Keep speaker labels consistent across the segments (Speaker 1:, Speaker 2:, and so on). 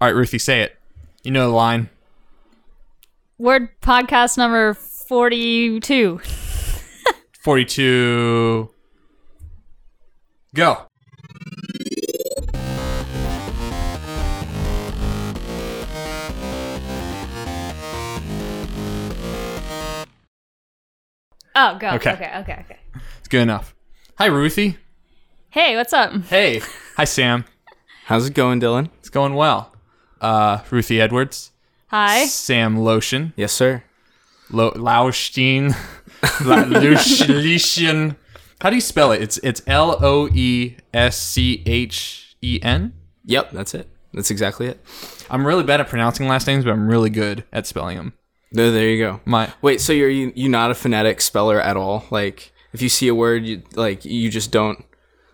Speaker 1: All right, Ruthie, say it. You know the line.
Speaker 2: Word podcast number 42.
Speaker 1: 42. Go.
Speaker 2: Oh, go.
Speaker 1: Okay.
Speaker 2: Okay. okay, okay,
Speaker 1: It's good enough. Hi, Ruthie.
Speaker 2: Hey, what's up?
Speaker 1: Hey. Hi, Sam.
Speaker 3: How's it going, Dylan?
Speaker 1: It's going well. Uh, Ruthie Edwards.
Speaker 2: Hi.
Speaker 1: Sam Lotion.
Speaker 3: Yes, sir.
Speaker 1: Lo- Laustein. La- Lush- Lichen. How do you spell it? It's it's L O E S C H E N.
Speaker 3: Yep, that's it. That's exactly it.
Speaker 1: I'm really bad at pronouncing last names, but I'm really good at spelling them.
Speaker 3: No, there you go.
Speaker 1: My
Speaker 3: Wait, so you're you, you not a phonetic speller at all? Like, if you see a word, you like you just don't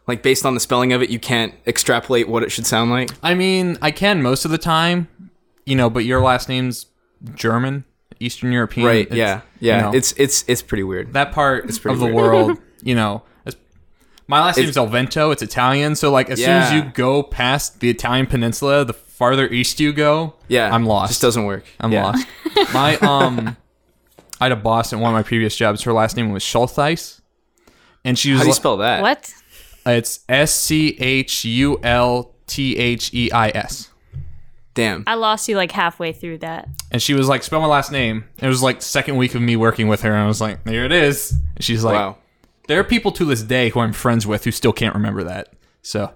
Speaker 3: like based on the spelling of it, you can't extrapolate what it should sound like.
Speaker 1: I mean, I can most of the time, you know, but your last name's German, Eastern European.
Speaker 3: Right?
Speaker 1: It's-
Speaker 3: yeah, yeah.
Speaker 1: you know,
Speaker 3: It's it's it's pretty weird.
Speaker 1: that part
Speaker 3: pretty
Speaker 1: of the
Speaker 3: weird.
Speaker 1: world, you know. it's- My last name's Alvento. It's Italian, so like as soon
Speaker 3: Yeah.
Speaker 1: as you go past the Italian peninsula, the farther east you go,
Speaker 3: yeah,
Speaker 1: I'm lost.
Speaker 3: Just doesn't work.
Speaker 1: I'm
Speaker 3: Yeah.
Speaker 1: lost. My um, I had a boss at one of my previous jobs. Her last name was Schultheis, and she was
Speaker 3: How do you
Speaker 1: li-
Speaker 3: spell that?
Speaker 2: What?
Speaker 1: It's S C H U L T H E I S.
Speaker 3: Damn.
Speaker 2: I lost you like halfway through that.
Speaker 1: And she was like, spell my last name. It was like second week of me working with her, and I was like, there it is. And she's like,
Speaker 3: wow.
Speaker 1: there are people to this day who I'm friends with who still can't remember that. So,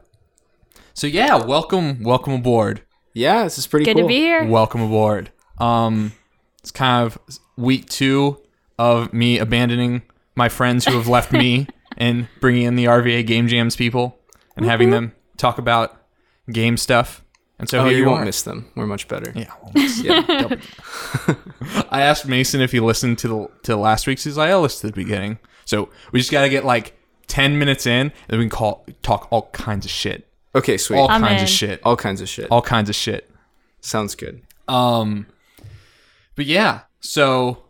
Speaker 1: so yeah, welcome, welcome aboard,
Speaker 3: Yeah, this is pretty
Speaker 2: Good
Speaker 3: cool.
Speaker 2: to be here.
Speaker 1: welcome aboard. Um, it's kind of week two of me abandoning my friends who have left me and bringing in the RVA Game Jams people and having them talk about game stuff. And so
Speaker 3: Oh,
Speaker 1: here
Speaker 3: you,
Speaker 1: you,
Speaker 3: won't
Speaker 1: are.
Speaker 3: miss them. We're much better.
Speaker 1: Yeah. I won't miss
Speaker 3: Yeah.
Speaker 1: Double- I asked Mason if he listened to the to last week's. He's like, I listened to the beginning. So we just got to get like ten minutes in, and then we can call talk all kinds of shit,
Speaker 3: Okay, sweet.
Speaker 1: all
Speaker 3: All,
Speaker 2: I'm
Speaker 1: kinds
Speaker 2: in.
Speaker 1: of shit, all,
Speaker 3: all kinds of shit.
Speaker 1: kinds of shit.
Speaker 3: Sounds good.
Speaker 1: Um, but yeah. So,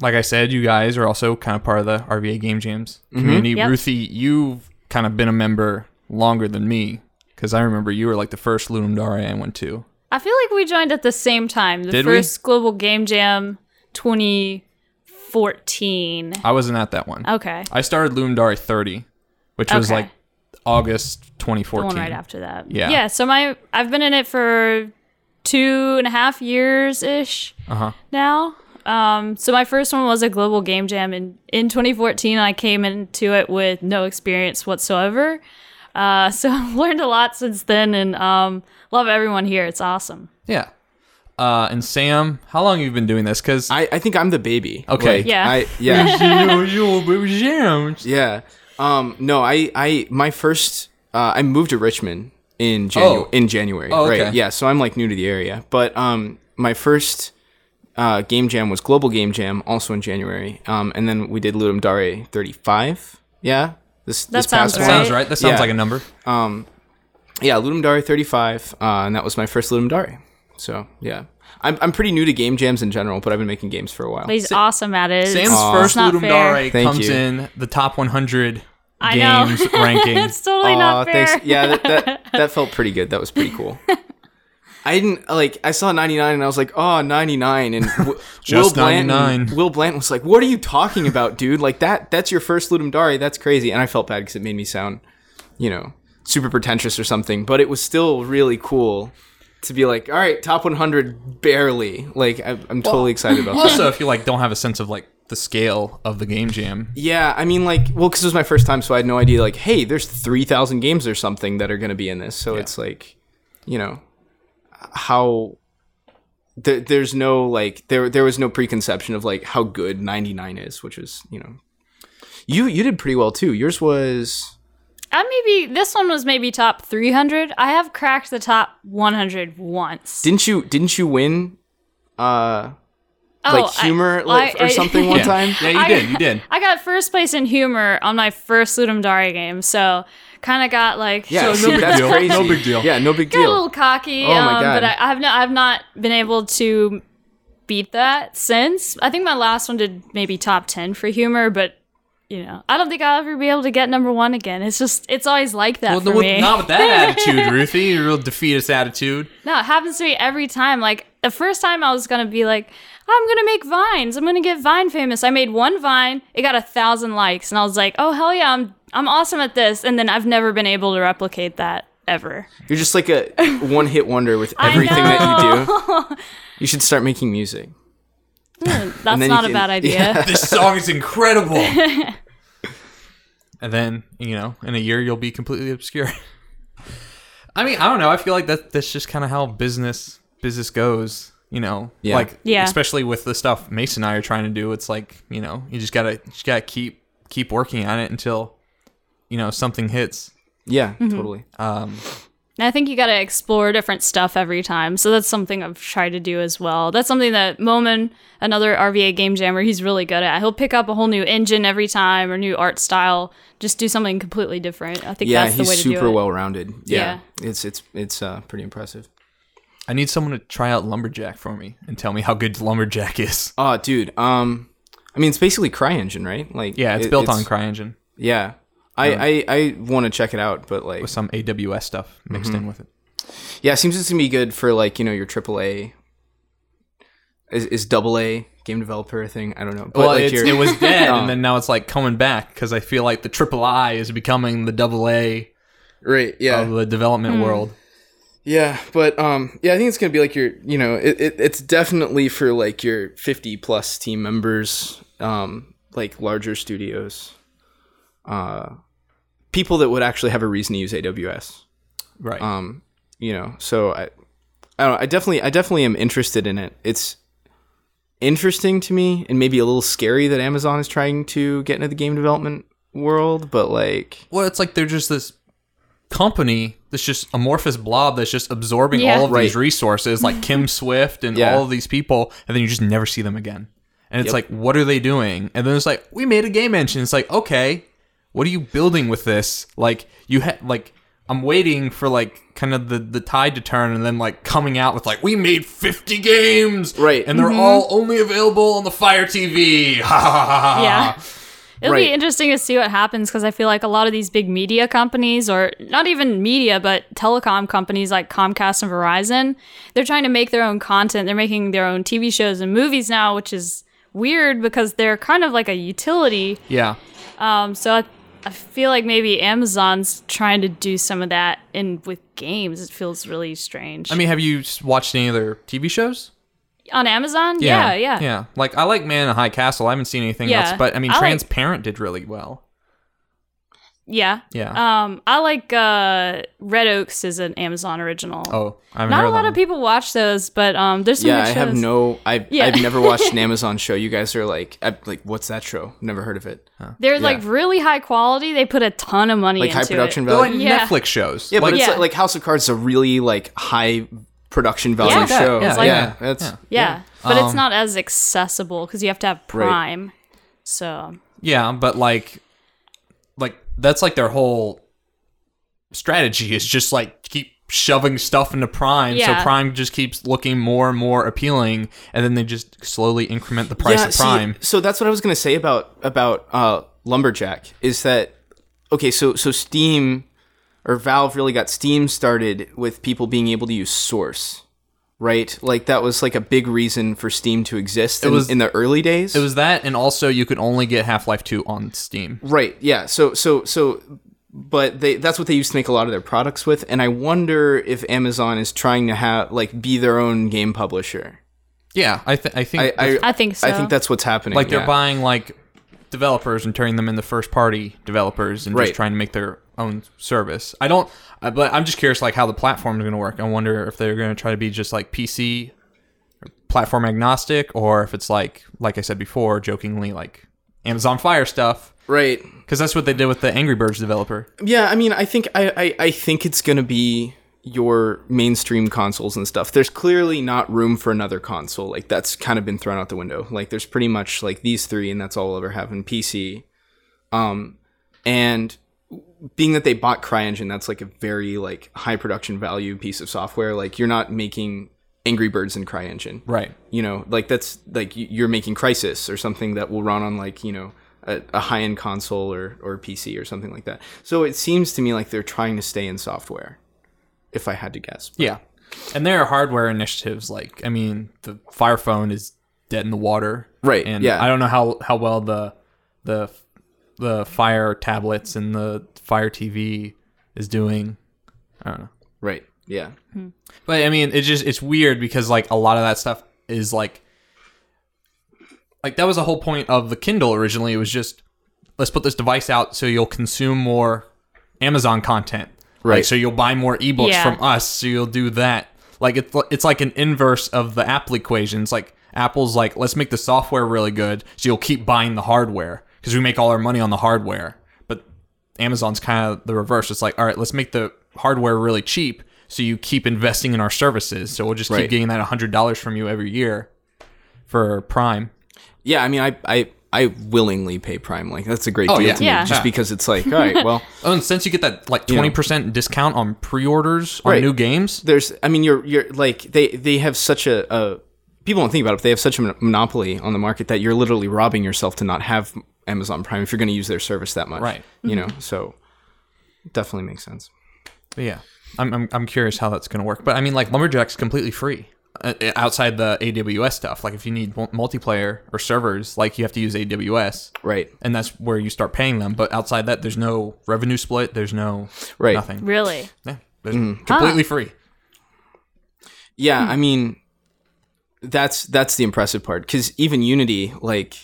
Speaker 1: like I said, you guys are also kind of part of the RVA Game Jams community.
Speaker 2: Yep.
Speaker 1: Ruthie, you've kind of been a member longer than me because I remember you were like the first Ludum Dare I went to.
Speaker 2: I feel like we joined at the same time. The
Speaker 1: Did we?
Speaker 2: first Global Game Jam 2014.
Speaker 1: I wasn't at that one.
Speaker 2: Okay.
Speaker 1: I started Lumdari 30, which was
Speaker 2: Okay.
Speaker 1: like August
Speaker 2: The
Speaker 1: 2014.
Speaker 2: one right after that.
Speaker 1: Yeah.
Speaker 2: Yeah. So my I've been in it for two and a half years ish
Speaker 1: Uh-huh.
Speaker 2: now. Um, so my first one was a global game jam in in 2014. I came into it with no experience whatsoever. Uh, so I've learned a lot since then, and um, love everyone here. It's awesome.
Speaker 1: Yeah. Uh, and Sam, how long have you been doing this? Because
Speaker 3: I, I think I'm the baby.
Speaker 1: Okay.
Speaker 3: Like,
Speaker 2: Yeah.
Speaker 3: I, yeah.
Speaker 1: yeah.
Speaker 3: Yeah. Um. No. I. I. My first. Uh. I moved to Richmond in January.
Speaker 1: Oh.
Speaker 3: In January.
Speaker 1: Oh, okay.
Speaker 3: Right. Yeah. So I'm like new to the area. But um. My first. Uh, game jam was Global Game Jam, also in January. Um, and then we did Ludum Dare 35. Yeah, this
Speaker 2: That
Speaker 3: this past
Speaker 2: sounds
Speaker 3: one.
Speaker 1: Sounds right. That sounds
Speaker 3: Yeah.
Speaker 1: like a number.
Speaker 3: Yeah, Ludum Dare 35, uh, and that was my first Ludum Dare. So yeah, I'm I'm pretty new to game jams in general, but I've been making games for a while.
Speaker 2: But he's awesome at it.
Speaker 1: Sam's
Speaker 2: It's-
Speaker 1: first
Speaker 2: it's not
Speaker 1: Ludum
Speaker 2: fair.
Speaker 1: Dare
Speaker 3: Thank
Speaker 1: comes
Speaker 3: you.
Speaker 1: in the top 100
Speaker 2: I know.
Speaker 1: games ranking.
Speaker 2: It's totally not
Speaker 3: Aw,
Speaker 2: fair.
Speaker 3: Yeah, that, that that felt pretty good. That was pretty cool. I didn't like. I saw 99 and I was like, "Oh, 99." And w-
Speaker 1: Just
Speaker 3: Will Blanton,
Speaker 1: 99.
Speaker 3: Will Blanton was like, "What are you talking about, dude? Like that? That's your first Ludum Dare. That's crazy." And I felt bad because it made me sound, you know, super pretentious or something. But it was still really cool to be like, "All right, top 100, barely." Like I, I'm totally excited about that.
Speaker 1: also, if you like don't have a sense of like the scale of the game jam,
Speaker 3: Yeah, I mean, like, well, because it was my first time, so I had no idea. Like, hey, there's three thousand games or something that are going to be in this. So it's like, you know, how there, there's no like there there was no preconception of like how good ninety nine is, which is you know, you you did pretty well too. Yours was
Speaker 2: I maybe this one was maybe top 300. I have cracked the top 100 once.
Speaker 3: didn't you didn't you win uh
Speaker 2: Oh,
Speaker 3: like
Speaker 2: I-
Speaker 3: humor like,
Speaker 2: I-
Speaker 3: or something one
Speaker 1: yeah.
Speaker 3: time?
Speaker 1: yeah, you
Speaker 2: I-
Speaker 1: did, you did.
Speaker 2: I got first place in humor on my first Ludum Dare game, so kind of got like
Speaker 3: Yeah,
Speaker 2: got
Speaker 1: So no big
Speaker 3: that's
Speaker 1: deal.
Speaker 3: crazy.
Speaker 1: No big deal.
Speaker 3: Yeah, no big
Speaker 2: a
Speaker 3: deal.
Speaker 2: little cocky.
Speaker 3: Oh my
Speaker 2: um,
Speaker 3: God.
Speaker 2: But I, I have not, I've not been able to beat that since. I think my last one did maybe top ten for humor, but you know, I don't think I'll ever be able to get number one again. It's just, it's always like that
Speaker 1: Well,
Speaker 2: for
Speaker 1: no,
Speaker 2: me.
Speaker 1: not with that attitude, Ruthie. Your real defeatist attitude.
Speaker 2: No, it happens to me every time. Like the first time I was gonna be like, I'm gonna make vines. I'm gonna get Vine famous. I made one Vine. It got a thousand likes, and I was like, oh hell yeah, I'm I'm awesome at this. And then I've never been able to replicate that ever.
Speaker 3: You're just like a one hit wonder with
Speaker 2: I
Speaker 3: everything that you do.
Speaker 2: know.
Speaker 3: You should start making music.
Speaker 2: That's
Speaker 3: then you
Speaker 2: not a
Speaker 3: can-
Speaker 2: bad idea.
Speaker 3: Yeah.
Speaker 1: This song is incredible. and then you know, in a year, you'll be completely obscure. I mean, I don't know. I feel like that. That's just kind of how business business goes. You know,
Speaker 3: Yeah.
Speaker 1: like
Speaker 2: Yeah.
Speaker 1: especially with the stuff Mason and I are trying to do. It's like you know, you just gotta just gotta keep keep working on it until you know something hits.
Speaker 3: Yeah,
Speaker 2: Mm-hmm.
Speaker 3: totally.
Speaker 2: Uh,
Speaker 1: Um,
Speaker 2: And I think you got to explore different stuff every time. So that's something I've tried to do as well. That's something that Moman, another RVA game jammer, he's really good at. He'll pick up a whole new engine every time or new art style. Just do something completely different. I think
Speaker 3: Yeah,
Speaker 2: that's the way
Speaker 3: he's
Speaker 2: to do it.
Speaker 3: super well rounded. Yeah. It's it's it's uh, pretty impressive.
Speaker 1: I need someone to try out lumberjack for me and tell me how good lumberjack is.
Speaker 3: Oh, dude. Um, I mean, it's basically CryEngine, right? Like,
Speaker 1: Yeah, it's
Speaker 3: it-
Speaker 1: built on CryEngine
Speaker 3: Yeah, I I, I want to check it out, but like,
Speaker 1: with some AWS stuff mixed in with it.
Speaker 3: yeah, it seems it's gonna be good for like you know your AAA. Is is double A game developer a thing? I don't know. But
Speaker 1: well,
Speaker 3: like
Speaker 1: it's-
Speaker 3: your-
Speaker 1: it was dead,
Speaker 3: Oh.
Speaker 1: and then now it's like coming back because I feel like the triple I is becoming the double A
Speaker 3: right. Yeah,
Speaker 1: of the development world.
Speaker 3: yeah, but um, yeah, I think it's gonna be like your you know it, it it's definitely for like your fifty plus team members, um, like larger studios, uh, people that would actually have a reason to use AWS.
Speaker 1: Right.
Speaker 3: um you know so i i don't know, i definitely i definitely am interested in it it's interesting to me and maybe a little scary that amazon is trying to get into the game development world but like
Speaker 1: well, it's like they're just this company that's just amorphous blob that's just absorbing
Speaker 2: Yeah.
Speaker 1: all of these
Speaker 3: Right.
Speaker 1: resources, like Kim Swift and
Speaker 3: Yeah.
Speaker 1: all of these people, and then you just never see them again. And it's like, what are they doing? And then it's like, we made a game engine. It's like, okay, what are you building with this? Like, you had like. I'm waiting for like kind of the, the tide to turn and then like coming out with like we made 50 games
Speaker 3: Right.
Speaker 1: and they're
Speaker 2: Mm-hmm.
Speaker 1: all only available on the Fire TV. Ha ha ha ha, ha.
Speaker 2: yeah. It'll
Speaker 3: Right.
Speaker 2: be interesting to see what happens because I feel like a lot of these big media companies, or not even media, but telecom companies like Comcast and Verizon, they're trying to make their own content. They're making their own TV shows and movies now, which is weird because they're kind of like a utility.
Speaker 1: Yeah.
Speaker 2: Um, so I, I feel like maybe Amazon's trying to do some of that in with games. It feels really strange.
Speaker 1: I mean, have you s- watched any other TV shows?
Speaker 2: on Amazon, yeah, yeah,
Speaker 1: Yeah. Like I like Man in High Castle. I haven't seen anything
Speaker 2: Yeah.
Speaker 1: else, but I mean
Speaker 2: I like-
Speaker 1: Transparent did really well.
Speaker 2: yeah.
Speaker 1: Yeah.
Speaker 2: Um, I like uh, Red Oaks is an Amazon original.
Speaker 1: oh, I haven't
Speaker 2: Not
Speaker 1: heard
Speaker 2: a lot
Speaker 1: that
Speaker 2: of people watch those, but um, there's some
Speaker 3: yeah
Speaker 2: good
Speaker 3: i
Speaker 2: shows.
Speaker 3: have no i've,
Speaker 2: Yeah.
Speaker 3: I've never watched an amazon show you guys are like I, like what's that show never heard of it
Speaker 2: They're like
Speaker 3: yeah.
Speaker 2: really high quality. They put a ton of money
Speaker 3: like
Speaker 2: into
Speaker 3: high production
Speaker 2: it.
Speaker 1: one. They're
Speaker 3: value
Speaker 1: like
Speaker 2: Yeah.
Speaker 1: Netflix shows.
Speaker 3: yeah but
Speaker 1: Like-
Speaker 3: it's
Speaker 2: Yeah.
Speaker 3: like, like house of cards is a really like high production value
Speaker 2: like that,
Speaker 3: show
Speaker 1: yeah.
Speaker 3: yeah,
Speaker 1: It's like that.
Speaker 3: that's
Speaker 1: Yeah.
Speaker 2: Yeah, but it's
Speaker 1: Um,
Speaker 2: not as accessible because you have to have
Speaker 3: Right.
Speaker 2: Prime. So
Speaker 1: yeah, but like, like that's like their whole strategy is just like keep shoving stuff into Prime, so
Speaker 2: Yeah.
Speaker 1: Prime just keeps looking more and more appealing, and then they just slowly increment the price of
Speaker 3: see,
Speaker 1: Prime.
Speaker 3: so that's what I was gonna say about about uh, lumberjack is that okay? So so Steam or Valve really got Steam started with people being able to use Source, right? Like that was like a big reason for Steam to exist. in,
Speaker 1: was-
Speaker 3: in the early days.
Speaker 1: it was that, and also you could only get Half Life Two on Steam.
Speaker 3: Right. Yeah. So so so but they that's what they used to make a lot of their products with and I wonder if Amazon is trying to have like be their own game publisher.
Speaker 1: Yeah, I, th- I think
Speaker 3: I I,
Speaker 2: I think so.
Speaker 3: I think that's what's happening.
Speaker 1: like they're
Speaker 3: yeah.
Speaker 1: buying like developers and turning them into first party developers and just
Speaker 3: Right.
Speaker 1: trying to make their own service i don't I- but i'm just curious like how the platform is going to work i wonder if they're going to try to be just like pc platform agnostic or if it's like like i said before jokingly like amazon fire stuff
Speaker 3: Right.
Speaker 1: because that's what they did with the angry birds developer
Speaker 3: Yeah, I mean, I think I, I, I think it's gonna be your mainstream consoles and stuff. There's clearly not room for another console. Like that's kind of been thrown out the window. Like there's pretty much like these three, and that's all we'll ever have in PC. Um, and being that they bought CryEngine, that's like a very like high production value piece of software. Like you're not making Angry Birds in CryEngine,
Speaker 1: right
Speaker 3: you know like that's like y- you're making crisis or something that will run on like you know a, a high end console or, or PC or something like that. So it seems to me like they're trying to stay in software, if I had to guess.
Speaker 1: Yeah. And there are hardware initiatives like I mean, the Fire Phone is dead in the water.
Speaker 3: Right,
Speaker 1: And
Speaker 3: yeah.
Speaker 1: I don't know how, how well the the the Fire tablets and the Fire TV is doing. I don't know.
Speaker 3: Right. Yeah.
Speaker 1: But I mean, it's just it's weird because like a lot of that stuff is like like that was the whole point of the Kindle originally. It was just let's put this device out so you'll consume more Amazon content. Like,
Speaker 3: Right.
Speaker 1: so you'll buy more ebooks
Speaker 2: Yeah.
Speaker 1: from us, so you'll do that. Like it's it's like an inverse of the Apple equations. Like Apple's like let's make the software really good so you'll keep buying the hardware because we make all our money on the hardware. But Amazon's kind of the reverse. It's like, all right, let's make the hardware really cheap so you keep investing in our services. So we'll just
Speaker 3: Right.
Speaker 1: keep getting that $100 from you every year for Prime.
Speaker 3: Yeah. I mean, I, I, I willingly pay Prime. Like, that's a great deal
Speaker 1: Oh, yeah.
Speaker 3: to
Speaker 2: Yeah.
Speaker 3: me just
Speaker 1: Yeah.
Speaker 3: because it's like, all right, well,
Speaker 1: Oh, and since you get that like 20% discount on pre-orders on
Speaker 3: Right.
Speaker 1: new games,
Speaker 3: there's i mean you're you're like they they have such a, a people don't think about it but they have such a mon- monopoly on the market that you're literally robbing yourself to not have amazon prime if you're going to use their service that much
Speaker 1: Right.
Speaker 3: you know so definitely makes sense
Speaker 1: yeah. I'm, I'm, I'm curious how that's going to work. But I mean, like Lumberjack's completely free uh, uh, outside the AWS stuff. Like if you need mul- multiplayer or servers, like you have to use AWS.
Speaker 3: right
Speaker 1: And that's where you start paying them. But outside that, there's no revenue split. There's no
Speaker 3: Right.
Speaker 1: nothing.
Speaker 2: Really?
Speaker 1: Yeah, there's completely free.
Speaker 3: yeah i mean that's that's the impressive part because even unity like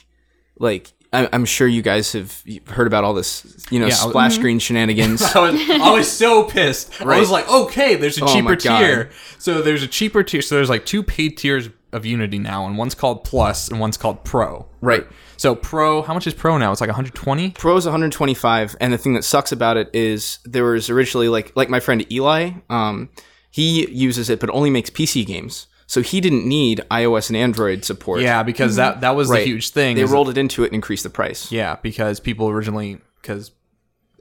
Speaker 3: like I- i'm sure you guys have heard about all this you know
Speaker 1: Yeah, I-
Speaker 3: splash screen shenanigans
Speaker 1: I was, I was so pissed. I was like, okay, there's a
Speaker 3: my
Speaker 1: cheaper
Speaker 3: God.
Speaker 1: tier. So there's a cheaper tier. So there's like two paid tiers of Unity now, and one's called Plus and one's called Pro.
Speaker 3: Right.
Speaker 1: So Pro, how much is Pro now? It's like 120.
Speaker 3: Pro is 125, and the thing that sucks about it is there was originally like like my friend Eli, um, he uses it but only makes PC games, so he didn't need iOS and Android support.
Speaker 1: Yeah, because that that was the
Speaker 3: Right.
Speaker 1: huge thing.
Speaker 3: they
Speaker 1: is-
Speaker 3: rolled it into it and increased the price.
Speaker 1: Yeah, because people originally because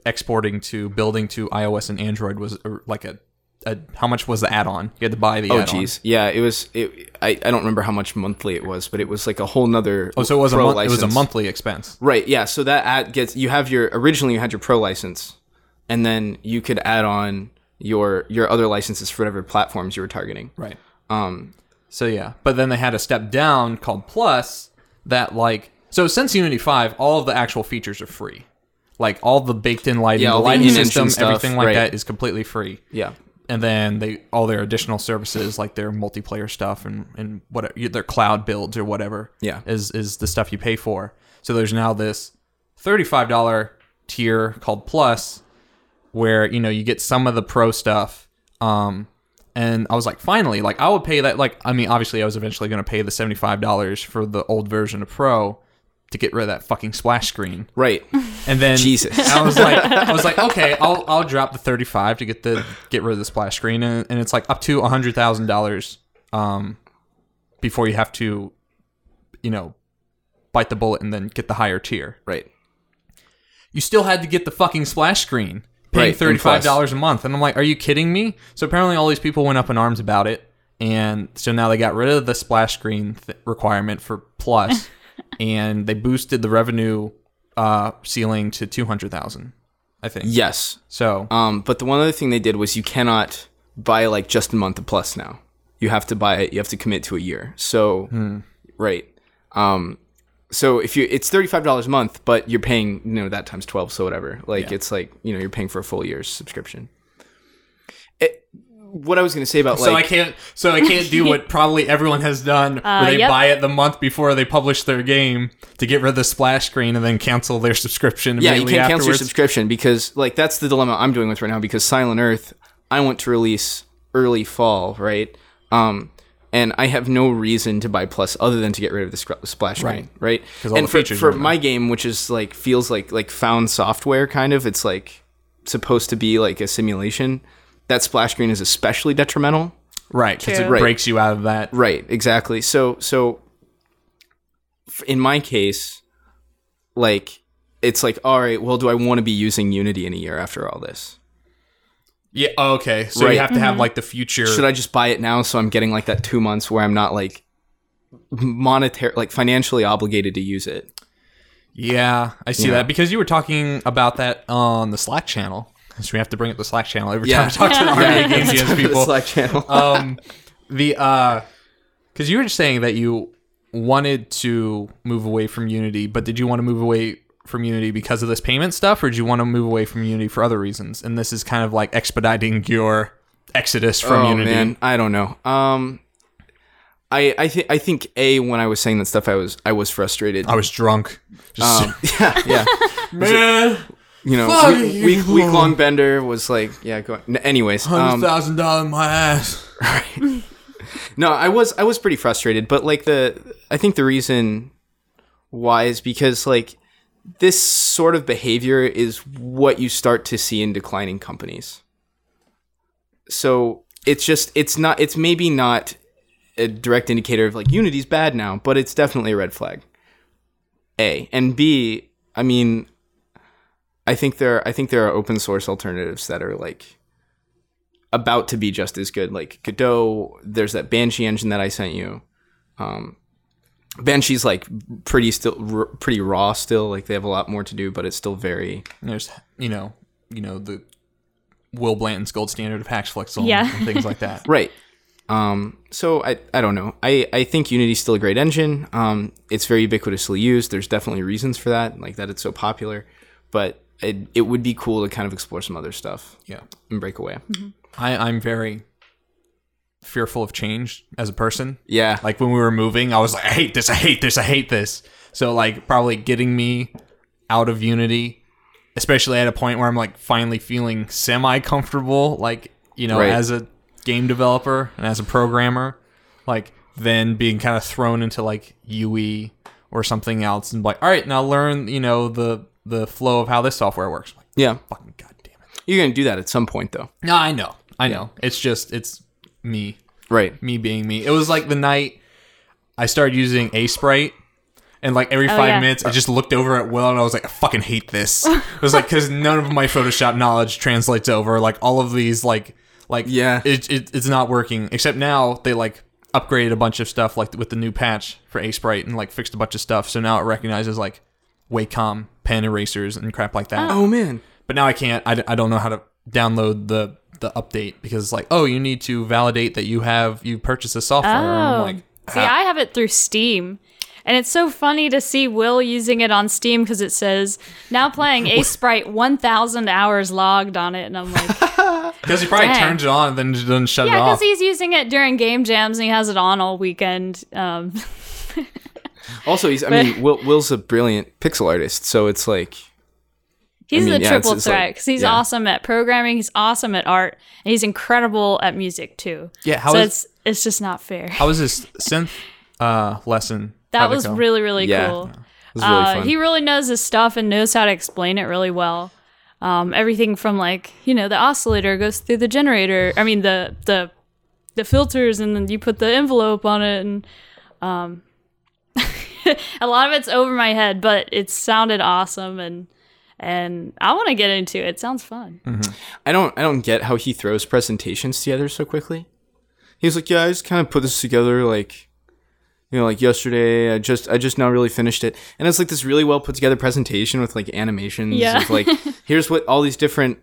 Speaker 1: exporting to building to iOS and Android was uh, like a, a how much was the add-on? You had to buy the
Speaker 3: Oh
Speaker 1: add-on.
Speaker 3: geez, yeah, it was. It, I I don't remember how much monthly it was, but it was like a whole nother.
Speaker 1: Oh, so it was a
Speaker 3: pro
Speaker 1: month, it was a
Speaker 3: license.
Speaker 1: monthly expense.
Speaker 3: Right. Yeah. So that ad gets you have your originally you had your pro license, and then you could add on your your other licenses for whatever platforms you were targeting.
Speaker 1: Right. Um so yeah, but then they had a step down called Plus that like so since Unity 5 all of the actual features are free. Like all the baked in lighting,
Speaker 3: Yeah,
Speaker 1: the
Speaker 3: all the
Speaker 1: lighting
Speaker 3: in-engine
Speaker 1: system,
Speaker 3: stuff,
Speaker 1: everything like
Speaker 3: right.
Speaker 1: that is completely free.
Speaker 3: Yeah.
Speaker 1: And then they all their additional services like their multiplayer stuff and and whatever their cloud builds or whatever
Speaker 3: Yeah.
Speaker 1: is is the stuff you pay for. So there's now this $35 tier called Plus where you know you get some of the pro stuff um and i was like finally like i would pay that like i mean obviously i was eventually going to pay the $75 for the old version of pro to get rid of that fucking splash screen
Speaker 3: Right.
Speaker 1: and then
Speaker 3: Jesus.
Speaker 1: i was like i was like okay i'll i'll drop the 35 to get the get rid of the splash screen and, and it's like up to $100000 um before you have to you know bite the bullet and then get the higher tier
Speaker 3: right.
Speaker 1: you still had to get the fucking splash screen paying
Speaker 3: Right, and plus.
Speaker 1: $35 a month and i'm like are you kidding me so apparently all these people went up in arms about it and so now they got rid of the splash screen th- requirement for plus and they boosted the revenue uh, ceiling to 200000 i think
Speaker 3: Yes.
Speaker 1: so
Speaker 3: Um, but the one other thing they did was you cannot buy like just a month of plus now. You have to buy it. You have to commit to a year. So right. Um, so if you it's thirty five dollars a month, but you're paying you know that times twelve, so whatever. Like it's like you know you're paying for a full year's subscription. It, what I was gonna say about
Speaker 1: so
Speaker 3: like
Speaker 1: I can't. So I can't do what probably everyone has done, where they
Speaker 2: Uh, yep.
Speaker 1: buy it the month before they publish their game to get rid of the splash screen and then cancel their subscription.
Speaker 3: yeah, you
Speaker 1: immediately
Speaker 3: can't cancel your
Speaker 1: afterwards.
Speaker 3: subscription because like that's the dilemma I'm doing with right now because Silent Earth I want to release early fall, right? Um and I have no reason to buy plus other than to get rid of the scr- splash screen, right?
Speaker 1: 'Cause all
Speaker 3: And
Speaker 1: the
Speaker 3: for,
Speaker 1: features
Speaker 3: for
Speaker 1: are in
Speaker 3: my game which is like feels like like found software kind of, it's like supposed to be like a simulation. That splash screen is especially detrimental.
Speaker 1: right? Because it
Speaker 2: True. Right.
Speaker 1: breaks you out of that.
Speaker 3: Right, exactly. So so f- in my case, like it's like all right, well do I want to be using Unity in a year after all this?
Speaker 1: Yeah. oh, Okay. So
Speaker 3: Right.
Speaker 1: you have to have like the future.
Speaker 3: Should I just buy it now so I'm getting like that 2 months where I'm not like monetary like financially obligated to use it?
Speaker 1: Yeah, I see
Speaker 3: Yeah.
Speaker 1: that because you were talking about that on the Slack channel. So we have to bring up the Slack channel every time
Speaker 3: Yeah.
Speaker 1: we talk to the
Speaker 3: Yeah,
Speaker 1: RBA Games Jams
Speaker 3: the
Speaker 1: people.
Speaker 3: Slack channel.
Speaker 1: um, the uh, because you were just saying that you wanted to move away from Unity, but did you want to move away from Unity because of this payment stuff, or did you want to move away from Unity for other reasons? And this is kind of like expediting your exodus from
Speaker 3: oh,
Speaker 1: Unity.
Speaker 3: Man, I don't know. Um, I I think I think a when I was saying that stuff, I was I was frustrated.
Speaker 1: I was drunk. Just
Speaker 3: Um, yeah, yeah.
Speaker 1: man,
Speaker 3: You know,
Speaker 1: Fuck
Speaker 3: week,
Speaker 1: you.
Speaker 3: week, week long bender was like, yeah. Go n- anyways, um,
Speaker 1: thousand dollars in my ass.
Speaker 3: no, I was I was pretty frustrated, but like the I think the reason why is because like this sort of behavior is what you start to see in declining companies. So it's just it's not it's maybe not a direct indicator of like Unity's bad now, but it's definitely a red flag. A and B, I mean, I think there I think there are open source alternatives that are like about to be just as good. Like Godot, there's that Banshee engine that I sent you. Um, Banshee's like pretty still r- pretty raw still. Like they have a lot more to do, but it's still very
Speaker 1: There's you know you know the Will Blanton's gold standard of Hacksflex
Speaker 2: Yeah.
Speaker 1: and things like that.
Speaker 3: right. Um, so I I don't know. I I think Unity's still a great engine. Um, it's very ubiquitously used. There's definitely reasons for that, like that it's so popular, but. It, it would be cool to kind of explore some other stuff
Speaker 1: Yeah.
Speaker 3: and break away.
Speaker 1: Mm-hmm. I, I'm very fearful of change as a person.
Speaker 3: Yeah.
Speaker 1: Like when we were moving, I was like, I hate this, I hate this, I hate this. So like probably getting me out of unity, especially at a point where I'm like finally feeling semi comfortable, like, you know,
Speaker 3: Right.
Speaker 1: as a game developer and as a programmer, like then being kind of thrown into like UE or something else and like, all right, now learn, you know, the the flow of how this software works. Like,
Speaker 3: yeah.
Speaker 1: fucking goddamn it.
Speaker 3: You're going to do that at some point, though.
Speaker 1: No, I know. I know. It's just it's me
Speaker 3: Right.
Speaker 1: me being me. It was like the night I started using a sprite, and like every five
Speaker 2: yeah.
Speaker 1: minutes, I just looked over at Will and I was like, I fucking hate this. it was like because none of my Photoshop knowledge translates over. Like all of these, like like
Speaker 3: Yeah.
Speaker 1: it, it, it's not working. Except now they like upgraded a bunch of stuff like with the new patch for a sprite and like fixed a bunch of stuff. So now it recognizes like Wacom pen erasers and crap like that
Speaker 3: Oh, man.
Speaker 1: but now I can't. I, I don't know how to download the the update because it's like, oh, you need to validate that you have you purchased the software. And I'm
Speaker 2: Oh,
Speaker 1: like,
Speaker 2: see, I have it through Steam, and it's so funny to see Will using it on Steam because it says now playing Ace Sprite 1,000 hours logged on it, and I'm like,
Speaker 1: because he probably
Speaker 2: dang.
Speaker 1: turns it on and then just doesn't shut
Speaker 2: yeah,
Speaker 1: it
Speaker 2: because
Speaker 1: off.
Speaker 2: he's using it during game jams and he has it on all weekend. Um,
Speaker 3: Also, he's. I mean, Will, Will's a brilliant pixel artist, so it's like,
Speaker 2: he's
Speaker 3: mean,
Speaker 2: the
Speaker 3: yeah, it's-
Speaker 2: triple threat 'cause
Speaker 3: it's
Speaker 2: threat
Speaker 3: like-
Speaker 2: because he's
Speaker 3: yeah.
Speaker 2: awesome at programming, he's awesome at art, and he's incredible at music too.
Speaker 1: Yeah, how
Speaker 2: so
Speaker 1: is-
Speaker 2: it's it's just not fair.
Speaker 1: How was this synth uh, lesson?
Speaker 2: That
Speaker 1: How'd it
Speaker 2: was
Speaker 1: go?
Speaker 2: really really
Speaker 3: Yeah.
Speaker 2: cool.
Speaker 3: it's really
Speaker 2: uh,
Speaker 3: fun.
Speaker 2: he really knows his stuff and knows how to explain it really well. Um, everything from like you know the oscillator goes through the generator. I mean the the the filters, and then you put the envelope on it, and um, a lot of it's over my head, but it sounded awesome, and and I want to get into it. It sounds fun.
Speaker 3: Mm. I don't. I don't get how he throws presentations together so quickly. He was like, "Yeah, I just kind of put this together, like, you know, like yesterday. I just, I just now really finished it, and it's like this really well put together presentation with like animations
Speaker 2: Yeah.
Speaker 3: of like, here's what all these different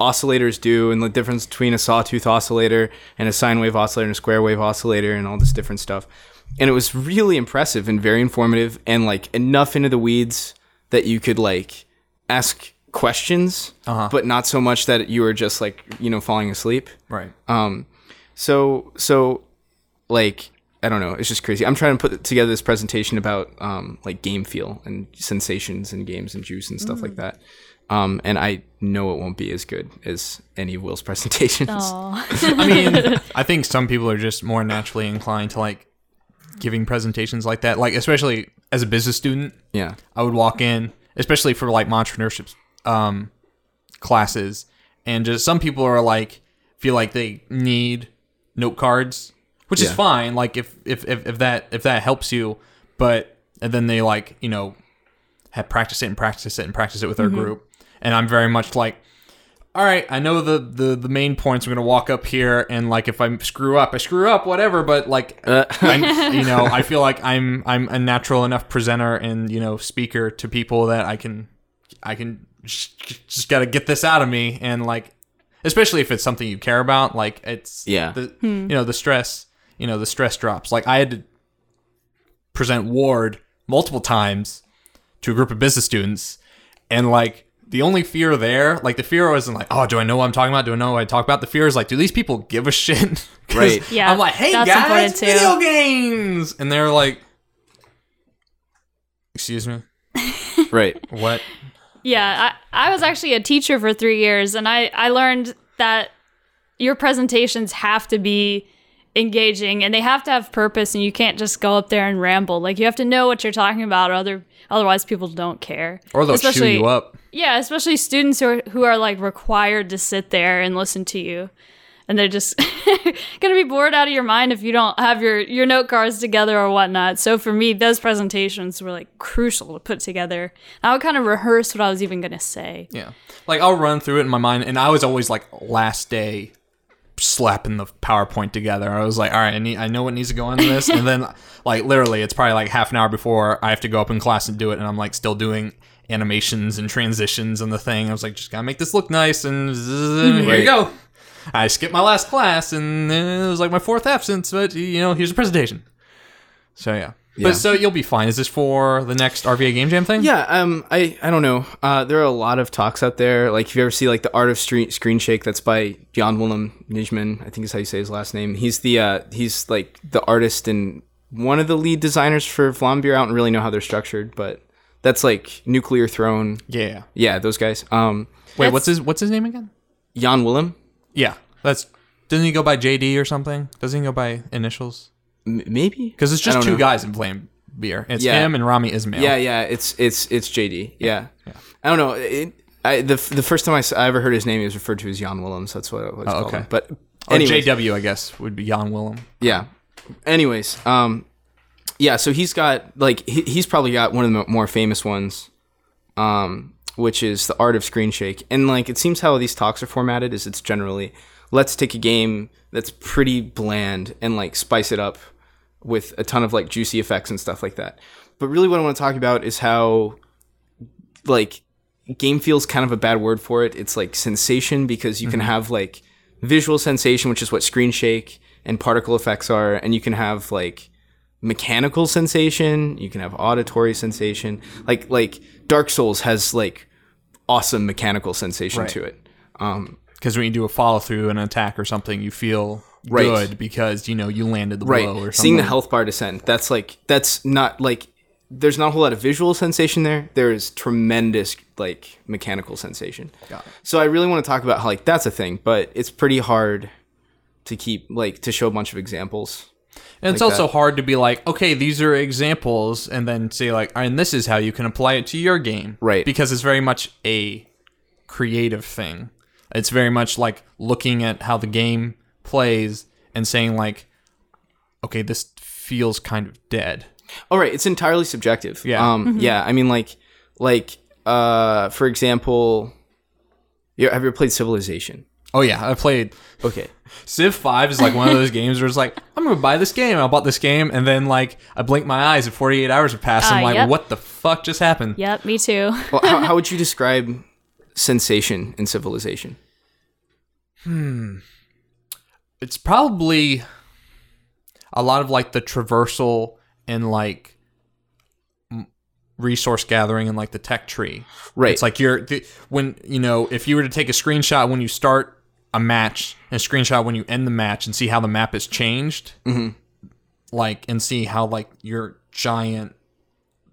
Speaker 3: oscillators do, and the difference between a sawtooth oscillator and a sine wave oscillator and a square wave oscillator, and all this different stuff. And it was really impressive and very informative, and like enough into the weeds that you could like ask questions, but not so much that you were just like you know falling asleep.
Speaker 1: right.
Speaker 3: So so like I don't know, it's just crazy. I'm trying to put together this presentation about um, like game feel and sensations and games and juice and stuff like that. Um, and I know it won't be as good as any of Will's presentations.
Speaker 1: I mean, I think some people are just more naturally inclined to like giving presentations like that. Like especially as a business student,
Speaker 3: Yeah.
Speaker 1: I would walk in, especially for like entrepreneurship um, classes, and just some people are like feel like they need note cards, which is
Speaker 3: Yeah.
Speaker 1: fine. Like if, if if if that if that helps you, but and then they like you know have practice it and practice it and practice it with their group, and I'm very much like all right, I know the, the, the main points. I'm going to walk up here and like if I screw up, I screw up, whatever. But like, I, you know, I feel like I'm I'm a natural enough presenter and you know speaker to people that I can I can just, just got to get this out of me and like, especially if it's something you care about. Like it's
Speaker 3: Yeah.
Speaker 1: the, you know the stress you know the stress drops. Like I had to present Ward multiple times to a group of business students and like the only fear there, like the fear wasn't like, oh, do I know what I'm talking about? Do I know what I talk about? The fear is like, do these people give a shit? 'Cause
Speaker 3: Right.
Speaker 2: Yeah,
Speaker 1: I'm like, hey
Speaker 2: that's
Speaker 1: guys,
Speaker 2: important too."
Speaker 1: video games, and they're like, excuse me,
Speaker 3: right.
Speaker 1: what?
Speaker 2: Yeah, I, I was actually a teacher for three years, and I, I learned that your presentations have to be engaging and they have to have purpose, and you can't just go up there and ramble. Like you have to know what you're talking about, or other otherwise people don't care.
Speaker 1: Or they'll
Speaker 2: Especially-
Speaker 1: chew you up.
Speaker 2: Yeah, especially students who are, who are like required to sit there and listen to you. And they're just gonna be bored out of your mind if you don't have your, your note cards together or whatnot. So for me, those presentations were like crucial to put together. I would kind of rehearse what I was even gonna say.
Speaker 1: Yeah, like I'll run through it in my mind, and I was always like last day slapping the PowerPoint together. I was like, all right, I need, I know what needs to go into this, and then like literally, it's probably like half an hour before I have to go up in class and do it, and I'm like still doing animations and transitions and the thing. I was like, just gotta make this look nice, and zzz, here
Speaker 3: Right.
Speaker 1: you go. I skipped my last class, and it was like my fourth absence, but you know, here's a presentation. So yeah.
Speaker 3: Yeah.
Speaker 1: But so you'll be fine. Is this for the next RVA Game Jam thing?
Speaker 3: Yeah, um, I, I don't know. Uh, there are a lot of talks out there. Like, if you ever see like the Art of Screen, screen Shake, that's by Jan Willem Nijman, I think is how you say his last name. He's the uh, he's like the artist and one of the lead designers for Vlambeer. I don't really know how they're structured, but that's like Nuclear Throne.
Speaker 1: Yeah.
Speaker 3: Yeah, those guys. Um,
Speaker 1: Wait,
Speaker 2: That's-
Speaker 1: what's his what's his name again?
Speaker 3: Jan Willem,
Speaker 1: Yeah, that's doesn't he go by JD or something? Doesn't he go by initials?
Speaker 3: M- maybe
Speaker 1: Because it's
Speaker 3: I
Speaker 1: just
Speaker 3: don't
Speaker 1: two
Speaker 3: know.
Speaker 1: guys in Flame Beer. It's
Speaker 3: Yeah.
Speaker 1: him and Rami Ismail.
Speaker 3: Yeah, yeah, it's it's it's JD. Yeah, I don't know. It, I, the the first time I, s- I ever heard his name, he was referred to as Jan Willem. So that's what I was called.
Speaker 1: Oh, okay.
Speaker 3: him. But
Speaker 1: Or
Speaker 3: anyways,
Speaker 1: JW, I guess, would be Jan Willem.
Speaker 3: yeah. Anyways, um, yeah. So he's got like he, he's probably got one of the mo- more famous ones, um, which is the art of screen shake. And like it seems how these talks are formatted is it's generally let's take a game that's pretty bland and like spice it up with a ton of like juicy effects and stuff like that. But really, what I want to talk about is how like game feels kind of a bad word for it. It's like sensation because you can have like visual sensation, which is what screen shake and particle effects are, and you can have like mechanical sensation, you can have auditory sensation. Like like Dark Souls has like awesome mechanical sensation
Speaker 1: Right.
Speaker 3: to it.
Speaker 1: Because when you do a follow through, an attack or something, you feel
Speaker 3: Right.
Speaker 1: good because you know you landed the blow or something.
Speaker 3: Seeing the health bar descend, that's like that's not like there's not a whole lot of visual sensation there. There is tremendous like mechanical sensation.
Speaker 1: Got it.
Speaker 3: So I really want to talk about how like that's a thing, but it's pretty hard to keep like to show a bunch of examples.
Speaker 1: And it's also hard to be like, okay, these are examples, and then say like, and this is how you can apply it to your game,
Speaker 3: Right.
Speaker 1: Because it's very much a creative thing. It's very much like looking at how the game plays and saying like, okay, this feels kind of dead.
Speaker 3: All Oh, right, it's entirely subjective.
Speaker 1: Yeah. Mm-hmm.
Speaker 3: Um yeah, I mean like like uh for example you have you ever played Civilization?
Speaker 1: Oh yeah, I played
Speaker 3: Okay.
Speaker 1: Civ Five is like one of those games where it's like, I'm gonna buy this game. I bought this game, and then like I blink my eyes, and 48 hours have passed. and I'm
Speaker 2: Ah,
Speaker 1: like,
Speaker 2: yep.
Speaker 1: what the fuck just happened?
Speaker 2: Yep, me too.
Speaker 3: Well, how, how would you describe sensation in Civilization?
Speaker 1: it's probably a lot of like the traversal and like m- resource gathering and like the tech tree.
Speaker 3: Right.
Speaker 1: It's like you're the, when you know if you were to take a screenshot when you start a match and a screenshot when you end the match and see how the map has changed, like and see how like your giant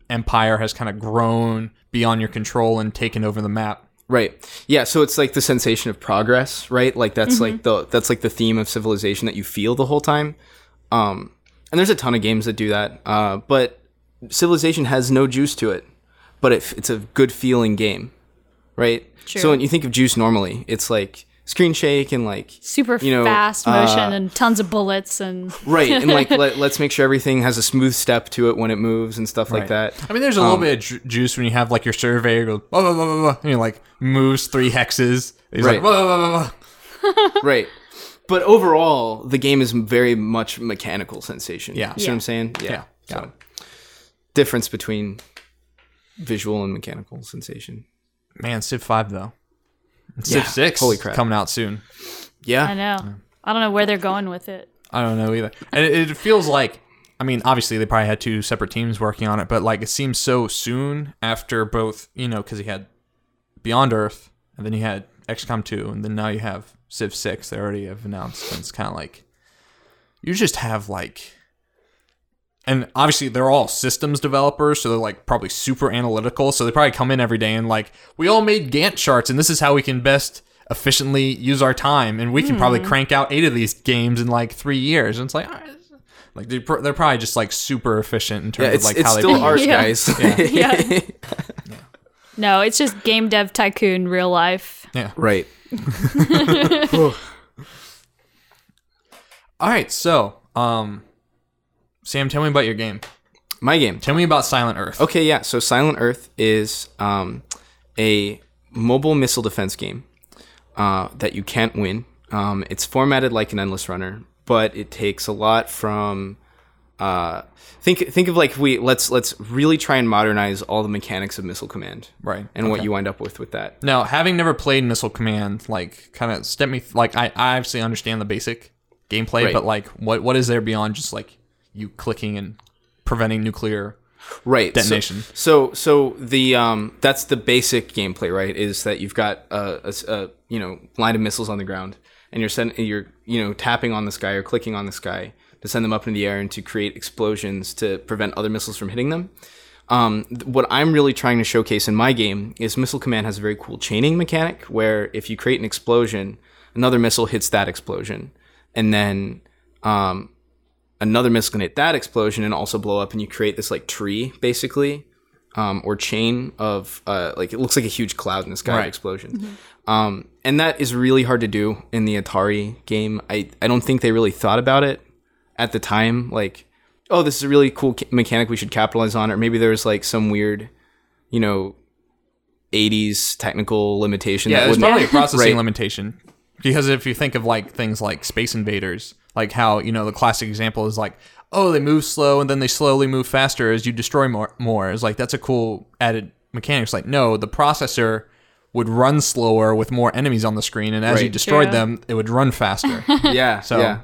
Speaker 1: empire has kind of grown beyond your control and taken over the map.
Speaker 3: Right. Yeah, so it's like the sensation of progress, right? Like that's like the that's like the theme of civilization that you feel the whole time. Um and there's a ton of games that do that. Uh but civilization has no juice to it, but it, it's a good feeling game. Right?
Speaker 2: True.
Speaker 3: So when you think of juice normally, it's like screen shake and like
Speaker 2: Super
Speaker 3: You know,
Speaker 2: fast
Speaker 3: uh,
Speaker 2: motion and tons of bullets and
Speaker 3: right and like let, let's make sure everything has a smooth step to it when it moves and stuff like that.
Speaker 1: I mean, there's a
Speaker 3: Um,
Speaker 1: little bit of ju- juice when you have like your surveyor go blah blah blah blah, blah and you like moves three hexes. He's
Speaker 3: Right.
Speaker 1: like blah, blah, blah, blah,
Speaker 3: right. But overall, the game is very much mechanical sensation.
Speaker 1: Yeah.
Speaker 3: You see what I'm saying? Yeah.
Speaker 1: Yeah. Got
Speaker 3: So, difference between visual and mechanical sensation.
Speaker 1: blah. Man, Civ Five though. And
Speaker 3: Yeah.
Speaker 1: Civ Six,
Speaker 3: Holy crap.
Speaker 1: coming out soon.
Speaker 2: I
Speaker 3: Yeah.
Speaker 2: know. I don't know where they're going with it.
Speaker 1: I don't know either. And it, it feels like, I mean, obviously they probably had two separate teams working on it, but like it seems so soon after both, you know, because he had Beyond Earth, and then you had XCOM 2, and then now you have Civ 6. They already have announced, and it's kind of like you just have like. And obviously, they're all systems developers, so they're like probably super analytical. So they probably come in every day and like, we all made Gantt charts, and this is how we can best efficiently use our time, and we can probably crank out eight of these games in like three years. And it's like, all right. like they're, pr- they're probably just like super efficient in terms
Speaker 3: Yeah,
Speaker 1: of
Speaker 3: it's,
Speaker 1: like
Speaker 3: it's
Speaker 1: how
Speaker 3: still
Speaker 1: they.
Speaker 3: art,
Speaker 2: Yeah.
Speaker 3: guys.
Speaker 2: Yeah. No, it's just game dev tycoon real life.
Speaker 1: yeah.
Speaker 3: right.
Speaker 1: All right, so um, Sam, tell me about your game.
Speaker 3: My game.
Speaker 1: Tell me about Silent Earth.
Speaker 3: Okay, yeah. So Silent Earth is um, a mobile missile defense game uh, that you can't win. Um, it's formatted like an endless runner, but it takes a lot from. Uh, think think of like if we let's let's really try and modernize all the mechanics of Missile Command,
Speaker 1: Right,
Speaker 3: And what you wind up with with that.
Speaker 1: Now, having never played Missile Command, like kind of step me like I, I obviously understand the basic gameplay,
Speaker 3: Right.
Speaker 1: but like what what is there beyond just like you clicking and preventing nuclear?
Speaker 3: right so-
Speaker 1: Detonation.
Speaker 3: so so, the um that's the basic gameplay right is that you've got a, a s- a, you know line of missiles on the ground and you're sending you're you know tapping on the sky or clicking on the sky to send them up into the air and to create explosions to prevent other missiles from hitting them um, th- what I'm really trying to showcase in my game is Missile Command has a very cool chaining mechanic where if you create an explosion, another missile hits that explosion, and then um, another missile can hit that explosion and also blow up, and you create this like tree basically, um, or chain of uh, like it looks like a huge cloud in the sky of
Speaker 1: Right.
Speaker 3: explosions. Um, and that is really hard to do in the Atari game. I, I don't think they really thought about it at the time. Like, oh, this is a really cool ca- mechanic we should capitalize on. Or maybe there was like some weird, you know, 80s technical limitation
Speaker 1: Yeah,
Speaker 3: that
Speaker 1: there's
Speaker 3: wouldn't.
Speaker 1: probably a processing
Speaker 3: Right.
Speaker 1: limitation because if you think of like things like Space Invaders, like how you know the classic example is like oh they move slow and then they slowly move faster as you destroy more. More is like that's a cool added mechanic. It's like no, the processor would run slower with more enemies on the screen, and as you
Speaker 3: Right.
Speaker 1: destroyed
Speaker 2: True.
Speaker 1: them, it would run faster. It
Speaker 3: yeah.
Speaker 1: So-
Speaker 3: yeah.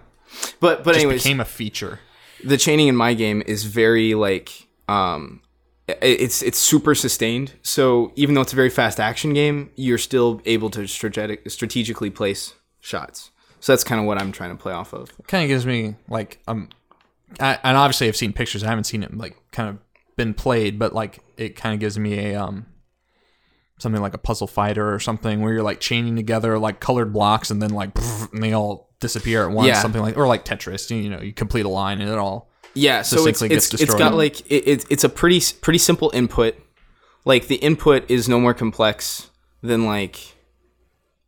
Speaker 3: But but
Speaker 1: just
Speaker 3: anyways,
Speaker 1: became a feature.
Speaker 3: the chaining in my game is very like um i- it's it's super sustained so even though it's a very fast action game you're still able to strategic, strategically place shots so that's kind of what i'm trying to play off of
Speaker 1: kind of gives me like um I, and obviously i've seen pictures i haven't seen it like kind of been played but like it kind of gives me a um something like a puzzle fighter or something where you're like chaining together like colored blocks and then like and they all disappear at once
Speaker 3: Yeah.
Speaker 1: something like or like tetris you, you know you complete a line and it all
Speaker 3: yeah so it's
Speaker 1: Succinctly
Speaker 3: it's,
Speaker 1: gets
Speaker 3: it's got
Speaker 1: destroyed.
Speaker 3: like it, it's it's a pretty s- pretty simple input like the input is no more complex than like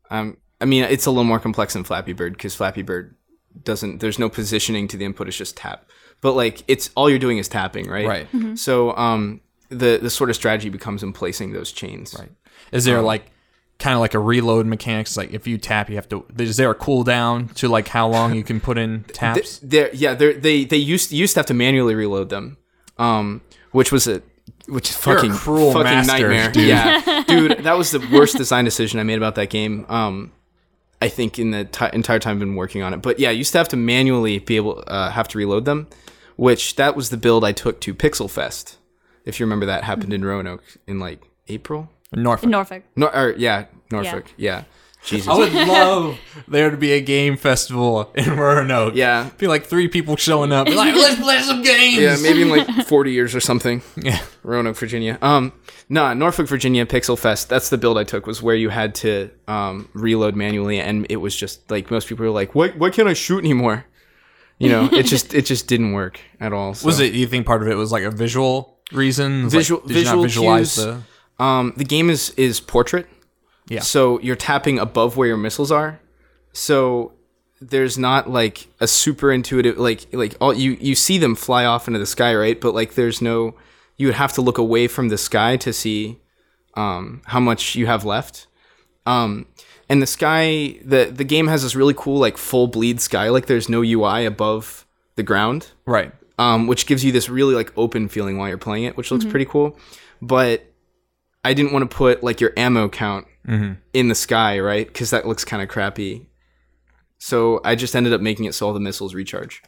Speaker 3: um i mean it's a little more complex than flappy bird because flappy bird doesn't there's no positioning to the input it's just tap but like it's all you're doing is tapping right
Speaker 1: Right.
Speaker 3: so um the the sort of strategy becomes in placing those chains right
Speaker 1: is there like kind of like a reload mechanics like if you tap you have to is there a cooldown to like how long you can put in taps
Speaker 3: They're, yeah, they're, they they used used to have to manually reload them, um, which was a which is
Speaker 1: a
Speaker 3: fucking
Speaker 1: cruel
Speaker 3: fucking
Speaker 1: master,
Speaker 3: nightmare.
Speaker 1: dude.
Speaker 3: Yeah, dude, that was the worst design decision I made about that game. Um, I think in the ti entire time I've been working on it, but yeah, I used to have to manually be able uh, have to reload them, which that was the build I took to Pixel Fest. If you remember, that happened in Roanoke in like April.
Speaker 1: norfolk
Speaker 2: In Norfolk.
Speaker 3: No, or, yeah, Norfolk. Yeah, Jesus.
Speaker 1: I would love there to be a game festival in Roanoke.
Speaker 3: Yeah.
Speaker 1: Be like three people showing up. Be like, let's play some games.
Speaker 3: Yeah, maybe in like 40 years or something.
Speaker 1: Yeah.
Speaker 3: Roanoke, Virginia. Um, nah, Norfolk, Virginia, Pixel Fest. That's the build I took. Was where you had to um, reload manually, and it was just like most people were like, "Why, why can't I shoot anymore?" You know, it just it just didn't work at all. so.
Speaker 1: Was it, you think part of it was like a visual reason? It was
Speaker 3: Visual-
Speaker 1: like, did you
Speaker 3: visual
Speaker 1: not visualize
Speaker 3: cues.
Speaker 1: the.
Speaker 3: Um, the game is is portrait.
Speaker 1: Yeah.
Speaker 3: So you're tapping above where your missiles are, so there's not like a super intuitive like like all you you see them fly off into the sky right but like there's no you would have to look away from the sky to see um, how much you have left um, and the sky the the game has this really cool like full bleed sky like there's no ui above the ground
Speaker 1: Right.
Speaker 3: um, which gives you this really like open feeling while you're playing it, which looks
Speaker 2: Mm-hmm.
Speaker 3: pretty cool. But I didn't want to put like your ammo count
Speaker 2: Mm-hmm.
Speaker 3: in the sky, right? Because that looks kind of crappy. So I just ended up making it so all the missiles recharge.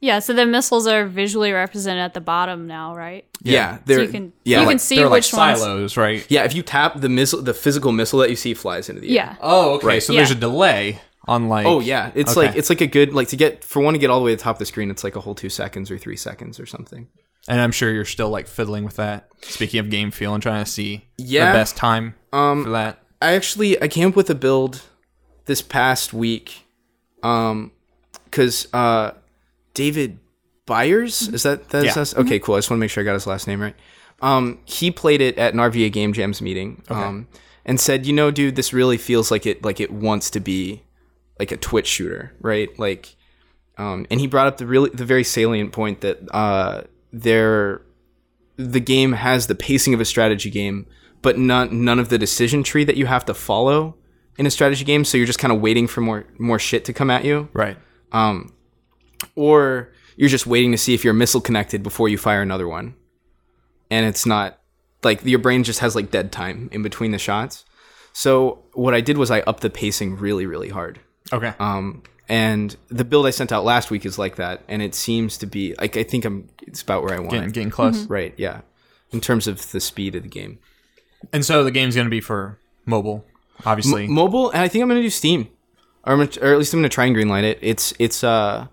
Speaker 2: Yeah, so the missiles are visually represented at the bottom now, right?
Speaker 3: Yeah,
Speaker 2: So
Speaker 3: they're
Speaker 2: you can
Speaker 3: yeah,
Speaker 2: you
Speaker 3: like-
Speaker 2: can see
Speaker 1: They're like
Speaker 2: which ones.
Speaker 1: silos, right?
Speaker 3: yeah. If you tap the missile, the physical missile that you see flies into the air.
Speaker 2: Yeah.
Speaker 1: Oh, okay. So there's a
Speaker 2: Yeah.
Speaker 1: delay on like.
Speaker 3: Oh yeah, it's
Speaker 1: Okay.
Speaker 3: like it's like a good like to get for one to get all the way to the top of the screen. It's like a whole two seconds or three seconds or something.
Speaker 1: And I'm sure you're still like fiddling with that. Speaking of game feel and trying to see
Speaker 3: Yeah.
Speaker 1: the best time
Speaker 3: Um,
Speaker 1: for that.
Speaker 3: I actually I came up with a build this past week, um, because uh, David Byers is that that's
Speaker 1: Yeah.
Speaker 3: okay? Cool. I just want to make sure I got his last name right. Um, he played it at an RVA Game Jams meeting, um, and said, you know, dude, this really feels like it like it wants to be like a Twitch shooter, right? Like, um, and he brought up the really the very salient point that uh, there the game has the pacing of a strategy game, but none none of the decision tree that you have to follow in a strategy game. So you're just kind of waiting for more more shit to come at you,
Speaker 1: Right.
Speaker 3: or you're just waiting to see if your missile connected before you fire another one, and it's not like your brain just has like dead time in between the shots. So what I did was I upped the pacing really really hard.
Speaker 1: Okay.
Speaker 3: Um, and the build I sent out last week is like that, and it seems to be like I think I'm it's about where I want
Speaker 1: getting,
Speaker 3: it.
Speaker 1: getting close.
Speaker 2: Mm-hmm.
Speaker 3: Right, yeah. In terms of the speed of the game,
Speaker 1: And so the game's going to be for mobile, obviously.
Speaker 3: mobile, and I think I'm gonna do Steam, or, I'm gonna, or at least I'm gonna try and greenlight it. It's it's uh,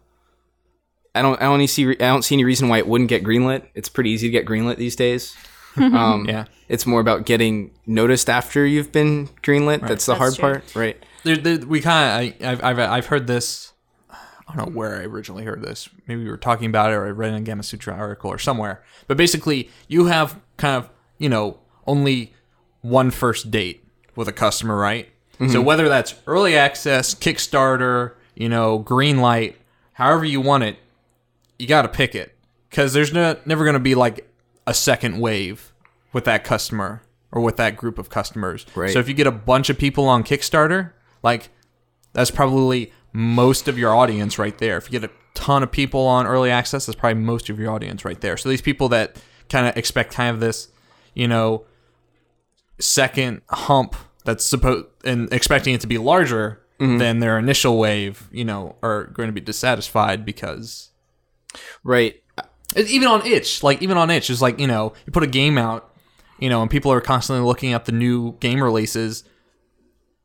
Speaker 3: I don't I don't any see re- I don't see any reason why it wouldn't get greenlit. It's pretty easy to get greenlit these days. Um,
Speaker 1: yeah.
Speaker 3: It's more about getting noticed after you've been greenlit. That's the
Speaker 2: That's
Speaker 3: hard
Speaker 2: true.
Speaker 3: part, right?
Speaker 1: There, there, we kind of I've, I've I've heard this. I don't know where I originally heard this. Maybe we were talking about it, or I read it in a Gamma Sutra article or somewhere. But basically, you have kind of you know only one first date with a customer, right? So whether that's early access, Kickstarter, you know, green light, however you want it, you got to pick it because there's no, never going to be like a second wave with that customer or with that group of customers.
Speaker 3: Right.
Speaker 1: So if you get a bunch of people on Kickstarter, like that's probably most of your audience right there. If you get a ton of people on early access, that's probably most of your audience right there. So these people that kind of expect kind of this, you know, second hump that's supposed and expecting it to be larger
Speaker 3: Mm-hmm.
Speaker 1: than their initial wave, you know, are going to be dissatisfied because
Speaker 3: Right.
Speaker 1: it's even on itch like even on itch is like you know you put a game out you know and people are constantly looking up the new game releases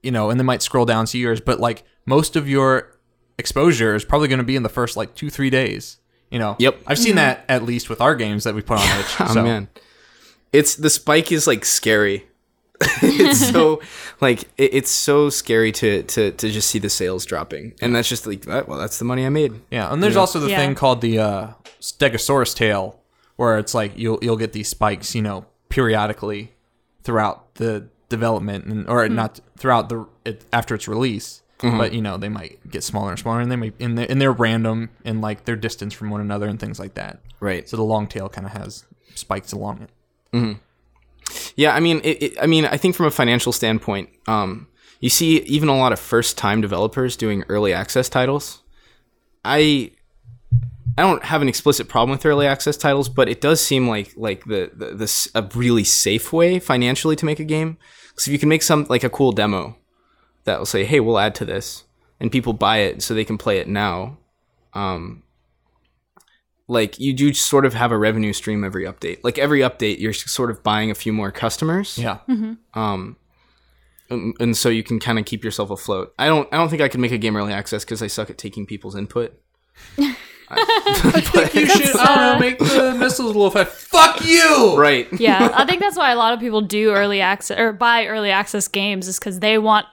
Speaker 1: you know and they might scroll down to yours but like most of your exposure is probably going to be in the first like two three days you know
Speaker 3: Yep.
Speaker 1: i've seen that at least with our games that we put on itch
Speaker 3: Oh
Speaker 1: so
Speaker 3: man, it's the spike is like scary. it's so like it, it's so scary to to to just see the sales dropping, and that's just like that, well, that's the money I made.
Speaker 1: yeah and there's also the
Speaker 2: Yeah.
Speaker 1: thing called the uh stegosaurus tail where it's like you'll you'll get these spikes you know periodically throughout the development and
Speaker 2: Hmm.
Speaker 1: or not throughout the it, after its release but you know they might get smaller and smaller and they may and they're, and they're random and like their distance from one another and things like that
Speaker 3: Right.
Speaker 1: so the long tail kind of has spikes along it
Speaker 3: Yeah, I mean, it, it, I mean, I think from a financial standpoint, um, you see even a lot of first-time developers doing early access titles. I I don't have an explicit problem with early access titles, but it does seem like like the the, the s- a really safe way financially to make a game. Because if you can make some like a cool demo that will say, "Hey, we'll add to this," and people buy it so they can play it now. Um, like you do sort of have a revenue stream every update. Like every update, you're s- sort of buying a few more customers,
Speaker 1: yeah
Speaker 2: Mm-hmm.
Speaker 3: Um, and, and so you can kind of keep yourself afloat. I don't, I don't think I could make a game early access because I suck at taking people's input.
Speaker 1: you should i
Speaker 2: uh,
Speaker 1: don't know make the missiles a little fast fuck you
Speaker 3: Right.
Speaker 2: yeah, I think that's why a lot of people do early access or buy early access games is because they want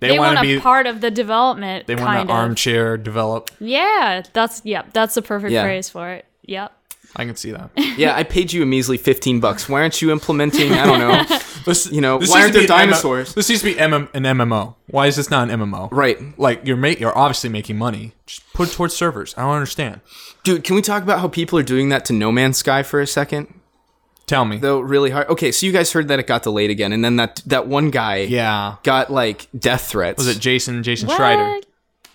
Speaker 2: they,
Speaker 1: wanna
Speaker 2: want a part of the development.
Speaker 1: they want
Speaker 2: kind
Speaker 1: an
Speaker 2: of.
Speaker 1: armchair develop
Speaker 2: Yeah, that's yeah, that's the perfect
Speaker 3: Yeah.
Speaker 2: phrase for it. Yep.
Speaker 1: I can see that.
Speaker 3: Yeah, I paid you a measly fifteen bucks. Why aren't you implementing? I don't know.
Speaker 1: This,
Speaker 3: You know,
Speaker 1: this
Speaker 3: why
Speaker 1: used
Speaker 3: aren't
Speaker 1: to
Speaker 3: there
Speaker 1: be an MMO
Speaker 3: dinosaurs?
Speaker 1: this used to be M- an MMO. Why is this not an MMO?
Speaker 3: right,
Speaker 1: Like you're ma- you're obviously making money. Just put it towards servers. I don't understand.
Speaker 3: dude. Can we talk about how people are doing that to No Man's Sky for a second?
Speaker 1: Tell me.
Speaker 3: Though really hard. Okay, so you guys heard that it got delayed again, and then that that one guy
Speaker 1: yeah.
Speaker 3: got like death threats.
Speaker 1: Was it Jason Jason Schreider?
Speaker 2: What?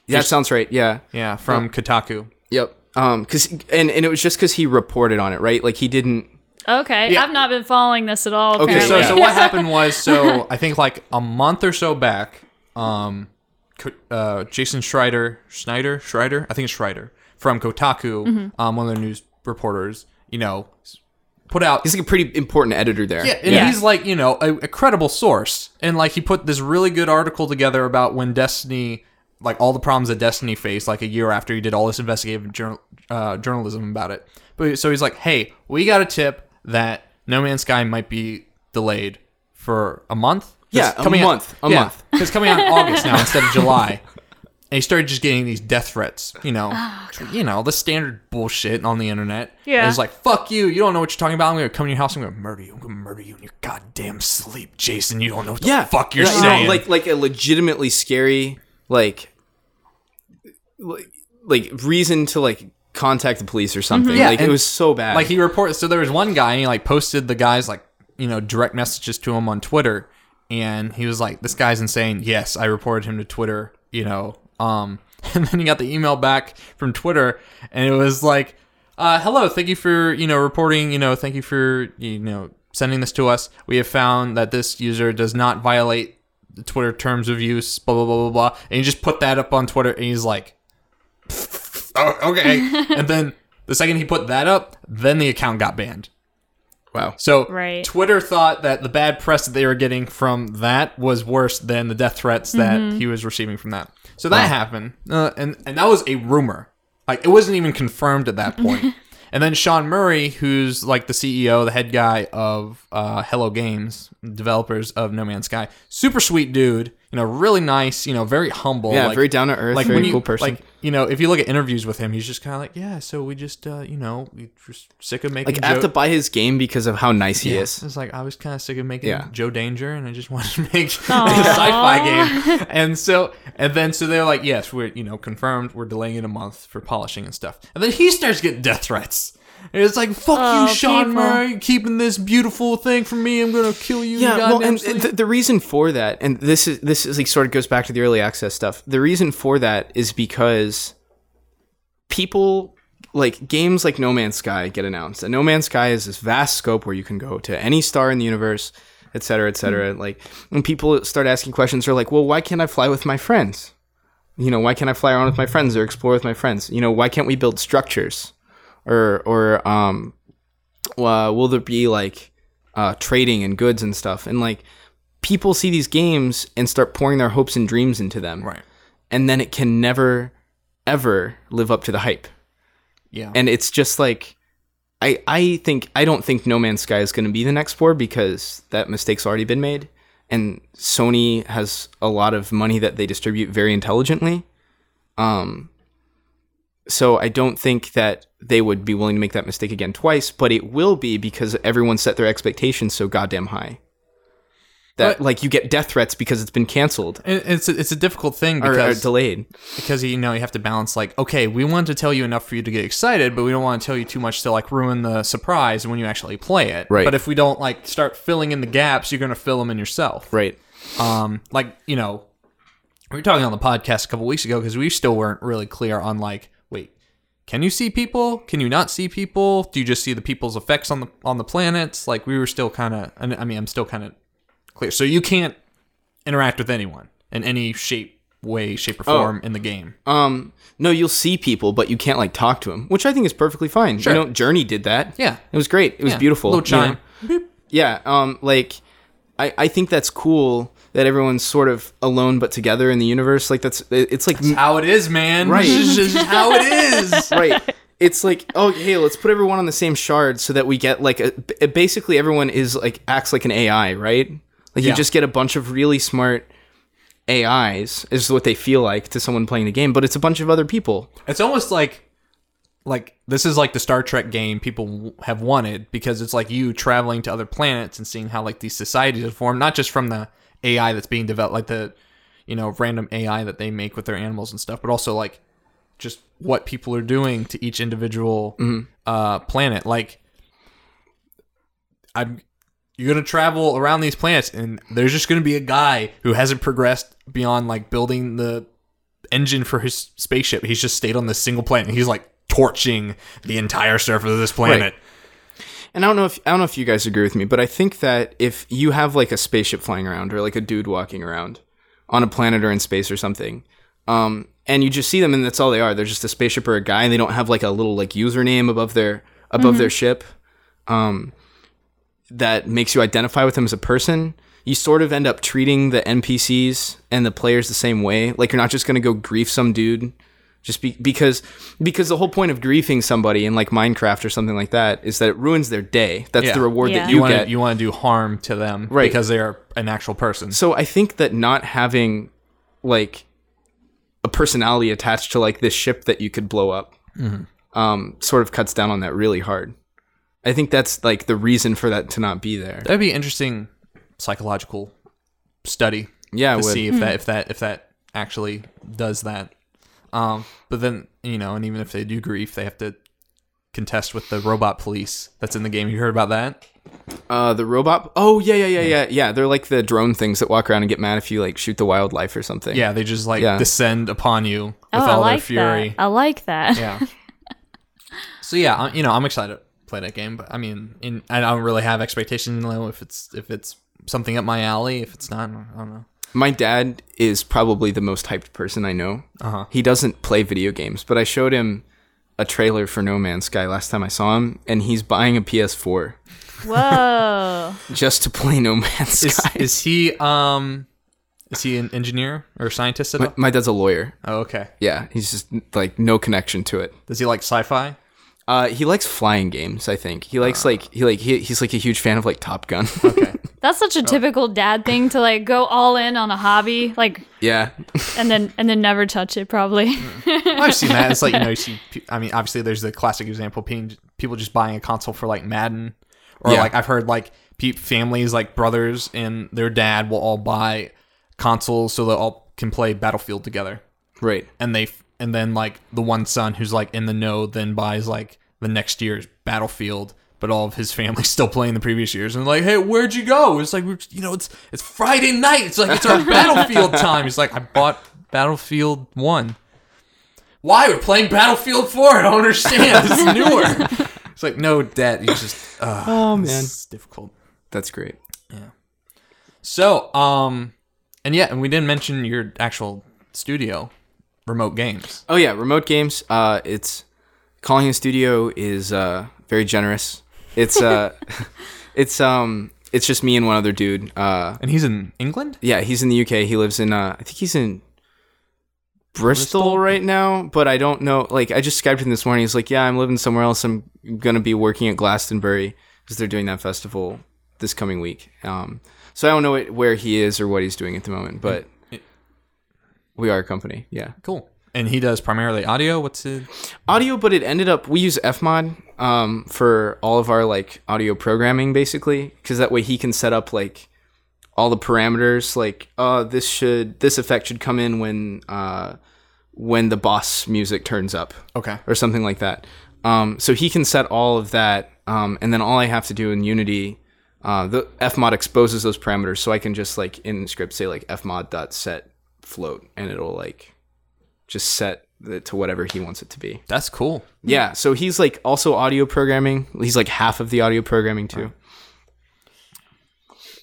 Speaker 3: That sounds right. Yeah.
Speaker 1: Yeah, from Kotaku.
Speaker 3: Yep. Um, cause and and it was just because he reported on it, right? Like he didn't.
Speaker 2: Okay,
Speaker 1: Yeah.
Speaker 2: I've not been following this at all.
Speaker 3: Okay,
Speaker 1: Okay, so,
Speaker 2: apparently.
Speaker 1: so what happened was so I think like a month or so back, um, Ko- uh, Jason Schreider, Schneider, Schreider, I think it's Schreider from Kotaku, um, one of their news reporters, you know, s- put out
Speaker 3: He's like a pretty important editor there.
Speaker 1: Yeah, and
Speaker 2: Yeah.
Speaker 1: he's like, you know, a, a credible source. And like he put this really good article together about when Destiny, like all the problems that Destiny faced, like a year after he did all this investigative journal, uh, journalism about it. But so he's like, hey, we got a tip that No Man's Sky might be delayed for a month.
Speaker 3: Yeah, a month, a month.
Speaker 1: It's coming out in August now instead of July. And he started just getting these death threats, you know, you know the standard bullshit on the internet.
Speaker 2: Yeah.
Speaker 1: And it's like fuck you. You don't know what you're talking about. I'm gonna come to your house. I'm gonna murder you. I'm gonna murder you in your goddamn sleep, Jason. You don't know what the
Speaker 3: Yeah.
Speaker 1: fuck you're
Speaker 3: Yeah, you know,
Speaker 1: saying.
Speaker 3: like like a legitimately scary like like like reason to like contact the police or something.
Speaker 1: Yeah,
Speaker 3: like it
Speaker 1: and-
Speaker 3: was so bad.
Speaker 1: Like, he reports. So there was one guy. And he like posted the guy's like you know direct messages to him on Twitter, and he was like, "This guy's insane." Yes, I reported him to Twitter. You know, um, and then he got the email back from Twitter, and it was like, uh, "Hello, thank you for you know reporting. You know, thank you for you know sending this to us. We have found that this user does not violate." the Twitter terms of use, blah blah blah blah blah, and he just put that up on Twitter, and he's like, oh, okay. and then the second he put that up, then the account got banned.
Speaker 3: wow.
Speaker 1: So
Speaker 2: Right.
Speaker 1: Twitter thought that the bad press that they were getting from that was worse than the death threats that he was receiving from that. So that happened, uh, and and that was a rumor. Like it wasn't even confirmed at that point. and then Sean Murray, who's like the CEO, the head guy of uh, Hello Games, developers of No Man's Sky, super sweet dude. You know, really nice. You know, very humble.
Speaker 3: Yeah,
Speaker 1: like-
Speaker 3: very down to earth,
Speaker 1: like
Speaker 3: very
Speaker 1: when you,
Speaker 3: cool person.
Speaker 1: Like you know, if you look at interviews with him, he's just kind of like, yeah. So we just, uh, you know, we just sick of making.
Speaker 3: like I have to
Speaker 1: Joe-
Speaker 3: buy his game because of how nice he
Speaker 1: Yeah.
Speaker 3: is.
Speaker 1: It's like I was kind of sick of making
Speaker 3: Yeah.
Speaker 1: Joe Danger, and I just wanted to make a sci-fi game. And so, and then so they're like, yes, we're you know confirmed. We're delaying it a month for polishing and stuff. And then he starts getting death threats. And it's like, fuck
Speaker 2: Oh,
Speaker 1: you, Sean
Speaker 2: people.
Speaker 1: Murray, keeping this beautiful thing from me. I'm gonna kill you.
Speaker 3: Yeah, well, and
Speaker 1: sleep.
Speaker 3: th- the reason for that, and this is this is like sort of goes back to the early access stuff. The reason for that is because people like games like No Man's Sky get announced, and No Man's Sky is this vast scope where you can go to any star in the universe, et cetera, et cetera. Like, when people start asking questions, they're like, "Well, why can't I fly with my friends? You know, why can't I fly around with my friends or explore with my friends? You know, why can't we build structures?" Or, or um, uh, will there be like uh, trading and goods and stuff? And like people see these games and start pouring their hopes and dreams into them,
Speaker 1: right.
Speaker 3: and then it can never, ever live up to the hype.
Speaker 1: Yeah.
Speaker 3: And it's just like, I I think I don't think No Man's Sky is going to be the next four because that mistake's already been made, and Sony has a lot of money that they distribute very intelligently. Um, so I don't think that they would be willing to make that mistake again twice, but it will be because everyone set their expectations so goddamn high that
Speaker 1: But-
Speaker 3: like you get death threats because it's been canceled
Speaker 1: And it's a, it's a difficult thing
Speaker 3: or,
Speaker 1: because
Speaker 3: or delayed.
Speaker 1: because you know you have to balance like okay we want to tell you enough for you to get excited but we don't want to tell you too much to like ruin the surprise when you actually play it
Speaker 3: Right.
Speaker 1: but if we don't like start filling in the gaps you're going to fill them in yourself
Speaker 3: Right.
Speaker 1: um like you know we were talking on the podcast a couple weeks ago because we still weren't really clear on like wait can you see people can you not see people do you just see the people's effects on the on the planets like we were still kind of and i mean i'm still kind of clear so you can't interact with anyone in any shape way shape or form in the game
Speaker 3: Um, no, you'll see people, but you can't like talk to them, which I think is perfectly fine.
Speaker 1: Sure.
Speaker 3: You know, Journey did that.
Speaker 1: Yeah.
Speaker 3: it was great. It was
Speaker 1: Yeah,
Speaker 3: beautiful.
Speaker 1: Little
Speaker 3: you know?
Speaker 1: chime.
Speaker 3: Yeah. Um, like, I I think that's cool that everyone's sort of alone but together in the universe. Like that's it- it's like
Speaker 1: How it is, man.
Speaker 3: Right.
Speaker 1: This is just how it is.
Speaker 3: right. It's like, oh, hey, let's put everyone on the same shard so that we get like a, b- basically everyone is like acts like an AI, right? Like
Speaker 1: Yeah.
Speaker 3: you just get a bunch of really smart AIs is what they feel like to someone playing the game, but it's a bunch of other people.
Speaker 1: It's almost like like this is like the Star Trek game people w- have wanted because it's like you traveling to other planets and seeing how like these societies are formed, not just from the AI that's being developed, like the you know random AI that they make with their animals and stuff, but also like just what people are doing to each individual
Speaker 3: Mm-hmm.
Speaker 1: uh, planet. Like I'm you're gonna travel around these planets, and there's just gonna be a guy who hasn't progressed beyond like building the engine for his spaceship. He's just stayed on this single planet. He's like torching the entire surface of this planet.
Speaker 3: And I don't know if I don't know if you guys agree with me, but I think that if you have like a spaceship flying around or like a dude walking around on a planet or in space or something, um, and you just see them and that's all they are. They're just a spaceship or a guy, and they don't have like a little like username above their above their ship. Um, that makes you identify with them as a person. You sort of end up treating the NPCs and the players the same way. Like you're not just gonna go grief some dude just be- because because the whole point of griefing somebody in like Minecraft or something like that is that it ruins their day. That's
Speaker 1: Yeah.
Speaker 3: the reward
Speaker 2: Yeah.
Speaker 3: that
Speaker 1: You
Speaker 3: you,
Speaker 1: want
Speaker 3: get.
Speaker 1: to you want to do harm to them
Speaker 3: Right.
Speaker 1: because they are an actual person.
Speaker 3: so I think that not having like a personality attached to like this ship that you could blow up
Speaker 1: Mm-hmm.
Speaker 3: um, sort of cuts down on that really hard. I think that's like the reason for that to not be there.
Speaker 1: That'd be an interesting psychological study
Speaker 3: Yeah, it
Speaker 1: to
Speaker 3: would.
Speaker 1: see
Speaker 2: Mm.
Speaker 1: if that if that if that actually does that. Um, but then you know, and even if they do grief, they have to contest with the robot police that's in the game. You heard about that?
Speaker 3: Uh, the robot. Oh yeah, yeah, yeah, yeah, yeah. They're like the drone things that walk around and get mad if you like shoot the wildlife or something.
Speaker 1: Yeah, they just like
Speaker 3: Yeah.
Speaker 1: descend upon you with
Speaker 2: Oh, I
Speaker 1: all
Speaker 2: like
Speaker 1: their fury.
Speaker 2: that. I like that.
Speaker 1: Yeah. so yeah, I'm, you know, I'm excited to play that game, but I mean, in, I don't really have expectations. You know, if it's if it's something up my alley, if it's not, I don't know.
Speaker 3: My dad is probably the most hyped person I know.
Speaker 1: Uh-huh.
Speaker 3: He doesn't play video games, but I showed him a trailer for No Man's Sky last time I saw him, and he's buying a PS4
Speaker 2: Whoa.
Speaker 3: just to play No Man's
Speaker 1: Is,
Speaker 3: Sky.
Speaker 1: is he um is he an engineer or a scientist at
Speaker 3: my,
Speaker 1: all?
Speaker 3: my dad's a lawyer.
Speaker 1: Oh, okay.
Speaker 3: Yeah, he's just like no connection to it.
Speaker 1: Does he like sci-fi?
Speaker 3: Uh, he likes flying games. I think he likes like he like he, he's like a huge fan of like Top Gun.
Speaker 1: Uh. Okay.
Speaker 2: That's such a typical dad thing to like go all in on a hobby, like
Speaker 3: yeah,
Speaker 2: and then and then never touch it probably.
Speaker 1: I've seen that. It's like you know, you see. pe- I mean, obviously, there's the classic example: pe- people just buying a console for like Madden, or
Speaker 3: Yeah.
Speaker 1: like I've heard like pe- families, like brothers and their dad, will all buy consoles so they all can play Battlefield together.
Speaker 3: right.
Speaker 1: And they f- and then like the one son who's like in the know then buys like the next year's Battlefield. But all of his family's still playing the previous years, and like, hey, where'd you go? It's like, we're, you know, it's it's Friday night. It's like it's our Battlefield time. He's like, I bought Battlefield One why we're playing Battlefield 4? I don't understand. This is newer. it's like no debt. You just uh, oh man, it's difficult.
Speaker 3: That's great.
Speaker 1: So um, and yeah, and we didn't mention your actual studio, Remote Games.
Speaker 3: Oh yeah, remote games. Uh, it's calling a studio is uh, very generous. It's uh, it's um, it's just me and one other dude. Uh,
Speaker 1: And he's in England.
Speaker 3: yeah, he's in the UK. He lives in uh, I think he's in Bristol, right now, but I don't know. Like I just skyped him this morning. He's like, yeah, I'm living somewhere else. I'm gonna be working at Glastonbury because they're doing that festival this coming week. Um, so I don't know what, where he is or what he's doing at the moment, but. We are a company, yeah.
Speaker 1: Cool. And he does primarily audio. What's it?
Speaker 3: audio but it ended up we use fmod um, for all of our like audio programming basically because that way he can set up like all the parameters like uh, this should this effect should come in when uh, when the boss music turns up
Speaker 1: Okay.
Speaker 3: or something like that um, so he can set all of that um, and then all i have to do in unity uh, the fmod exposes those parameters so i can just like in the script say like fmod dot set float and it'll like just set it to whatever he wants it to be
Speaker 1: That's cool.
Speaker 3: yeah, so he's like also audio programming. He's like half of the audio programming too.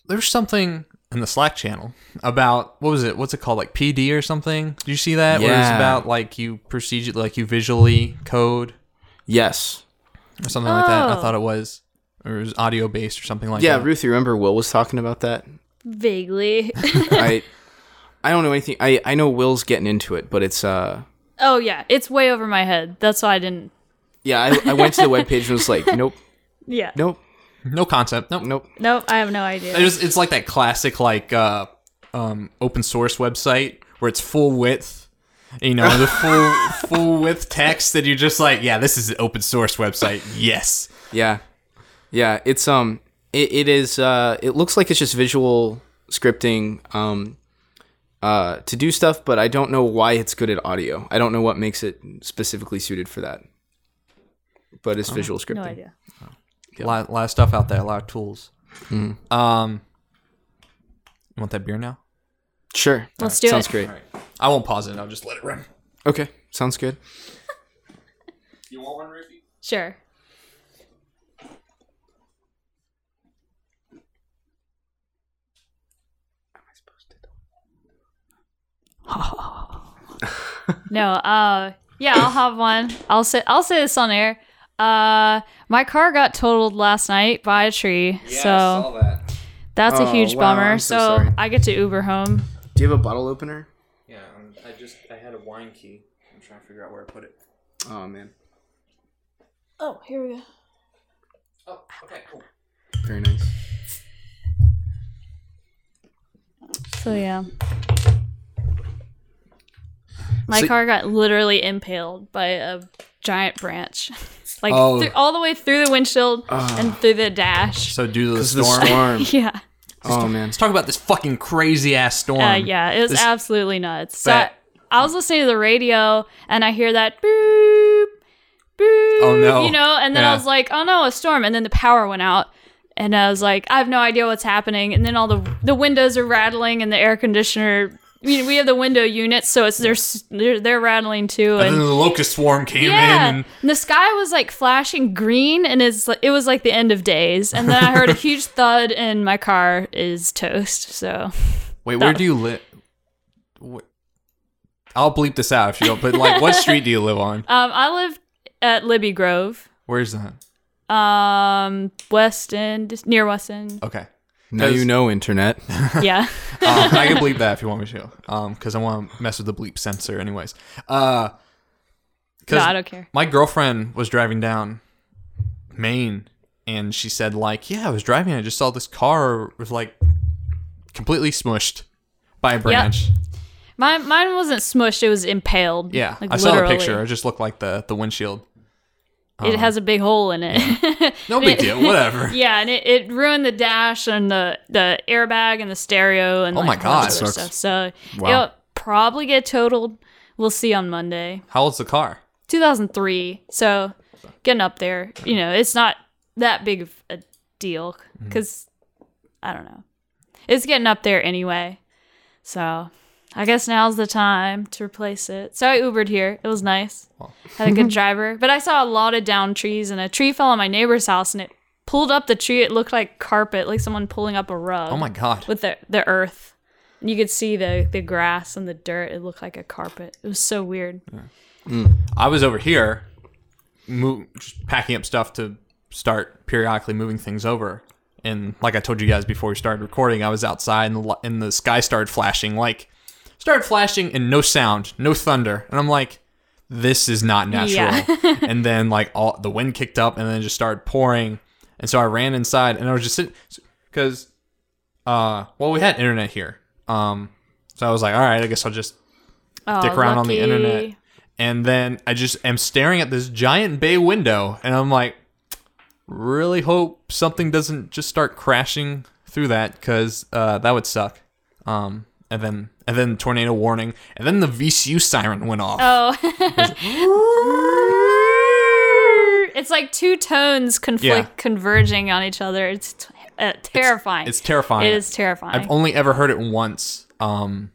Speaker 1: There's something in the Slack channel about what was it? What's it called? Like PD or something? Did you see that? Where it was
Speaker 3: Yeah.
Speaker 1: about like you procedure, like you visually code
Speaker 3: Yes.
Speaker 1: or something like that. I
Speaker 2: Oh.
Speaker 1: thought it was, or it was audio based or something like
Speaker 3: Yeah,
Speaker 1: that.
Speaker 3: Ruth, you remember Will was talking about that?
Speaker 2: Vaguely.
Speaker 3: I I don't know anything. I I know Will's getting into it, but it's uh
Speaker 2: oh yeah, it's way over my head. That's why I didn't.
Speaker 3: yeah, I, I went to the webpage and was like, nope,
Speaker 2: Yeah. Nope.
Speaker 3: nope,
Speaker 1: No concept. No.
Speaker 3: nope.
Speaker 2: I have no idea.
Speaker 1: It's, it's like that classic like uh, um, open source website where it's full width you know, the full full width text that you're just like, yeah, this is an open source website. Yes.
Speaker 3: Yeah. Yeah, it's um it, it is uh it looks like it's just visual scripting um uh to do stuff, but I don't know why it's good at audio. I don't know what makes it specifically suited for that. But it's visual scripting.
Speaker 2: No idea.
Speaker 1: A lot, lot of stuff out there, a lot of tools. Um, you want that beer now?
Speaker 3: Sure.
Speaker 2: Let's do
Speaker 3: Sounds
Speaker 2: it.
Speaker 3: great.
Speaker 1: I won't pause it. I'll just let it run.
Speaker 3: Okay. Sounds good.
Speaker 1: You want one, Ricky?
Speaker 2: Sure. no, uh yeah, I'll have one. I'll say I'll say this on air. Uh my car got totaled last night by a tree. so
Speaker 1: that.
Speaker 2: that's a
Speaker 3: Oh,
Speaker 2: huge
Speaker 3: wow,
Speaker 2: bummer.
Speaker 3: I'm so
Speaker 2: so
Speaker 3: sorry.
Speaker 2: I get to Uber home.
Speaker 3: Do you have a bottle opener?
Speaker 1: Yeah, um, i I just I had a wine key. I'm trying to figure out where I put it.
Speaker 3: Oh man.
Speaker 2: Oh, here we go.
Speaker 1: Oh, okay, cool.
Speaker 3: Very nice.
Speaker 2: So yeah. My
Speaker 3: So-
Speaker 2: car got literally impaled by a giant branch. like
Speaker 1: Oh.
Speaker 2: thr- all the way through the windshield and through the dash.
Speaker 1: So due to the
Speaker 3: This is the
Speaker 1: storm,
Speaker 3: storm.
Speaker 2: yeah.
Speaker 3: oh man.
Speaker 1: let's talk about this fucking crazy ass storm.
Speaker 2: Uh, yeah, it was absolutely nuts. So I,
Speaker 1: But-
Speaker 2: I was listening to the radio and I hear that boop boop
Speaker 1: Oh, no.
Speaker 2: you know, and then
Speaker 1: Yeah.
Speaker 2: I was like, "Oh no, a storm." And then the power went out. And I was like, "I have no idea what's happening." And then all the the windows are rattling and the air conditioner I mean, we have the window units, so it's they're s- they're, they're rattling too
Speaker 1: And
Speaker 2: and
Speaker 1: then the locust swarm came
Speaker 2: yeah,
Speaker 1: in, and
Speaker 2: and the sky was like flashing green, and it's it was like the end of days. And then I heard a huge thud, and my car is toast. So
Speaker 1: wait, where do you live? I'll bleep this out if you don't. But like, what street do you live on?
Speaker 2: Um, I live at Libby Grove,
Speaker 1: Where's that?
Speaker 2: um, West End, near West End.
Speaker 1: Okay.
Speaker 3: Now you know internet.
Speaker 2: Yeah.
Speaker 1: um, I can bleep that if you want me to, because I want to mess with the bleep sensor, anyways. Uh, 'cause
Speaker 2: No, I don't care.
Speaker 1: My girlfriend was driving down Maine, and she said, like, yeah, I was driving, I just saw this car was like completely smushed by a branch.
Speaker 2: Mine, mine wasn't smushed; it was impaled.
Speaker 1: Yeah,
Speaker 2: like,
Speaker 1: I saw
Speaker 2: literally.
Speaker 1: the picture. Um, It just looked like the the windshield.
Speaker 2: It has a big hole in it.
Speaker 1: No big deal. Whatever.
Speaker 2: yeah, and it, it ruined the dash and the the airbag and the stereo and
Speaker 1: Oh
Speaker 2: like,
Speaker 1: my
Speaker 2: all
Speaker 1: God.
Speaker 2: this other stuff.
Speaker 1: Sucks.
Speaker 2: So
Speaker 3: Wow.
Speaker 2: it'll probably get totaled. We'll see on Monday.
Speaker 1: How old's the car?
Speaker 2: 2003. So getting up there, you know, it's not that big of a deal
Speaker 1: Mm-hmm.
Speaker 2: because I don't know. It's getting up there anyway. So I guess now's the time to replace it. So I Ubered here. It was nice. Had a good driver. But I saw a lot of down trees and a tree fell on my neighbor's house and it pulled up the tree. It looked like carpet, like someone pulling up a rug.
Speaker 1: Oh my god.
Speaker 2: With the, the earth. And you could see the, the grass and the dirt. It looked like a carpet. It was so weird.
Speaker 1: I was over here, mo- just packing up stuff to start periodically moving things over. And like I told you guys before we started recording, I was outside and the, li- and the sky started flashing, like started flashing and no sound, no thunder, and I'm like, this is not natural. and then like all the wind kicked up and then it just started pouring, and so I ran inside and I was just sitting because, uh, well we had internet here, um, so I was like, all right, I guess I'll just
Speaker 2: Oh,
Speaker 1: dick around on the
Speaker 2: lucky.
Speaker 1: internet. And then I just am staring at this giant bay window and I'm like, really hope something doesn't just start crashing through that because uh, that would suck. Um, and then and then tornado warning and then the VCU siren went off.
Speaker 2: Oh. it's like two tones conflict
Speaker 1: Yeah.
Speaker 2: converging on each other. It's t- uh, terrifying.
Speaker 1: It's terrifying.
Speaker 2: It is terrifying.
Speaker 1: I've only ever heard it once. Um,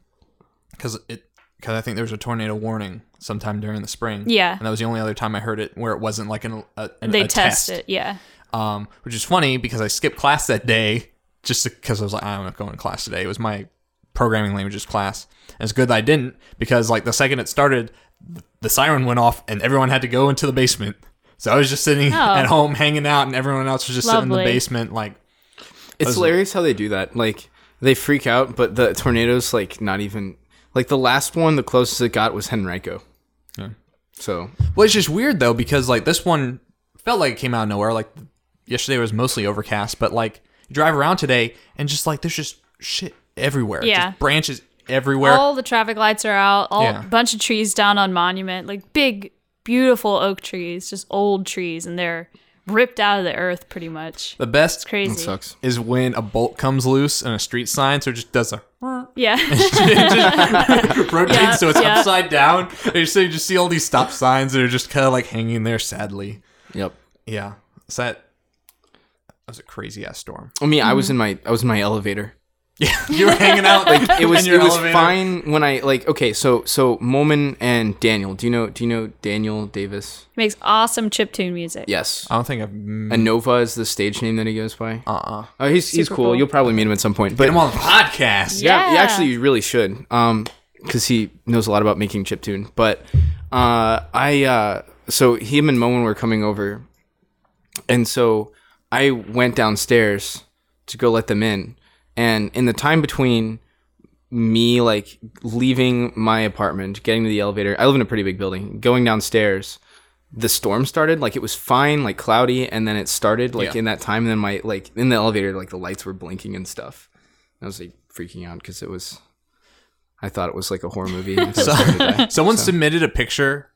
Speaker 1: because it because I think there was a tornado warning sometime during the spring.
Speaker 2: Yeah.
Speaker 1: and that was the only other time I heard it where it wasn't like an, a, an
Speaker 2: they
Speaker 1: a
Speaker 2: test,
Speaker 1: test
Speaker 2: it. Yeah.
Speaker 1: um, which is funny because I skipped class that day just because I was like, "Ah, I'm not going to class today. It was my programming languages class. And it's good that I didn't because like the second it started, the siren went off and everyone had to go into the basement. So I was just sitting
Speaker 2: Oh.
Speaker 1: at home hanging out, and everyone else was just sitting in the
Speaker 2: Lovely.
Speaker 1: basement. Like,
Speaker 3: It's hilarious how they do that. Like they freak out, but the tornadoes like not even like the last one. The closest it got was Henrico. So
Speaker 1: well, it's just weird though because like this one felt like it came out of nowhere. Like yesterday was mostly overcast, but like you drive around today and just like there's just shit everywhere.
Speaker 2: Yeah.
Speaker 1: just branches everywhere.
Speaker 2: All the traffic lights are out. All
Speaker 1: Yeah.
Speaker 2: bunch of trees down on Monument, like big, beautiful oak trees, just old trees, and they're ripped out of the earth pretty much.
Speaker 1: the best
Speaker 2: Crazy.
Speaker 3: That sucks.
Speaker 1: is when a bolt comes loose and a street sign, so it just does a
Speaker 2: Yeah.
Speaker 1: rotates,
Speaker 2: Yeah,
Speaker 1: so it's
Speaker 2: yeah.
Speaker 1: upside down. And so you just see all these stop signs that are just kind of like hanging there, sadly.
Speaker 3: Yep.
Speaker 1: Yeah, so that that was a crazy ass storm.
Speaker 3: I mean, I was in my I was in my elevator.
Speaker 1: Yeah, you were hanging out like
Speaker 3: It was
Speaker 1: in your
Speaker 3: it was
Speaker 1: elevator.
Speaker 3: fine when I like okay. So so Moman and Daniel. Do you know do you know Daniel Davis?
Speaker 2: Makes awesome chiptune music.
Speaker 3: Yes.
Speaker 1: I don't think I've mm,
Speaker 3: Anova is the stage name that he goes by.
Speaker 1: uh uh
Speaker 3: Oh, he's he's
Speaker 2: Super
Speaker 3: cool.
Speaker 2: cool.
Speaker 3: You'll probably meet him at some point. But
Speaker 1: I'm on the podcast.
Speaker 2: Yeah.
Speaker 3: Yeah, you actually you really should. Um, because he knows a lot about making chiptune. But uh, I uh, so him and Moen were coming over, and so I went downstairs to go let them in, and in the time between me like leaving my apartment, getting to the elevator, I live in a pretty big building, going downstairs. The storm started, like it was fine, like cloudy, and then it started like
Speaker 1: Yeah.
Speaker 3: in that time. And then my like in the elevator, like the lights were blinking and stuff. I was like freaking out because it was. I thought it was like a horror movie. and so I was gonna die.
Speaker 1: Someone submitted a picture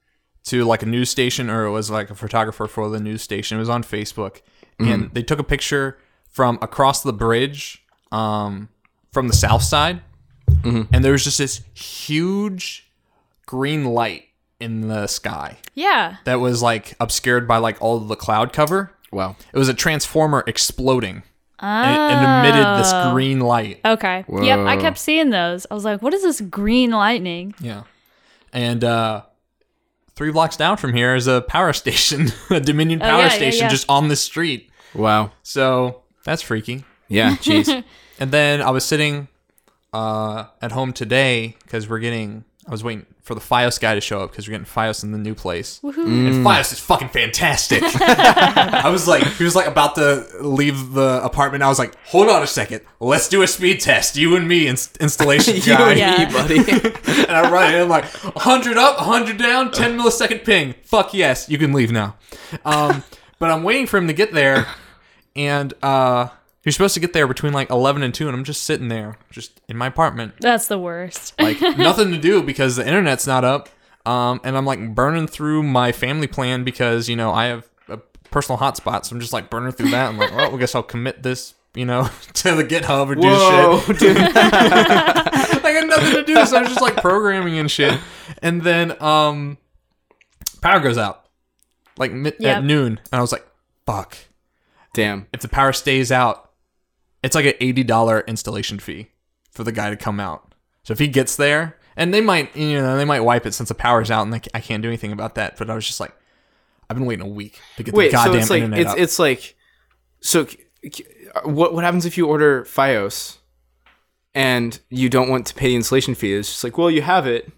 Speaker 1: to like a news station, or it was like a photographer for the news station. It was on Facebook, and they took a picture from across the bridge, um, from the south side, and there was just this huge green light in the sky
Speaker 2: Yeah.
Speaker 1: that was like obscured by like all the cloud cover.
Speaker 3: wow.
Speaker 1: It was a transformer exploding, and, it, and emitted this green light.
Speaker 2: Okay. Yep. I
Speaker 3: Whoa.
Speaker 2: kept seeing those. I was like, what is this green lightning?
Speaker 1: Yeah. And uh three blocks down from here is a power station, a Dominion
Speaker 2: yeah,
Speaker 1: power
Speaker 2: yeah,
Speaker 1: station
Speaker 2: yeah.
Speaker 1: just on the street.
Speaker 3: Wow.
Speaker 1: So that's freaky.
Speaker 3: Yeah. Jeez.
Speaker 1: And then I was sitting uh at home today because we're getting I was waiting for the Fios guy to show up because we're getting Fios in the new place. And Fios is fucking fantastic. I was like, he was like about to leave the apartment. I was like, hold on a second. Let's do a speed test. You and me, inst- installation
Speaker 3: you
Speaker 1: guy.
Speaker 3: and
Speaker 2: Yeah.
Speaker 3: me, buddy.
Speaker 1: And I run in, I'm like, 100 up, 100 down, 10 millisecond ping. Fuck yes, you can leave now. Um, but I'm waiting for him to get there, and uh, you're supposed to get there between like 11 and 2, and I'm just sitting there, just in my apartment,
Speaker 2: That's the worst.
Speaker 1: like nothing to do because the internet's not up. Um, and I'm like burning through my family plan because, you know, I have a personal hotspot, so I'm just like burning through that. I'm like, well, I guess I'll commit this, you know, to the GitHub or do shit
Speaker 3: Whoa, dude.
Speaker 1: like I had nothing to do, so I was just like programming and shit. And then um power goes out. Like mid-
Speaker 2: Yep.
Speaker 1: at noon. And I was like, fuck.
Speaker 3: Damn.
Speaker 1: If the power stays out, it's like an eighty dollar installation fee for the guy to come out. So if he gets there, and they might you know, they might wipe it since the power's out and they, ca- I can't do anything about that. But I was just like, I've been waiting a week to get
Speaker 3: Wait,
Speaker 1: the goddamn
Speaker 3: so it's like
Speaker 1: internet
Speaker 3: it's
Speaker 1: up.
Speaker 3: it's like so c- c- what what happens if you order FiOS and you don't want to pay the installation fee? It's just like, well, you have it,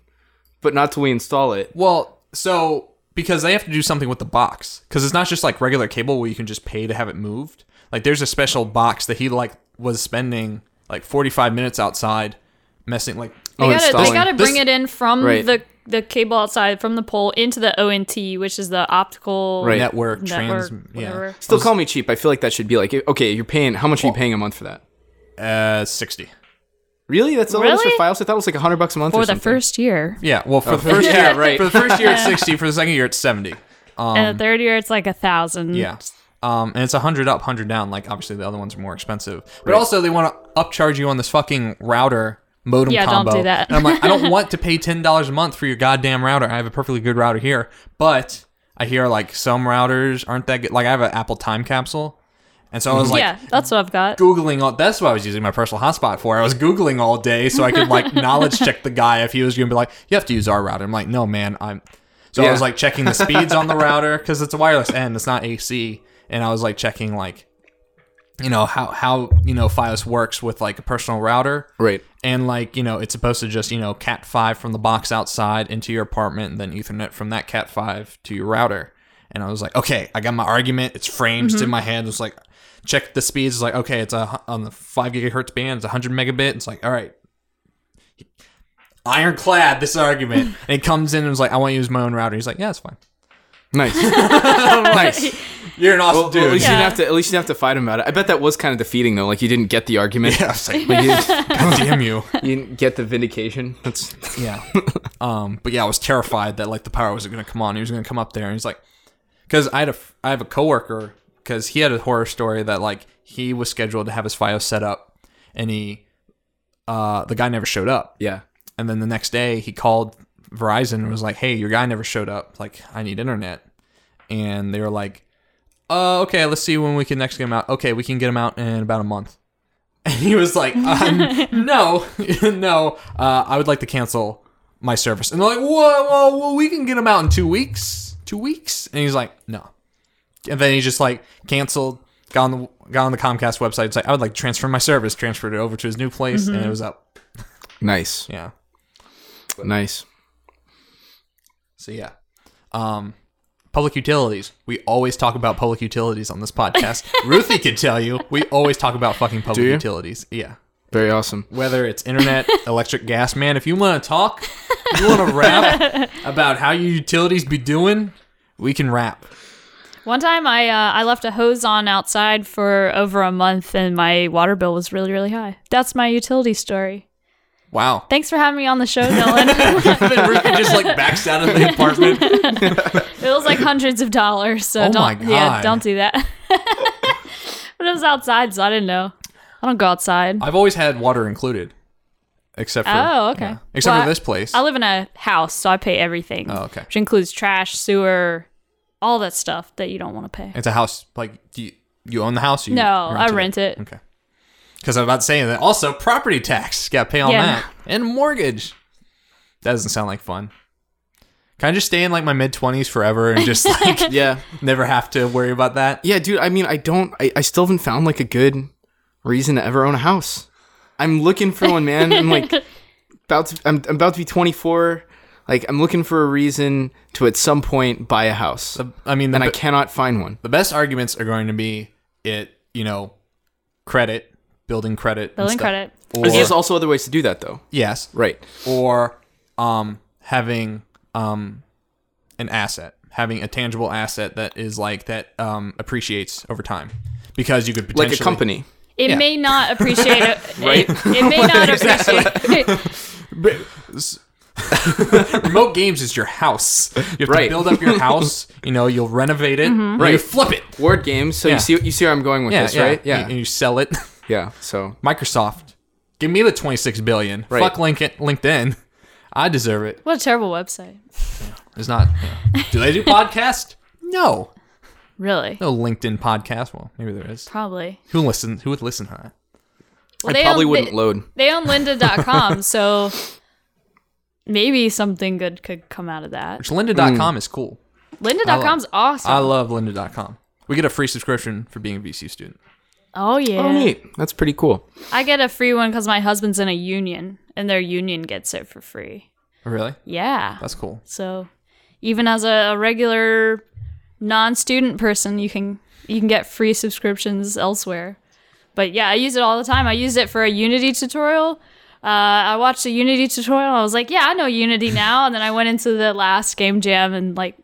Speaker 3: but not till we install it.
Speaker 1: Well, so because they have to do something with the box because it's not just like regular cable where you can just pay to have it moved. Like there's a special box that he like was spending like 45 minutes outside messing like
Speaker 2: They
Speaker 3: Oh,
Speaker 2: gotta, they
Speaker 3: installing.
Speaker 2: gotta bring
Speaker 1: This-
Speaker 2: it in from
Speaker 3: Right.
Speaker 2: the the cable outside from the pole into the ONT, which is the optical
Speaker 3: Right.
Speaker 1: network,
Speaker 2: network,
Speaker 1: trans
Speaker 2: whatever.
Speaker 3: Still call me cheap. I feel like that should be like, okay, you're paying how much are you paying a month for that?
Speaker 1: yeah uh 60
Speaker 3: Really? That's all it is for
Speaker 2: Really?
Speaker 3: FiOS? I thought it was like hundred bucks a month
Speaker 2: For
Speaker 3: or
Speaker 2: the
Speaker 3: something.
Speaker 2: first year,
Speaker 1: yeah well for the first
Speaker 3: Oh, yeah,
Speaker 1: year
Speaker 3: right.
Speaker 1: for the first year it's 60 for the second year it's 70
Speaker 2: and the third year it's like a thousand.
Speaker 1: Um, yeah um and it's 100 up 100 down like obviously the other ones are more expensive but also they want to upcharge you on this fucking router modem
Speaker 2: Yeah, don't
Speaker 1: combo
Speaker 2: do that.
Speaker 1: and I'm like, I don't want to pay ten dollars a month for your goddamn router. I have a perfectly good router here, but I hear like some routers aren't that good. Like I have an Apple Time Capsule, and so I was like
Speaker 2: Mm-hmm. yeah, that's what I've got.
Speaker 1: googling all. That's what I was using my personal hotspot for. I was googling all day so I could like knowledge check the guy if he was going to be like, you have to use our router. I'm like, no man, I'm. So I
Speaker 3: Yeah.
Speaker 1: was like checking the speeds on the router because it's a wireless end, it's not AC, and I was like checking like, you know how how you know FiOS works with like a personal router
Speaker 3: Right.
Speaker 1: and like you know it's supposed to just you know cat 5 from the box outside into your apartment and then ethernet from that cat 5 to your router and i was like okay i got my argument it's framed
Speaker 3: Mm-hmm.
Speaker 1: it's in my head it's like check the speeds it's like okay it's a, hu- on the 5 gigahertz band it's 100 megabit it's like all right ironclad this argument and he comes in and was like i want to use my own router he's like yeah it's fine
Speaker 3: Nice. nice.
Speaker 1: You're an awesome
Speaker 3: Well,
Speaker 1: dude.
Speaker 3: at least you
Speaker 2: Yeah.
Speaker 3: didn't have to. At least you didn't have to fight him about it. I bet that was kind of defeating though. Like you didn't get the argument.
Speaker 1: I was like,
Speaker 3: Like, you, didn't,
Speaker 1: God damn you.
Speaker 3: you didn't get the vindication. That's
Speaker 1: Yeah. um, but yeah, I was terrified that like the power was going to come on. He was going to come up there, and he's like, because I had a f- I have a coworker because he had a horror story that like he was scheduled to have his FiOS set up, and he, uh, the guy never showed up,
Speaker 3: yeah.
Speaker 1: and then the next day he called Verizon and was like, hey, your guy never showed up. Like, I need internet, and they were like, uh, okay, let's see when we can next get him out. Okay, we can get him out in about a month. And he was like, um, no, no, uh, I would like to cancel my service. And they're like, whoa, whoa, whoa, we can get him out in two weeks, two weeks. And he's like, no. And then he just like canceled, got on the got on the Comcast website. It's like, I would like to transfer my service, transferred it over to his new place, and it was up.
Speaker 3: Nice.
Speaker 1: Yeah.
Speaker 3: Nice.
Speaker 1: So yeah, um, public utilities. We always talk about public utilities on this podcast. Ruthie could tell you we always talk about fucking public
Speaker 3: you?
Speaker 1: utilities. Yeah.
Speaker 3: Very awesome.
Speaker 1: whether it's internet, electric, gas, man, if you want to talk, you want to rap about how your utilities be doing, we can rap.
Speaker 2: One time, I uh, I left a hose on outside for over a month, and my water bill was really really high. That's my utility story.
Speaker 1: Wow.
Speaker 2: Thanks for having me on the show, Dylan.
Speaker 1: then Ruthie just like backs out of the apartment.
Speaker 2: it was like hundreds of dollars, so
Speaker 1: Oh
Speaker 2: don't
Speaker 1: my
Speaker 2: yeah
Speaker 1: God.
Speaker 2: don't do that. but it was outside, so I didn't know. I don't go outside.
Speaker 1: I've always had water included, except for
Speaker 2: Oh, okay.
Speaker 1: yeah. except
Speaker 2: Well,
Speaker 1: for
Speaker 2: I-
Speaker 1: this place.
Speaker 2: I live in a house, so I pay everything.
Speaker 1: Oh, okay.
Speaker 2: Which includes trash, sewer, all that stuff that you don't want to pay.
Speaker 1: it's a house. Like, do you, you own the house? Or you
Speaker 2: No,
Speaker 1: you
Speaker 2: I rent it.
Speaker 1: Okay. Because I'm about saying that. Also, property tax. Got to pay on
Speaker 2: Yeah.
Speaker 1: that and mortgage. That doesn't sound like fun. Can I just stay in like my mid twenties forever and just like
Speaker 3: Yeah.
Speaker 1: never have to worry about that.
Speaker 3: Yeah, dude. I mean, I don't. I, I still haven't found like a good reason to ever own a house. I'm looking for one, man. I'm like about to. I'm, I'm about to be 24. Like I'm looking for a reason to at some point buy a house,
Speaker 1: The- I mean, the,
Speaker 3: and I
Speaker 1: be-
Speaker 3: cannot find one.
Speaker 1: the best arguments are going to be it, you know, credit, building credit, and
Speaker 2: Building
Speaker 1: stuff.
Speaker 2: credit.
Speaker 1: or
Speaker 3: There's just also other ways to do that, though.
Speaker 1: yes,
Speaker 3: Right.
Speaker 1: or um, having um, an asset, having a tangible asset that is like that um, appreciates over time, because you could potentially
Speaker 3: Like a company.
Speaker 2: It
Speaker 1: Yeah.
Speaker 2: may not appreciate it.
Speaker 3: Right?
Speaker 2: It, it may not appreciate.
Speaker 1: Remote games is your house. You have to
Speaker 3: Right.
Speaker 1: build up your house. You know, you'll renovate it, right? You
Speaker 3: Right.
Speaker 1: flip it.
Speaker 3: Word games. So
Speaker 1: Yeah.
Speaker 3: you see you see where I'm going with this, right? Yeah.
Speaker 1: And you sell it.
Speaker 3: yeah. So
Speaker 1: Microsoft, give me the 26 billion.
Speaker 3: Right.
Speaker 1: Fuck Lincoln, LinkedIn. I deserve it.
Speaker 2: what a terrible website.
Speaker 1: It's not. yeah. Do they do podcast? No,
Speaker 2: Really?
Speaker 1: no LinkedIn podcast. Well, maybe there is.
Speaker 2: Probably.
Speaker 1: Who listens? Who would listen? Huh?
Speaker 2: Well,
Speaker 3: I probably
Speaker 2: own,
Speaker 3: wouldn't
Speaker 2: They,
Speaker 3: load.
Speaker 2: they own lynda.com, so maybe something good could come out of that.
Speaker 1: Which
Speaker 3: Hmm.
Speaker 1: Lynda.com is cool.
Speaker 2: Lynda.com's awesome.
Speaker 1: I love Lynda.com. We get a free subscription for being a VCU student.
Speaker 2: oh yeah.
Speaker 3: Oh, neat. That's pretty cool.
Speaker 2: I get a free one cuz my husband's in a union and their union gets it for free.
Speaker 1: Oh, Really?
Speaker 2: Yeah.
Speaker 1: That's cool.
Speaker 2: So even as a, a regular non-student person, you can you can get free subscriptions elsewhere. But yeah, I use it all the time. I used it for a Unity tutorial. Uh, I watched a Unity tutorial. I was like, yeah, I know Unity now. And then I went into the last game jam and like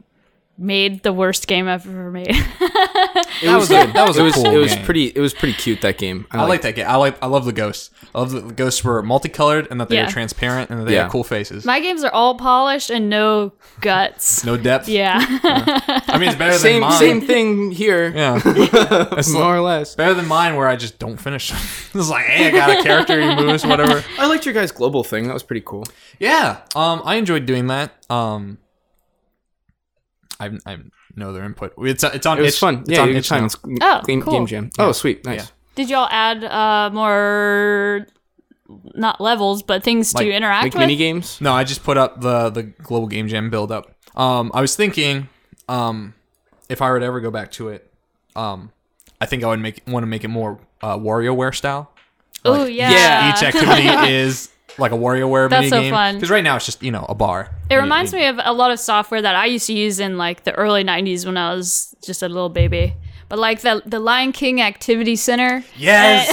Speaker 2: made the worst game I've ever made.
Speaker 1: That was good. That was
Speaker 3: it
Speaker 1: a
Speaker 3: was
Speaker 1: cool
Speaker 3: it was
Speaker 1: game.
Speaker 3: pretty it was pretty cute that game.
Speaker 1: I like that game. I like. I love the ghosts. I love that the ghosts were multicolored and that they
Speaker 2: Yeah.
Speaker 1: were transparent and that they
Speaker 3: Yeah.
Speaker 1: had cool faces.
Speaker 2: My games are all polished and no guts.
Speaker 1: no depth.
Speaker 2: Yeah.
Speaker 1: I mean, it's better than
Speaker 3: same
Speaker 1: mine.
Speaker 3: same thing here.
Speaker 1: Yeah. It's
Speaker 3: More or less.
Speaker 1: better than mine where I just don't finish. it's like, hey, I got a character, he moves, whatever.
Speaker 3: I liked your guys' global thing. That was pretty cool.
Speaker 1: Yeah, um, I enjoyed doing that. Um, I I no other input. It's it's on.
Speaker 3: It was
Speaker 1: itch,
Speaker 3: fun.
Speaker 1: It's
Speaker 3: yeah,
Speaker 1: on
Speaker 3: you
Speaker 1: itch
Speaker 3: time.
Speaker 1: now.
Speaker 3: It's
Speaker 2: Oh,
Speaker 3: game,
Speaker 2: cool.
Speaker 3: game jam. Oh, sweet. Nice.
Speaker 2: Did y'all add uh, more not levels, but things
Speaker 1: Like-
Speaker 2: to interact
Speaker 3: Like
Speaker 2: with?
Speaker 3: mini games.
Speaker 1: No, I just put up the the global game jam build up. Um, I was thinking, um, if I were to ever go back to it, um, I think I would make want to make it more uh, WarioWare style.
Speaker 2: Oh yeah.
Speaker 3: yeah,
Speaker 1: Each activity is like a WarioWare
Speaker 2: That's so
Speaker 1: minigame.
Speaker 2: fun.
Speaker 1: Because right now it's just you know a bar.
Speaker 2: It reminds me of a lot of software that I used to use in like the early '90s when I was just a little baby. But like the the Lion King Activity Center.
Speaker 1: Yes.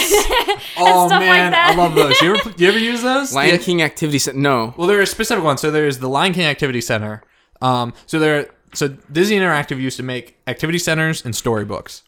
Speaker 1: oh
Speaker 2: stuff like
Speaker 1: man,
Speaker 2: that.
Speaker 1: I love those. You ever you ever use those?
Speaker 3: Lion
Speaker 1: Yeah.
Speaker 3: King Activity Center. No.
Speaker 1: Well, there are specific ones. So there's the Lion King Activity Center. Um, so there so Disney Interactive used to make activity centers and storybooks.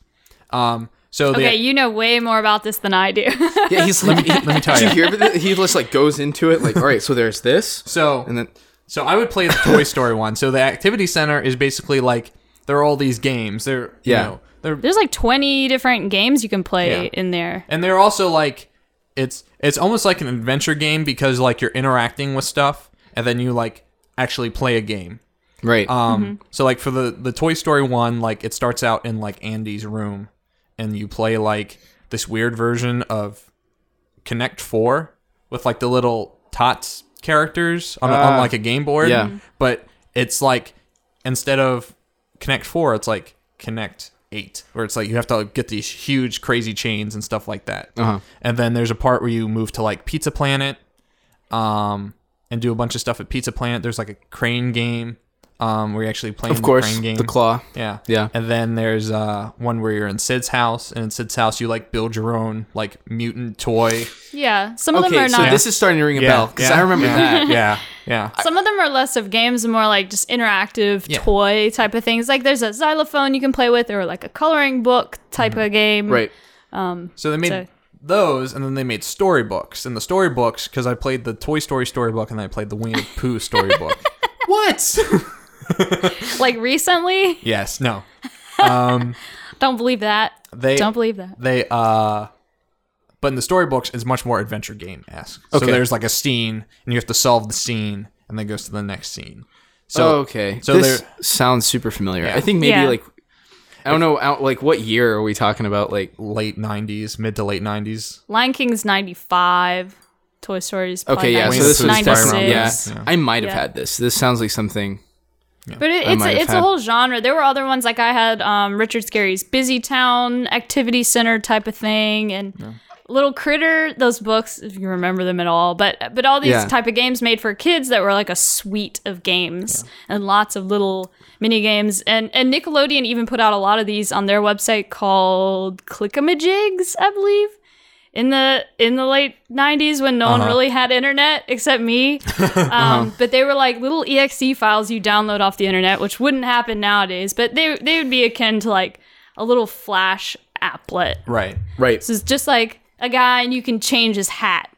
Speaker 1: Um, so
Speaker 2: Okay,
Speaker 1: they,
Speaker 2: you know way more about this than I do.
Speaker 3: Yeah, he's like,
Speaker 1: let me tell
Speaker 3: did
Speaker 1: you.
Speaker 3: you hear? about this? He just like goes into it like, all right, so there's this,
Speaker 1: so
Speaker 3: and then
Speaker 1: So I would play the Toy Story one. So the activity center is basically like there are all these games. They're
Speaker 3: Yeah.
Speaker 1: you know, they're
Speaker 2: There's like 20 different games you can play
Speaker 1: Yeah.
Speaker 2: in there.
Speaker 1: and they're also like it's it's almost like an adventure game because like you're interacting with stuff and then you like actually play a game.
Speaker 3: right,
Speaker 1: Um so like for the the Toy Story one, like it starts out in like Andy's room and you play like this weird version of Connect 4 with like the little tots characters on, a, on
Speaker 3: Ah.
Speaker 1: like a game board.
Speaker 3: Yeah. Mhm.
Speaker 1: But it's like instead of Connect 4, it's like Connect 8 where it's like you have to get these huge crazy chains and stuff like that.
Speaker 3: Uh-huh.
Speaker 1: And then there's a part where you move to like Pizza Planet um, and do a bunch of stuff at Pizza Planet. There's like a crane game um, where you actually play
Speaker 3: of course,
Speaker 1: the crane game.
Speaker 3: the claw.
Speaker 1: yeah.
Speaker 3: Yeah.
Speaker 1: And then there's uh, one where you're in Sid's house, and in Sid's house you like build your own like mutant toy.
Speaker 2: Yeah, some of them
Speaker 3: Okay,
Speaker 2: are
Speaker 3: so
Speaker 2: not.
Speaker 3: this is starting to ring a bell because
Speaker 1: yeah,
Speaker 3: I remember
Speaker 1: yeah,
Speaker 3: that.
Speaker 1: Yeah, yeah.
Speaker 2: some of them are less of games and more like just interactive
Speaker 1: Yeah.
Speaker 2: toy type of things. Like there's a xylophone you can play with, or like a coloring book type of game.
Speaker 3: Mm-hmm. Right.
Speaker 1: So they made
Speaker 2: So-
Speaker 1: those, and then they made storybooks. And the storybooks, because I played the Toy Story storybook, and then I played the Winnie the Pooh storybook.
Speaker 3: What?
Speaker 2: Like recently,
Speaker 1: yes, no,
Speaker 2: don't believe that.
Speaker 1: they
Speaker 2: don't believe that.
Speaker 1: they uh but in the storybooks it's much more adventure game esque. So
Speaker 3: Okay.
Speaker 1: there's like a scene and you have to solve the scene and then it goes to the next scene. So
Speaker 3: oh, okay.
Speaker 1: so
Speaker 3: So this
Speaker 1: there-
Speaker 3: sounds super familiar. I think maybe
Speaker 2: Yeah.
Speaker 3: like I don't know out like what year are we talking about like
Speaker 1: late nineties, mid to late nineties.
Speaker 2: Lion King's ninety five. Toy Story's probably
Speaker 3: Okay, yeah, so
Speaker 2: 96,
Speaker 3: this was
Speaker 1: definitely around
Speaker 2: 96.
Speaker 1: that.
Speaker 3: yeah. I might have
Speaker 2: Yeah.
Speaker 3: had this. This sounds like something.
Speaker 2: But it,
Speaker 3: I
Speaker 2: it's
Speaker 3: might have
Speaker 2: a, it's
Speaker 3: had-
Speaker 2: a whole genre. There were other ones like I had um, Richard Scarry's Busy Town Activity Center type of thing, and Little Critter. Those books, if you remember them at all, but but all these
Speaker 3: Yeah.
Speaker 2: type of games made for kids that were like a suite of games and lots of little mini games. And and Nickelodeon even put out a lot of these on their website called Clickamajigs, I believe. In the in the late '90s, when no one really had internet except me, um, but they were like little exe files you download off the internet, which wouldn't happen nowadays. But they they would be akin to like a little Flash applet.
Speaker 1: Right.
Speaker 3: Right.
Speaker 2: So it's just like a guy, and you can change his hat.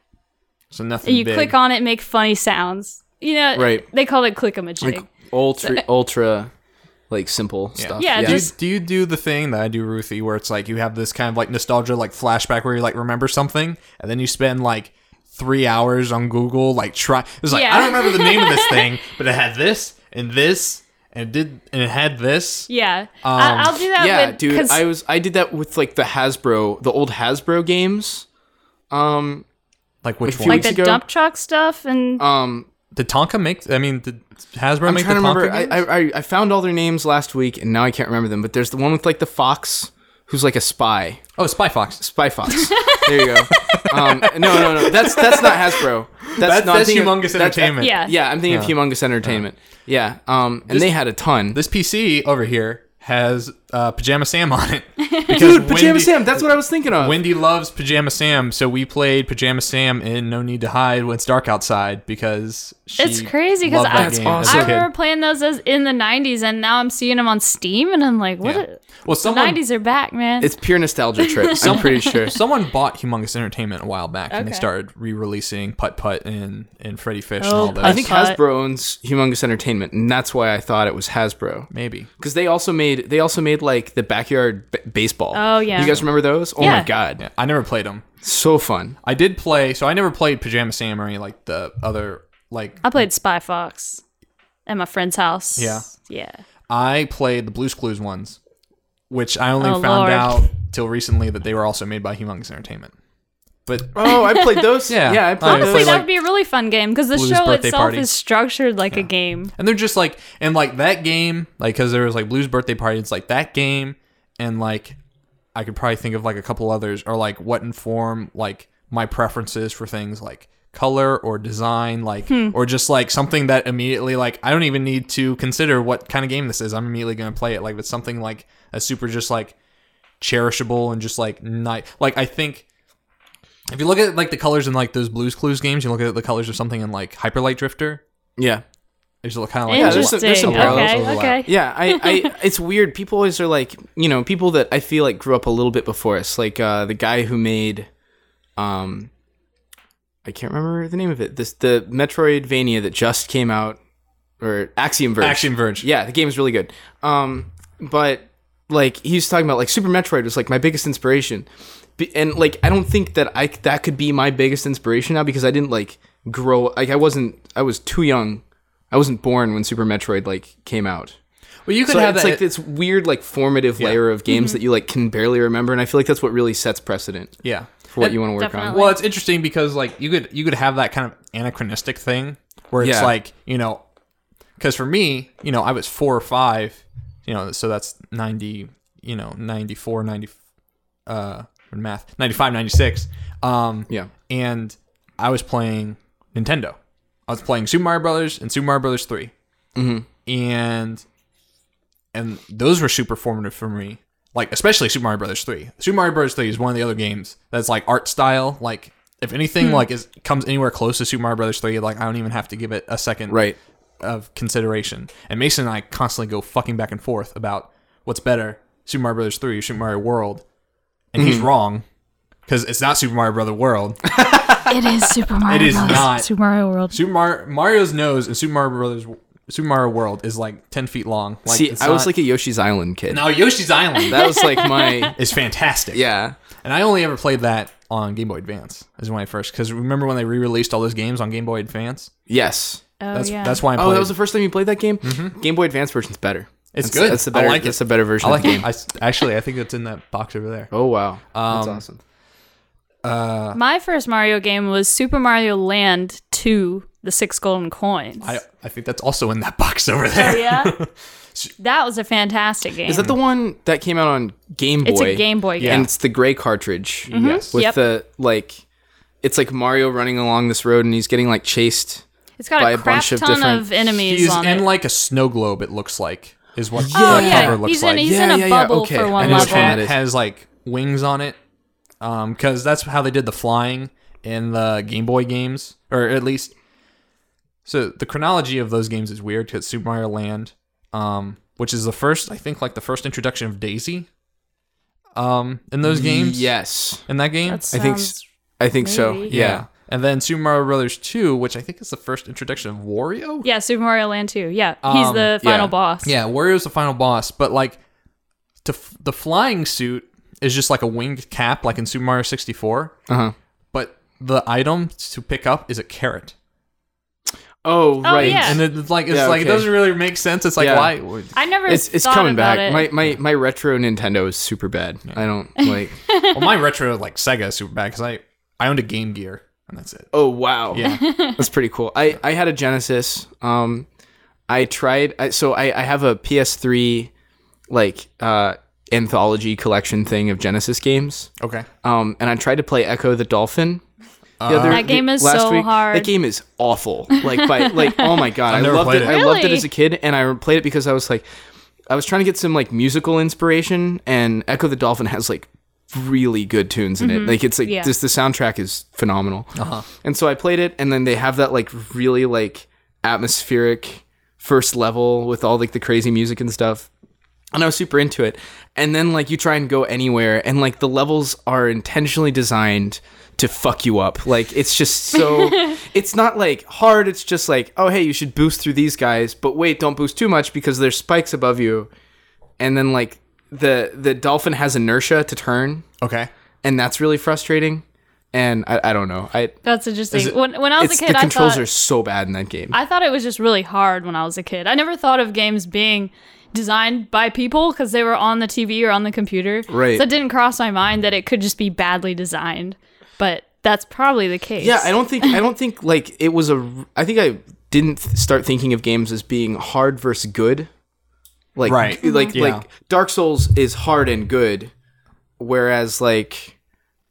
Speaker 1: So nothing
Speaker 2: And you
Speaker 1: big.
Speaker 2: click on it, make funny sounds. You know,
Speaker 3: Right.
Speaker 2: They call it click a magic.
Speaker 3: Like ultra ultra like simple stuff.
Speaker 1: do,
Speaker 2: Yeah,
Speaker 1: you,
Speaker 2: just-
Speaker 1: do you do the thing that I do, Ruthie, where it's like you have this kind of like nostalgia, like flashback, where you like remember something, and then you spend like three hours on Google, like try. It's like
Speaker 2: Yeah.
Speaker 1: I don't remember the name of this thing, but it had this and this and it did and it had this.
Speaker 2: yeah, I, I'll do that.
Speaker 3: um, yeah,
Speaker 2: with,
Speaker 3: dude.
Speaker 2: 'cause-
Speaker 3: I was I did that with like the Hasbro, the old Hasbro games. Um,
Speaker 1: Like which
Speaker 3: Like,
Speaker 1: one?
Speaker 3: few
Speaker 2: like
Speaker 3: weeks
Speaker 2: the
Speaker 3: ago-
Speaker 2: dump truck stuff, and
Speaker 3: um,
Speaker 1: Did Tonka make? I mean, did Hasbro
Speaker 3: I'm
Speaker 1: make the
Speaker 3: trying
Speaker 1: Tonka
Speaker 3: to remember. I,
Speaker 1: games?
Speaker 3: I I- I found all their names last week, and now I can't remember them. But there's the one with like the fox, who's like a spy,
Speaker 1: oh, Spy Fox.
Speaker 3: spy fox. there you go. Um, no, no, no. That's that's not Hasbro. That's,
Speaker 1: That's,
Speaker 3: not, I'm
Speaker 1: that's
Speaker 3: thinking of-
Speaker 1: humongous
Speaker 3: that's- uh,
Speaker 1: entertainment.
Speaker 2: Yeah.
Speaker 3: Yeah, I'm thinking of Humongous Entertainment. Yeah, um, and they had a ton.
Speaker 1: This PC over here has uh, Pajama Sam on it. Because
Speaker 3: Dude, Pajama
Speaker 1: Wendy-
Speaker 3: Sam. That's what I was thinking of.
Speaker 1: Wendy loves Pajama Sam, so we played Pajama Sam in No Need to Hide when it's dark outside because she
Speaker 2: It's crazy 'cause
Speaker 1: loved that
Speaker 2: I-
Speaker 1: game
Speaker 3: That's
Speaker 1: as
Speaker 2: I
Speaker 1: a kid.
Speaker 2: remember playing those as in the '90s, and now I'm seeing them on Steam, and I'm like, what?
Speaker 1: Yeah.
Speaker 2: a-
Speaker 1: Well,
Speaker 2: the
Speaker 1: someone
Speaker 2: '90s are back, man.
Speaker 3: it's pure nostalgia trip. I'm pretty sure.
Speaker 1: someone bought Humongous Entertainment a while back, and they
Speaker 2: Okay.
Speaker 1: started re-releasing Putt Putt and and Freddy Fish
Speaker 2: Oh,
Speaker 1: and all those.
Speaker 3: I think
Speaker 2: But-
Speaker 3: Hasbro owns Humongous Entertainment, and that's why I thought it was Hasbro.
Speaker 1: maybe.
Speaker 3: because they also made they also made like the backyard b- baseball.
Speaker 2: Oh, yeah.
Speaker 3: you guys remember those? Oh
Speaker 2: Yeah.
Speaker 3: my god,
Speaker 1: Yeah, I never played them.
Speaker 3: so fun.
Speaker 1: I did play, so I never played Pajama Sam or any like the other like
Speaker 2: I played Spy Fox at my friend's house.
Speaker 1: Yeah.
Speaker 2: Yeah.
Speaker 1: I played the Blue's Clues ones, which I only
Speaker 2: Oh,
Speaker 1: found
Speaker 2: Lord.
Speaker 1: out till recently that they were also made by Humongous Entertainment. But
Speaker 3: Oh, I played those.
Speaker 1: Yeah.
Speaker 3: yeah, I
Speaker 1: Honestly,
Speaker 3: played
Speaker 2: Honestly,
Speaker 3: those.
Speaker 2: that
Speaker 1: like-
Speaker 2: would be a really fun game because the
Speaker 1: Blue's
Speaker 2: show
Speaker 1: birthday
Speaker 2: itself
Speaker 1: party.
Speaker 2: is structured like a game.
Speaker 1: and they're just like and like that game, like because there was like Blue's birthday party, it's like that game, and like I could probably think of like a couple others or like what inform like my preferences for things like color or design like
Speaker 3: Hmm.
Speaker 1: or just like something that immediately like I don't even need to consider what kind of game this is I'm immediately going to play it like if it's something like a super just like cherishable and just like night like I think if you look at like the colors in like those Blues Clues games you look at the colors of something in like Hyper Light Drifter
Speaker 3: Oh, yeah,
Speaker 1: There's kind of like
Speaker 2: Interesting.
Speaker 1: a
Speaker 3: there's some- there's some parallels
Speaker 2: okay.
Speaker 1: overlap.
Speaker 2: Okay.
Speaker 3: Yeah, I, I it's weird. People always are like, you know, people that I feel like grew up a little bit before us, like uh, the guy who made, um, I can't remember the name of it. This the Metroidvania that just came out, or Axiom Verge.
Speaker 1: Action Verge.
Speaker 3: Yeah, the game is really good. Um, but like he was talking about, like Super Metroid was like my biggest inspiration, Be- and like I don't think that I that could be my biggest inspiration now because I didn't like grow like I wasn't I was too young. I wasn't born when Super Metroid like came out.
Speaker 1: Well, you could
Speaker 3: So
Speaker 1: have
Speaker 3: it's
Speaker 1: that. Mm-hmm.
Speaker 3: like this weird like formative layer of games that you like can barely remember, and I feel like that's what really sets precedent
Speaker 1: yeah.
Speaker 3: for what
Speaker 1: And-
Speaker 3: you want to work
Speaker 2: Definitely.
Speaker 3: on.
Speaker 1: Well, it's interesting because like you could you could have that kind of anachronistic thing where it's
Speaker 3: Yeah.
Speaker 1: like you know, because for me, you know, I was four or five, you know, so that's ninety, you know, 94, 90, uh, math 95, 96. Um,
Speaker 3: Yeah.
Speaker 1: and I was playing Nintendo. I was playing Super Mario Brothers and Super Mario Brothers 3 mm-hmm. and and those were super formative for me. Like especially Super Mario Brothers three. Super Mario Brothers three is one of the other games that's like art style. Like if
Speaker 3: Hmm.
Speaker 1: anything like is comes anywhere close to Super Mario Brothers three, like I don't even have to give it a second
Speaker 3: Right.
Speaker 1: of consideration. And Mason and I constantly go fucking back and forth about what's better, Super Mario Brothers three or Super Mario World, and he's
Speaker 3: Hmm.
Speaker 1: wrong because it's not Super Mario Brother World.
Speaker 2: It is Super Mario.
Speaker 1: is
Speaker 2: Bros.
Speaker 1: not.
Speaker 2: Super Mario World.
Speaker 1: Super Mario Mario's nose in Super Mario Brothers Super Mario World is like ten feet long. Like,
Speaker 3: See,
Speaker 1: it's
Speaker 3: I was
Speaker 1: not-
Speaker 3: like a Yoshi's Island kid.
Speaker 1: now Yoshi's Island
Speaker 3: That was like my
Speaker 1: is fantastic.
Speaker 3: yeah.
Speaker 1: and I only ever played that on Game Boy Advance is when I first because remember when they re-released all those games on Game Boy Advance?
Speaker 3: Yes.
Speaker 2: Oh
Speaker 1: That's
Speaker 2: yeah.
Speaker 1: that's why I played.
Speaker 3: Oh, that was the first time you played that game. Game Boy Advance version's better.
Speaker 1: Mm-hmm. It's
Speaker 3: That's-
Speaker 1: good.
Speaker 3: That's the
Speaker 1: I
Speaker 3: better.
Speaker 1: like it.
Speaker 3: That's a better version
Speaker 1: I like
Speaker 3: of the game.
Speaker 1: it. I s actually I think it's in that box over there.
Speaker 3: Oh wow, that's
Speaker 1: Um,
Speaker 3: awesome.
Speaker 2: My first Mario game was Super Mario Land 2, The Six Golden Coins.
Speaker 1: I I think that's also in that box over there.
Speaker 2: Oh, yeah. that was a fantastic game.
Speaker 3: Is that the one that came out on Game Boy?
Speaker 2: it's a Game
Speaker 1: Yeah.
Speaker 2: Boy
Speaker 1: Mm-hmm.
Speaker 2: game.
Speaker 3: and it's the gray cartridge.
Speaker 1: Yes.
Speaker 3: With
Speaker 2: Yep.
Speaker 3: the like, it's like Mario running along this road and he's getting like chased.
Speaker 2: It's got
Speaker 3: By
Speaker 2: a
Speaker 3: a
Speaker 2: crap
Speaker 3: bunch of
Speaker 2: ton
Speaker 3: different-
Speaker 2: of enemies
Speaker 1: He's
Speaker 2: on
Speaker 1: in
Speaker 2: it.
Speaker 1: like a snow globe. It looks like is what
Speaker 2: oh
Speaker 1: the
Speaker 2: yeah,
Speaker 1: cover looks
Speaker 2: he's
Speaker 1: like.
Speaker 2: in he's
Speaker 3: Yeah,
Speaker 2: in a
Speaker 3: yeah, yeah,
Speaker 2: bubble
Speaker 3: okay.
Speaker 2: for
Speaker 3: I
Speaker 2: one
Speaker 1: and his
Speaker 3: which one
Speaker 1: hat
Speaker 2: level.
Speaker 3: it is.
Speaker 1: has like wings on it because that's how they did the flying in the game boy games or at least so the chronology of those games is weird because super mario land um, which is the first i think like the first introduction of daisy um, in those games
Speaker 3: Yes,
Speaker 1: in that game
Speaker 2: That
Speaker 3: I think
Speaker 2: sounds-
Speaker 3: s- I think so. Yeah.
Speaker 2: Maybe.
Speaker 1: and then super mario brothers 2 which i think is the first introduction of wario
Speaker 2: yeah, Super Mario Land 2. Yeah, he's
Speaker 1: Um,
Speaker 2: the final
Speaker 3: yeah.
Speaker 2: boss.
Speaker 1: Yeah, Wario's the final boss, but like to f- the flying suit is just like a winged cap, like in Super Mario 64.
Speaker 3: Uh-huh.
Speaker 1: But the item to pick up is a carrot,
Speaker 3: Oh, right.
Speaker 2: yeah.
Speaker 1: and it's like it's
Speaker 3: Yeah,
Speaker 1: like it
Speaker 3: okay.
Speaker 1: doesn't really make sense. It's like
Speaker 3: Yeah.
Speaker 1: why?
Speaker 2: I never
Speaker 3: It's it's
Speaker 2: thought
Speaker 3: coming
Speaker 2: about
Speaker 3: back.
Speaker 2: it.
Speaker 3: My my my retro Nintendo is super bad. I don't like.
Speaker 1: Well, my retro like Sega is super bad because I I owned a Game Gear and that's it.
Speaker 3: oh wow.
Speaker 1: Yeah,
Speaker 3: That's pretty cool. I, I had a Genesis. Um, I tried. I, so I, I have a PS3 like uh, anthology collection thing of Genesis games.
Speaker 1: okay.
Speaker 3: Um, and I tried to play Echo the Dolphin. The other,
Speaker 2: That game is so hard.
Speaker 3: That game is awful. Like by like oh my god, I
Speaker 1: never
Speaker 3: loved
Speaker 1: played
Speaker 3: it.
Speaker 1: it.
Speaker 3: I loved it
Speaker 2: Really?
Speaker 3: as a kid, and I played it because I was like, I was trying to get some like musical inspiration, and Echo the Dolphin has like really good tunes in it. Like it's like
Speaker 2: Mm-hmm. Yeah.
Speaker 3: just the soundtrack is phenomenal.
Speaker 1: Uh-huh.
Speaker 3: And so I played it, and then they have that like really like atmospheric first level with all like the crazy music and stuff. And I was super into it. And then like you try and go anywhere, and like the levels are intentionally designed to fuck you up. Like it's just so. it's not like hard. It's just like oh hey, you should boost through these guys, but wait, don't boost too much because there's spikes above you. And then like the the dolphin has inertia to turn,
Speaker 1: Okay.
Speaker 3: and that's really frustrating. And I, I don't know. I
Speaker 2: That's interesting. when, when I was a
Speaker 3: it's,
Speaker 2: kid,
Speaker 3: the
Speaker 2: I
Speaker 3: controls
Speaker 2: thought
Speaker 3: are so bad in that game.
Speaker 2: I thought it was just really hard when I was a kid. I never thought of games being designed by people because they were on the TV or on the computer.
Speaker 3: Right.
Speaker 2: So it didn't cross my mind that it could just be badly designed. But that's probably the case.
Speaker 3: Yeah, I don't think I don't think like it was a. r- I think I didn't th- start thinking of games as being hard versus good. Like
Speaker 1: Right.
Speaker 3: g- like
Speaker 1: Yeah.
Speaker 3: like Dark Souls is hard and good, whereas like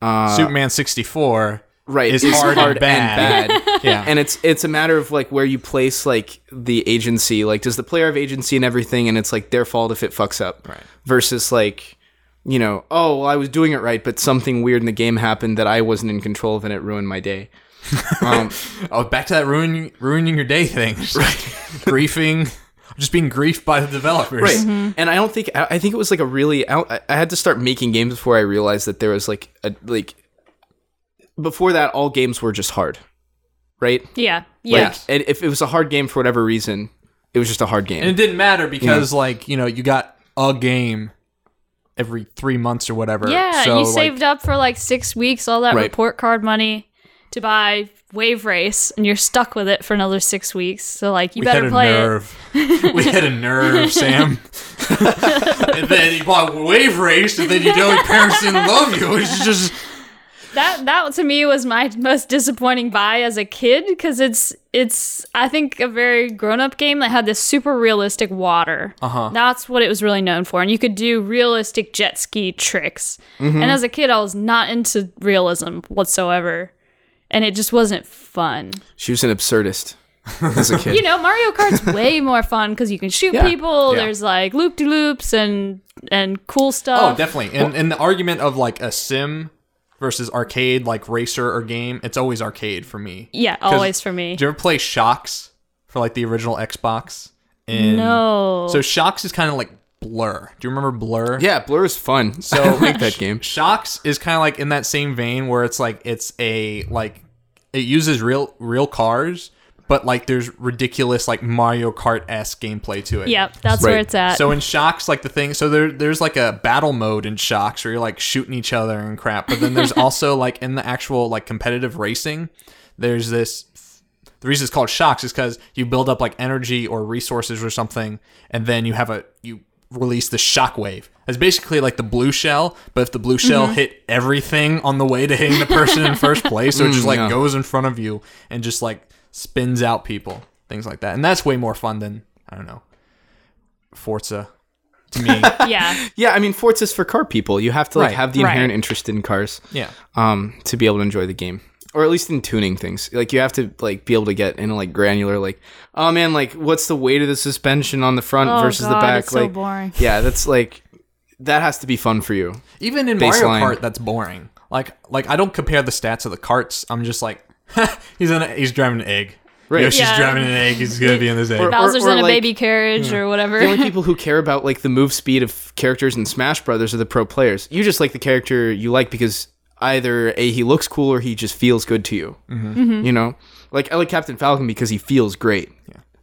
Speaker 3: Uh,
Speaker 1: Superman 64.
Speaker 3: right
Speaker 1: Is hard and bad.
Speaker 3: and bad.
Speaker 1: Yeah.
Speaker 3: and it's it's a matter of like where you place like the agency. Like does the player have agency and everything, and it's like their fault if it fucks up.
Speaker 1: Right.
Speaker 3: Versus like. You know, oh, well, I was doing it right, but something weird in the game happened that I wasn't in control of, and it ruined my day. Um,
Speaker 1: Oh, back to that ruining ruining your day thing. Right. Griefing, just being griefed by the developers.
Speaker 3: right.
Speaker 2: Mm-hmm.
Speaker 3: And I don't think I, I think it was like a really I, don't- I had to start making games before I realized that there was like a like before that all games were just hard, right?
Speaker 2: Yeah. Yeah.
Speaker 3: Like, and if it was a hard game for whatever reason, it was just a hard game.
Speaker 1: And it didn't matter because, like, you know, you got a game every three months or whatever.
Speaker 2: yeah.
Speaker 1: so,
Speaker 2: you
Speaker 1: like,
Speaker 2: saved up for like six weeks, all that
Speaker 3: Right.
Speaker 2: report card money to buy Wave Race, and you're stuck with it for another six weeks. So, like, you
Speaker 1: We had
Speaker 2: better
Speaker 1: a
Speaker 2: play it.
Speaker 1: nerve. we had a nerve, Sam. and then you bought Wave Race, and then you know your parents didn't love you. It's just
Speaker 2: that that to me was my most disappointing buy as a kid because it's it's I think a very grown up game that had this super realistic water. Uh-huh. That's what it was really known for, and you could do realistic jet ski tricks.
Speaker 1: Mm-hmm.
Speaker 2: And as a kid, I was not into realism whatsoever, and it just wasn't fun.
Speaker 3: She was an absurdist as a kid.
Speaker 2: You know, Mario Kart's way more fun because you can shoot
Speaker 3: Yeah.
Speaker 2: people.
Speaker 1: Yeah.
Speaker 2: There's like loop de loops and and cool
Speaker 1: Oh,
Speaker 2: stuff.
Speaker 1: definitely. And and the argument of like a sim versus arcade, like racer or game, it's always arcade for me.
Speaker 2: yeah,
Speaker 1: 'Cause-
Speaker 2: always for me.
Speaker 1: Did you ever play Shocks for like the original Xbox? And
Speaker 2: No.
Speaker 1: So Shocks is kind of like Blur. Do you remember Blur?
Speaker 3: yeah, Blur is fun. So
Speaker 1: So
Speaker 3: like that game.
Speaker 1: Shocks is kind of like in that same vein where it's like it's a like it uses real real cars, but like there's ridiculous like Mario Kart esque gameplay to it.
Speaker 2: Yep, that's
Speaker 3: Right.
Speaker 2: where it's at.
Speaker 1: So in shocks, like the thing, so there there's like a battle mode in shocks where you're like shooting each other and crap. But then there's also like in the actual like competitive racing, there's this. The reason it's called shocks is because you build up like energy or resources or something, and then you have a you release the shock wave. It's basically like the blue shell, but if the blue shell hit everything on the way to hitting the person in first place, so it just like
Speaker 3: yeah.
Speaker 1: goes in front of you and just like spins out people, things like that. And that's way more fun than I don't know Forza to me.
Speaker 2: yeah.
Speaker 3: Yeah, I mean Forza's for car people. You have to like
Speaker 1: Right.
Speaker 3: have the
Speaker 2: Right.
Speaker 3: inherent interest in cars.
Speaker 1: yeah.
Speaker 3: um, to be able to enjoy the game, or at least in tuning things. Like you have to like be able to get in a like granular like, oh man, like what's the weight of the suspension on the front
Speaker 2: Oh,
Speaker 3: versus the
Speaker 2: God,
Speaker 3: back?
Speaker 2: it's so
Speaker 3: like,
Speaker 2: boring.
Speaker 3: yeah, that's like that has to be fun for you.
Speaker 1: Even in
Speaker 3: Baseline.
Speaker 1: Mario Kart, that's boring. Like like I don't compare the stats of the carts. I'm just like he's in a, he's driving an egg.
Speaker 3: Right.
Speaker 1: Yoshi's
Speaker 2: Yeah.
Speaker 1: driving an egg. He's gonna be in this egg.
Speaker 3: Or-
Speaker 2: Bowser's
Speaker 3: or
Speaker 2: in a
Speaker 3: like-
Speaker 2: baby carriage or whatever.
Speaker 3: The only people who care about like the move speed of characters in Smash Brothers are the pro players. You just like the character you like because either a he looks cool or he just feels good to you.
Speaker 2: Mm-hmm.
Speaker 3: You know, like I like Captain Falcon because he feels great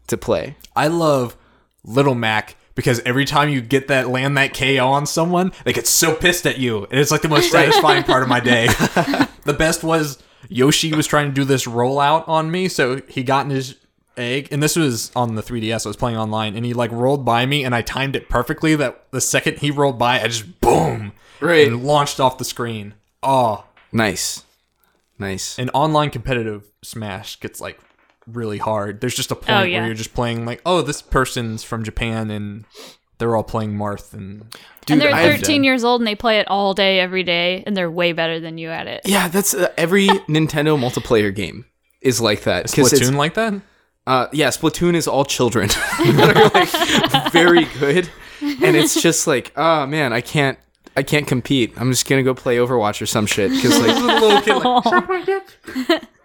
Speaker 3: to play.
Speaker 1: I love Little Mac because every time you get that land that KO on someone, they get so pissed at you, and it's like the most satisfying part of my day. the best was Yoshi was trying to do this rollout on me, so he got in his egg, and this was on the 3DS. I was playing online, and he like rolled by me, and I timed it perfectly. That the second he rolled by, I just boom,
Speaker 3: Right.
Speaker 1: and launched off the screen. Oh,
Speaker 3: Nice, nice.
Speaker 1: an online competitive smash gets like really hard there's just a point
Speaker 2: Oh, yeah.
Speaker 1: where you're just playing like oh this person's from japan and they're all playing marth and
Speaker 2: and they're
Speaker 3: Dude, I've-
Speaker 2: 13 years old and they play it all day, every day, and they're way better than you at it.
Speaker 3: Yeah, that's uh, every Nintendo multiplayer game is like that. 'cause it's-
Speaker 1: platoon like that
Speaker 3: Uh, yeah, Splatoon is all children that are like very good, and it's just like, oh man, I can't, I can't compete. I'm just gonna go play Overwatch or some shit. Because like,
Speaker 1: little kid like,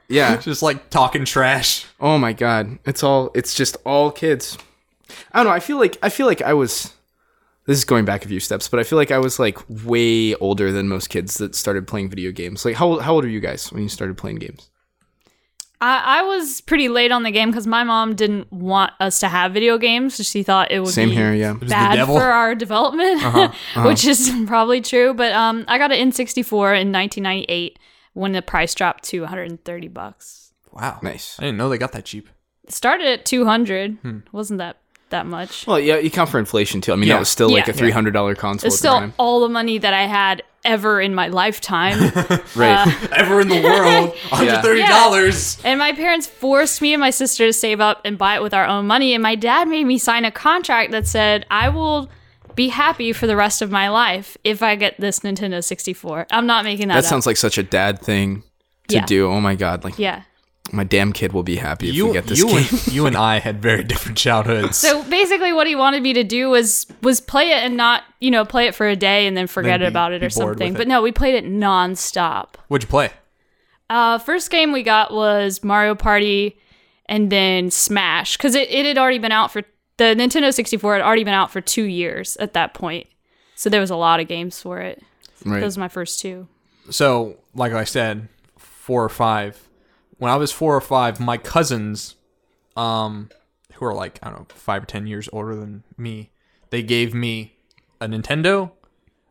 Speaker 3: yeah,
Speaker 1: just like talking trash
Speaker 3: oh my god, it's all, it's just all kids. I don't know. I feel like, I feel like I was. This is going back a few steps, but I feel like I was like way older than most kids that started playing video games. Like, how old, how old are you guys when you started playing games?
Speaker 2: I, I was pretty late on the game because my mom didn't want us to have video games. So she thought it would
Speaker 3: Same
Speaker 2: be
Speaker 3: here, yeah.
Speaker 1: was the
Speaker 2: bad
Speaker 1: devil.
Speaker 2: for our development,
Speaker 3: Uh-huh,
Speaker 2: which is probably true. But um, I got an N64 in 1998 when the price dropped to 130 bucks.
Speaker 1: wow
Speaker 3: Nice.
Speaker 1: i didn't know they got that cheap
Speaker 2: It started at 200. Wasn't that that much?
Speaker 3: Hmm. Well, yeah, you count for inflation too. I mean,
Speaker 1: Yeah.
Speaker 3: that was still like
Speaker 2: Yeah.
Speaker 3: a three hundred dollar console.
Speaker 2: it's
Speaker 3: at
Speaker 2: still
Speaker 3: the time.
Speaker 2: all the money that I had ever in my lifetime.
Speaker 3: right.
Speaker 1: ever in the world 130 dollars
Speaker 2: And my parents forced me and my sister to save up and buy it with our own money. And my dad made me sign a contract that said, I will be happy for the rest of my life if I get this Nintendo 64. I'm not making that, up.
Speaker 3: that sounds like such a dad thing to
Speaker 2: Yeah.
Speaker 3: do. Oh my god, like
Speaker 2: yeah.
Speaker 3: my damn kid will be happy if we
Speaker 1: you,
Speaker 3: get this
Speaker 1: you,
Speaker 3: game.
Speaker 1: and, you and i had very different childhoods
Speaker 2: So basically what he wanted me to do was was play it and not, you know, play it for a day and then forget
Speaker 1: Then be-
Speaker 2: about it
Speaker 1: be
Speaker 2: or
Speaker 1: bored with
Speaker 2: something.
Speaker 1: it.
Speaker 2: But no, we played it nonstop.
Speaker 1: what'd you play
Speaker 2: Uh, first game we got was Mario Party and then Smash because it, it had already been out for the Nintendo 64 had already been out for two years at that point. So there was a lot of games for it.
Speaker 3: Right.
Speaker 2: Those were my first two.
Speaker 1: So, like I said, four or five. When I was four or five, my cousins, um, who are like I don't know five or ten years older than me, they gave me a Nintendo,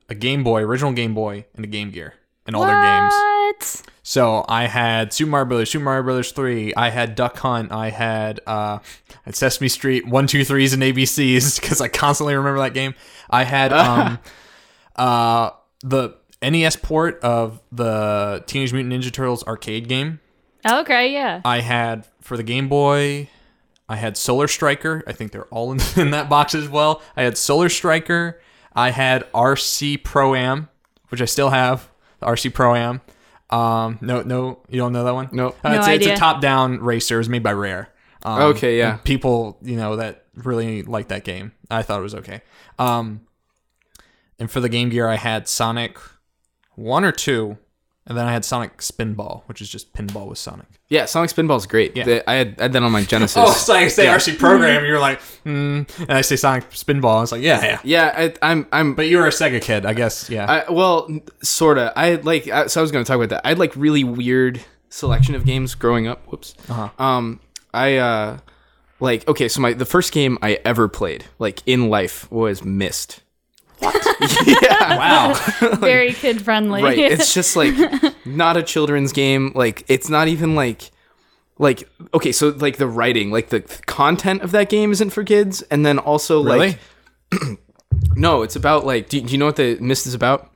Speaker 1: a Game Boy, original Game Boy, and a Game Gear, and all their games.
Speaker 2: What?
Speaker 1: So I had Super Mario Brothers, Super Mario Brothers Three. I had Duck Hunt. I had uh, I had Sesame Street one, two, threes, and ABCs because I constantly remember that game. I had um, uh, the NES port of the Teenage Mutant Ninja Turtles arcade game.
Speaker 2: Okay, yeah.
Speaker 1: I had for the Game Boy. I had Solar Striker. I think they're all in, in that box as well. I had Solar Striker. I had RC Pro Am, which I still have. The RC Pro Am. Um, no, no, you don't know that one.
Speaker 3: Nope.
Speaker 1: Uh, it's,
Speaker 2: No
Speaker 1: it's a
Speaker 2: idea.
Speaker 1: top-down racer. It was made by Rare. Um,
Speaker 3: Okay, yeah.
Speaker 1: and People, you know, that really liked that game. I thought it was okay. Um, and for the Game Gear, I had Sonic one or two, and then I had Sonic Spinball, which is just pinball with Sonic.
Speaker 3: Yeah, Sonic Spinball's great.
Speaker 1: Yeah.
Speaker 3: The- I, had, I had that on my Genesis.
Speaker 1: Oh, so I say RC program, you're like, mm, and I say Sonic Spinball. I was like, yeah, yeah.
Speaker 3: Yeah, I, I'm I'm
Speaker 1: But you were a Sega kid, I guess. Yeah.
Speaker 3: I, well, sort of. I had, like I, so I was going to talk about that. I had like really weird selection of games growing up. Whoops. Um, I uh, like okay. So my the first game I ever played like in life was Mist.
Speaker 1: wow.
Speaker 2: Very kid friendly.
Speaker 3: Right. It's just like not a children's game. Like it's not even like like okay. So like the writing, like the content of that game isn't for kids, and then also
Speaker 1: really?
Speaker 3: like No, it's about like. Do, do you know what the Mist is about?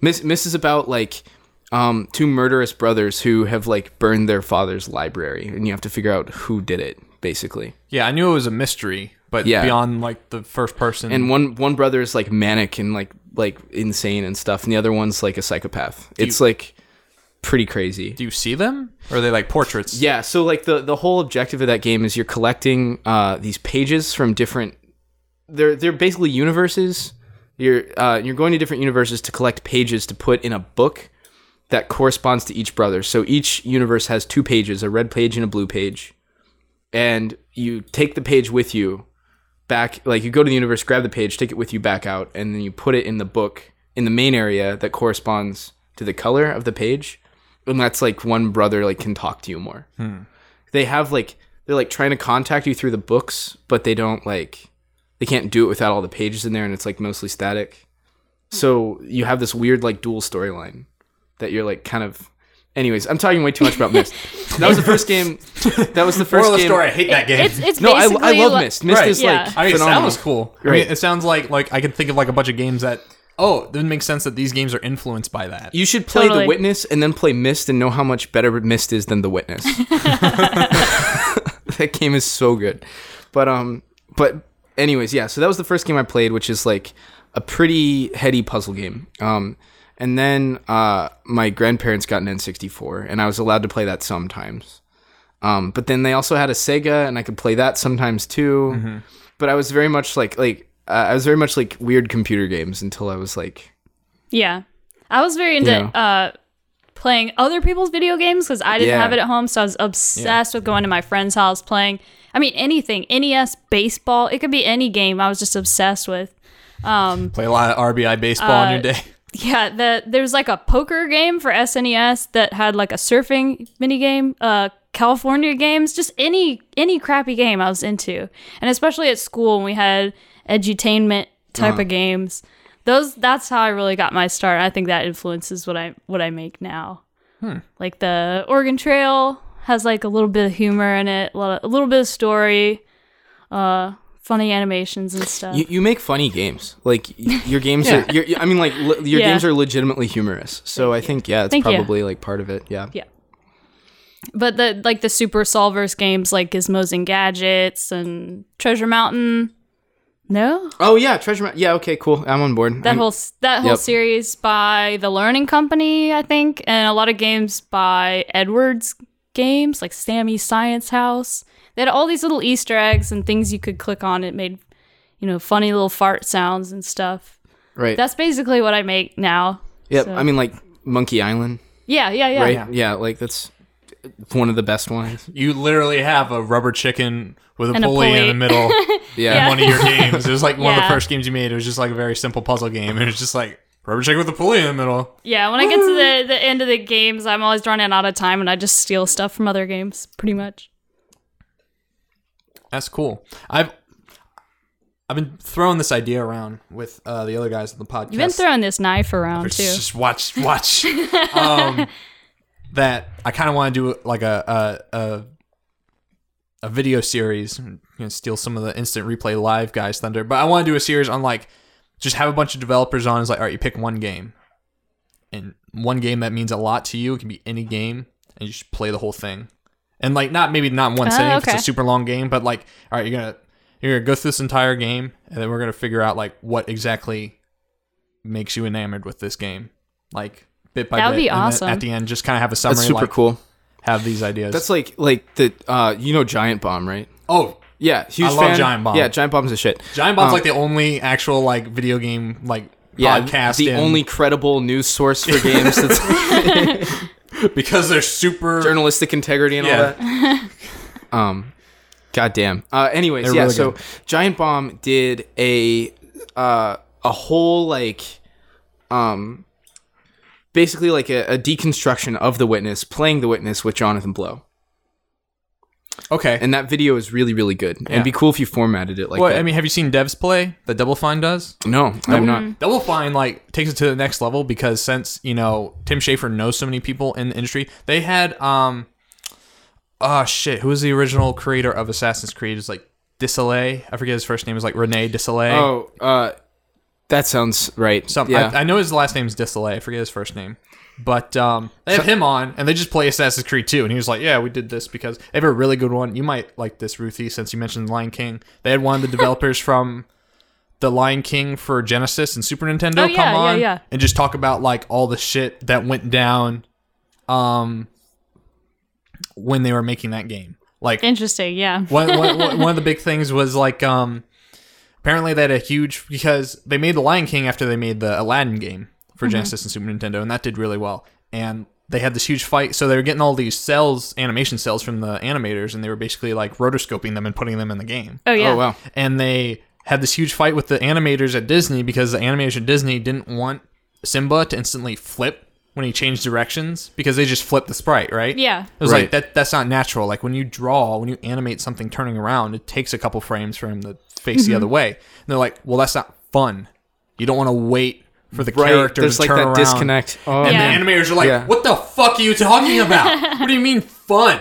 Speaker 3: Mist, Mist is about like um, two murderous brothers who have like burned their father's library, and you have to figure out who did it, basically.
Speaker 1: Yeah, I knew it was a mystery, but
Speaker 3: Yeah.
Speaker 1: beyond like the first person.
Speaker 3: And one one brother is like manic and like like insane and stuff, and the other one's like a psychopath. It's like pretty crazy.
Speaker 1: do you see them? Or are they like portraits?
Speaker 3: Yeah, so like the the whole objective of that game is you're collecting uh, these pages from different. They're they're basically universes. You're uh, you're going to different universes to collect pages to put in a book that corresponds to each brother. So each universe has two pages, a red page and a blue page, and you take the page with you back. Like you go to the universe, grab the page, take it with you back out, and then you put it in the book in the main area that corresponds to the color of the page. And that's like one brother like can talk to you more
Speaker 1: Hmm.
Speaker 3: they have like they're like trying to contact you through the books, but they don't like they can't do it without all the pages in there, and it's like mostly static. So you have this weird like dual storyline that you're like kind of. Anyways, I'm talking way too much about Mist. That was the first game. That was the first
Speaker 1: Moral of the
Speaker 3: game.
Speaker 1: story, I hate that game.
Speaker 2: It's, it's
Speaker 3: No, I,
Speaker 2: basically
Speaker 3: I love
Speaker 2: like-
Speaker 3: Mist. Mist
Speaker 1: Right.
Speaker 3: is
Speaker 2: Yeah.
Speaker 3: like
Speaker 1: I mean, it
Speaker 3: phenomenal.
Speaker 1: sounds cool. I
Speaker 3: Right.
Speaker 1: mean, it sounds like like I can think of like a bunch of games that oh, it makes sense that these games are influenced by that.
Speaker 3: You should play
Speaker 2: Totally.
Speaker 3: The Witness and then play Mist and know how much better Mist is than The Witness. that game is so good. But um but anyways, yeah, so that was the first game I played, which is like a pretty heady puzzle game. Um and then uh my grandparents got an N64 and I was allowed to play that sometimes. Um but then they also had a Sega and I could play that sometimes too. But I was very much like like uh, I was very much like weird computer games until I was like
Speaker 2: Yeah. I was very into
Speaker 3: Yeah.
Speaker 2: uh, playing other people's video games because I didn't
Speaker 3: Yeah.
Speaker 2: have it at home. So I was obsessed with going to my friend's house playing. I mean, anything NES, baseball. It could be any game. I was just obsessed with.
Speaker 1: Play a lot of RBI baseball on your
Speaker 2: Uh,
Speaker 1: day.
Speaker 2: Yeah, the, there's like a poker game for SNES that had like a surfing mini game, uh, California games, just any any crappy game I was into, and especially at school when we had edutainment type of games. Those that's how I really got my start. I think that influences what I what I make now. Like the Oregon Trail has like a little bit of humor in it, a, lot of- a little bit of story, uh, funny animations and stuff.
Speaker 3: You, you make funny games. Like y- your games
Speaker 1: Yeah.
Speaker 3: are. Your, I mean, like le- your
Speaker 2: Yeah.
Speaker 3: games are legitimately humorous. So I think yeah, it's
Speaker 2: Thank you.
Speaker 3: probably like part of it. Yeah.
Speaker 2: Yeah. But the like the Super Solvers games like Gizmos and Gadgets and Treasure Mountain. No?
Speaker 3: Oh yeah, Treasure. Map. Yeah. Okay. Cool. I'm on board.
Speaker 2: That
Speaker 3: I'm-
Speaker 2: whole s- that whole
Speaker 3: Yep.
Speaker 2: series by the Learning Company, I think, and a lot of games by Edwards Games like Sammy Science House. They had all these little Easter eggs and things you could click on. It made, you know, funny little fart sounds and stuff.
Speaker 3: right.
Speaker 2: That's basically what I make now.
Speaker 3: Yep.
Speaker 2: so-
Speaker 3: I mean, like Monkey Island.
Speaker 2: Yeah, yeah, yeah.
Speaker 3: right? Yeah. like that's one of the best ones.
Speaker 1: You literally have a rubber chicken with a,
Speaker 2: And a
Speaker 1: pulley, in the
Speaker 2: pulley.
Speaker 1: middle.
Speaker 3: Yeah.
Speaker 1: One of your games. It was like one of
Speaker 2: Yeah.
Speaker 1: the first games you made. It was just like a very simple puzzle game, and it's just like rubber chicken with a pulley in the middle.
Speaker 2: Yeah, when I get to the, the end of the games, I'm always drawn out of time and I just steal stuff from other games, pretty much.
Speaker 1: That's cool. I've I've been throwing this idea around with uh, the other guys on the podcast.
Speaker 2: You've been throwing this knife around
Speaker 1: Just-
Speaker 2: too.
Speaker 1: Just watch, watch. um, that I kind of want to do like a a, a a video series. You know, steal some of the instant replay live guys thunder, but I want to do a series on like just have a bunch of developers on. Is like, all right, you pick one game, and one game that means a lot to you. It can be any game, and you should play the whole thing. And like, not maybe not in one
Speaker 2: Ah,
Speaker 1: sitting. If it's a
Speaker 2: okay.
Speaker 1: super long game, but like, all right, you're gonna you're gonna go through this entire game, and then we're gonna figure out like what exactly makes you enamored with this game, like bit by
Speaker 2: That would
Speaker 1: bit.
Speaker 2: be
Speaker 1: and then
Speaker 2: awesome.
Speaker 1: At the end, just kind of have a summary.
Speaker 3: That's super
Speaker 1: like,
Speaker 3: cool.
Speaker 1: Have these ideas.
Speaker 3: That's like like the uh you know Giant Bomb, right?
Speaker 1: oh,
Speaker 3: Yeah, huge
Speaker 1: I love
Speaker 3: fan.
Speaker 1: Giant Bomb.
Speaker 3: Yeah, Giant Bomb's a shit.
Speaker 1: Giant Bomb's
Speaker 3: Um,
Speaker 1: like the only actual like video game like
Speaker 3: yeah,
Speaker 1: podcast.
Speaker 3: the
Speaker 1: and-
Speaker 3: only credible news source for games that's
Speaker 1: because they're super.
Speaker 3: journalistic integrity and
Speaker 1: Yeah.
Speaker 3: all that. um, goddamn. Uh, anyways,
Speaker 1: They're
Speaker 3: yeah.
Speaker 1: really
Speaker 3: so
Speaker 1: good.
Speaker 3: Giant Bomb did a uh, a whole like um basically like a, a deconstruction of the witness, playing the witness with Jonathan Blow,
Speaker 1: okay.
Speaker 3: and that video is really really good. And
Speaker 1: Yeah.
Speaker 3: It'd be cool if you formatted it like
Speaker 1: well,
Speaker 3: that.
Speaker 1: I mean, have you seen Devs Play that Double Fine does?
Speaker 3: no, I'm not.
Speaker 1: Double Fine like takes it to the next level because since you know Tim Schafer knows so many people in the industry, they had um, oh shit, who was the original creator of Assassin's Creed? Is like Desolé. I forget his first name. Is like Rene Desolé.
Speaker 3: Oh, uh, that sounds right.
Speaker 1: Some,
Speaker 3: yeah.
Speaker 1: I, I know his last name's Disley. I forget his first name. But um, they have him on, and they just play Assassin's Creed 2. And he was like, Yeah, we did this because they have a really good one. You might like this, Ruthie, since you mentioned Lion King. They had one of the developers from the Lion King for Genesis and Super Nintendo
Speaker 2: Oh,
Speaker 1: come
Speaker 2: yeah, yeah,
Speaker 1: on
Speaker 2: yeah.
Speaker 1: and just talk about like all the shit that went down um, when they were making that game. Like,
Speaker 2: Interesting, yeah.
Speaker 1: one, one- one, one of the big things was like um apparently they had a huge because they made the lion king after they made the aladdin game for genesis and super nintendo and that did really well and they had this huge fight so they were getting all these cells animation cells from the animators and they were basically like rotoscoping them and putting them in the game
Speaker 2: Oh yeah.
Speaker 3: Oh wow.
Speaker 1: and they had this huge fight with the animators at Disney because the animators at Disney didn't want Simba to instantly flip when he changed directions because they just flipped the sprite, right?
Speaker 2: Yeah.
Speaker 1: It was like
Speaker 3: Right.
Speaker 1: that that's not natural. Like when you draw, when you animate something turning around, it takes a couple frames for him to face
Speaker 2: Mm-hmm.
Speaker 1: the other way. And they're like, "Well, that's not fun. You don't want to wait for the
Speaker 3: Right.
Speaker 1: character
Speaker 3: There's
Speaker 1: to
Speaker 3: like
Speaker 1: turn
Speaker 3: that
Speaker 1: around."
Speaker 3: disconnect. Oh,
Speaker 1: And
Speaker 2: Yeah.
Speaker 1: the animators are like,
Speaker 3: Yeah.
Speaker 1: "What the fuck are you talking about? what do you mean fun?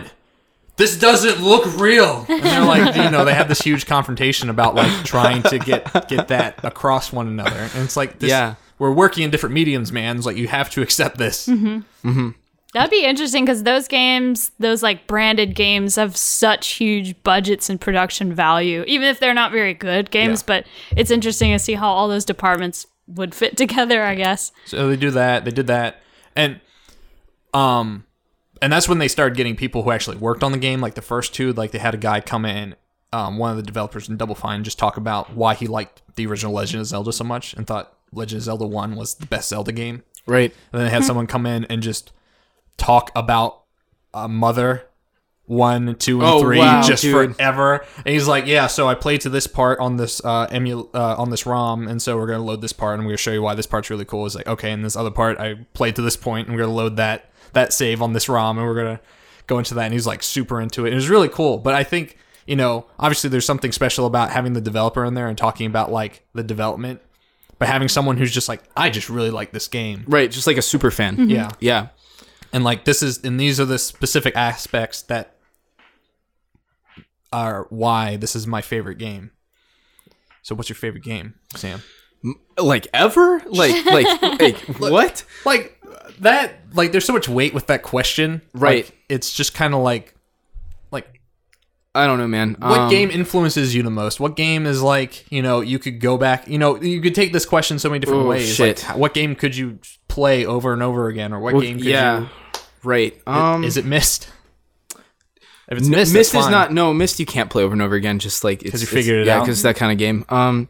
Speaker 1: This doesn't look real." And they're like, you know, they have this huge confrontation about like trying to get get that across one another, and it's like, this,
Speaker 3: Yeah.
Speaker 1: we're working in different mediums, man. It's like you have to accept this.
Speaker 2: That'd be interesting because those games, those like branded games, have such huge budgets and production value, even if they're not very good games. But it's interesting to see how all those departments would fit together, I guess.
Speaker 1: So they do that. They did that, and um, and that's when they started getting people who actually worked on the game. Like the first two, like they had a guy come in, um, one of the developers in Double Fine, just talk about why he liked the original Legend of Zelda so much and thought Legend of Zelda One was the best Zelda game.
Speaker 3: Right.
Speaker 1: And then they had someone come in and just talk about uh, Mother one, two, and
Speaker 3: Oh,
Speaker 1: three
Speaker 3: wow,
Speaker 1: just
Speaker 3: dude.
Speaker 1: forever. And he's like, "Yeah, so I played to this part on this uh, emu- uh on this ROM, and so we're gonna load this part, and we're gonna show you why this part's really cool." It's like, okay, and this other part I played to this point, and we're gonna load that that save on this ROM, and we're gonna go into that. And he's like super into it. And it was really cool. But I think you know, obviously, there's something special about having the developer in there and talking about like the development. But having someone who's just like, I just really like this game.
Speaker 3: Right. Just like a super fan.
Speaker 1: Yeah
Speaker 3: Yeah.
Speaker 1: and like this is and these are the specific aspects that are why this is my favorite game so what's your favorite game sam
Speaker 3: like ever like like, like what
Speaker 1: like that like there's so much weight with that question
Speaker 3: Right.
Speaker 1: Like, it's just kind of like like
Speaker 3: i don't know man
Speaker 1: what
Speaker 3: Um,
Speaker 1: game influences you the most what game is like you know you could go back you know you could take this question so many different
Speaker 3: Oh,
Speaker 1: ways
Speaker 3: shit.
Speaker 1: like what game could you play over and over again or what game could
Speaker 3: yeah right
Speaker 1: you
Speaker 3: um
Speaker 1: is it missed if it's
Speaker 3: n-
Speaker 1: missed
Speaker 3: mist
Speaker 1: that's
Speaker 3: is
Speaker 1: fine.
Speaker 3: not no mist you can't play over and over again just like because
Speaker 1: you figured it
Speaker 3: yeah
Speaker 1: out.
Speaker 3: because that kind of game um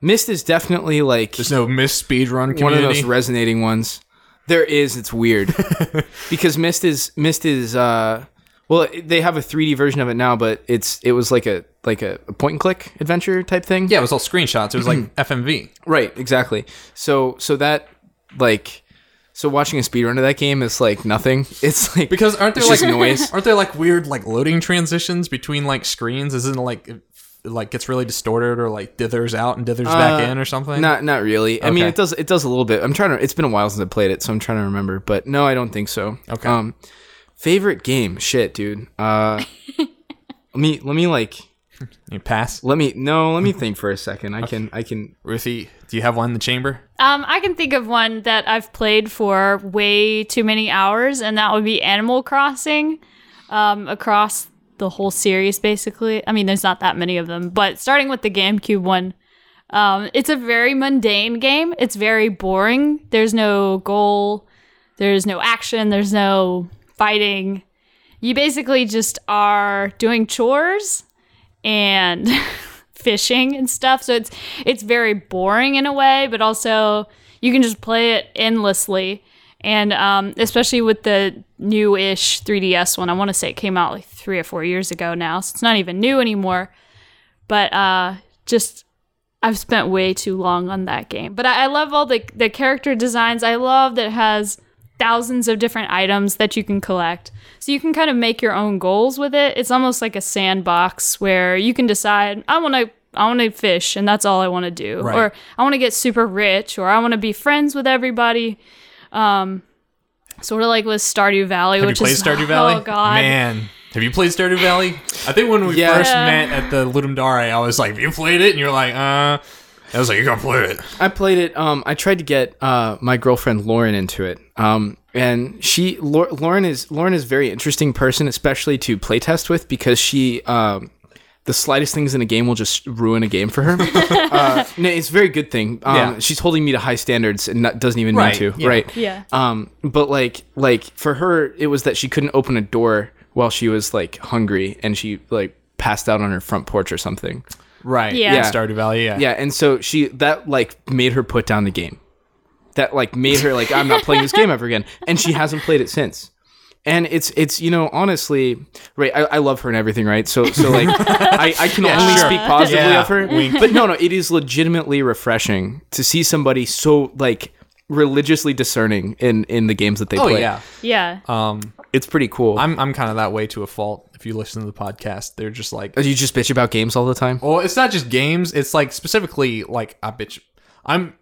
Speaker 3: mist is definitely like
Speaker 1: There's no Miss Speedrun community.
Speaker 3: one of those resonating ones There is. It's weird because Mist is Mist is. Uh, well, they have a 3D version of it now, but it's it was like a like a point and click adventure type thing.
Speaker 1: Yeah, it was all screenshots. It was like FMV.
Speaker 3: Right. Exactly. So so that like so watching a speedrun of that game is like nothing. It's like
Speaker 1: Because aren't there
Speaker 3: It's
Speaker 1: like
Speaker 3: just noise.
Speaker 1: Aren't there like weird like loading transitions between like screens? Isn't it like it, like gets really distorted or like dithers out and dithers back in or something?
Speaker 3: Not not really. I mean,
Speaker 1: Okay.
Speaker 3: it does it does a little bit. I'm trying to. It's been a while since I played it, so I'm trying to remember. But no, I don't think so.
Speaker 1: Okay.
Speaker 3: Um, favorite game? Shit, dude. Uh, let me let me like
Speaker 1: You pass.
Speaker 3: let me no let me think for a second. I can I can.
Speaker 1: Ruthie, do you have one in the chamber?
Speaker 2: Um, I can think of one that I've played for way too many hours, and that would be Animal Crossing um, across the whole series, basically. I mean, there's not that many of them, but starting with the GameCube one, um, it's a very mundane game. It's very boring. There's no goal, there's no action, there's no fighting. You basically just are doing chores and fishing and stuff. So it's it's very boring in a way, but also you can just play it endlessly. And um, especially with the new-ish 3DS one, I want to say it came out like three or four years ago now, so it's not even new anymore. But uh, just I've spent way too long on that game. But I, I love all the the character designs. I love that it has thousands of different items that you can collect. So you can kind of make your own goals with it. It's almost like a sandbox where you can decide I want to I want to fish and that's all I want to do
Speaker 1: Right.
Speaker 2: or I want to get super rich or I want to be friends with everybody. Um sort of like with Stardew Valley
Speaker 1: Have
Speaker 2: which
Speaker 1: you played
Speaker 2: is
Speaker 1: Stardew Valley?
Speaker 2: Oh god.
Speaker 1: man. Have you played Stardew Valley? I think when we
Speaker 3: Yeah.
Speaker 1: first
Speaker 2: Yeah.
Speaker 1: met at the Ludum Dare, I was like, "Have you played it?" And you're like, "Uh." I was like, "You're gonna play it."
Speaker 3: I played it. Um, I tried to get uh my girlfriend Lauren into it. Um, and she Lau- Lauren is Lauren is a very interesting person, especially to playtest with because she um. The slightest things in a game will just ruin a game for her. uh, no, it's a very good thing. Um,
Speaker 1: Yeah.
Speaker 3: She's holding me to high standards and not, doesn't even
Speaker 1: Right,
Speaker 3: mean to.
Speaker 1: yeah.
Speaker 3: Right.
Speaker 2: Yeah.
Speaker 1: Uh,
Speaker 3: Um, but like, like for her, it was that she couldn't open a door while she was like hungry, and she like passed out on her front porch or something.
Speaker 1: Right.
Speaker 2: Yeah. Yeah.
Speaker 1: Stardew Valley. Yeah.
Speaker 3: Yeah, and so she that like made her put down the game. That like made her like I'm not playing this game ever again, and she hasn't played it since. And it's it's you know honestly, right? I, I love her and everything, right? So so like I, I can
Speaker 1: Yeah,
Speaker 3: only
Speaker 1: sure.
Speaker 3: speak positively
Speaker 1: Yeah,
Speaker 3: of her, but no no, it is legitimately refreshing to see somebody so like religiously discerning in in the games that they
Speaker 1: Oh
Speaker 3: play.
Speaker 1: yeah.
Speaker 2: Yeah.
Speaker 1: Um,
Speaker 3: it's pretty cool.
Speaker 1: I'm I'm kind of that way to a fault. If you listen to the podcast, they're just like,
Speaker 3: you just bitch about games all the time.
Speaker 1: Well, it's not just games. It's like specifically like I bitch. I'm,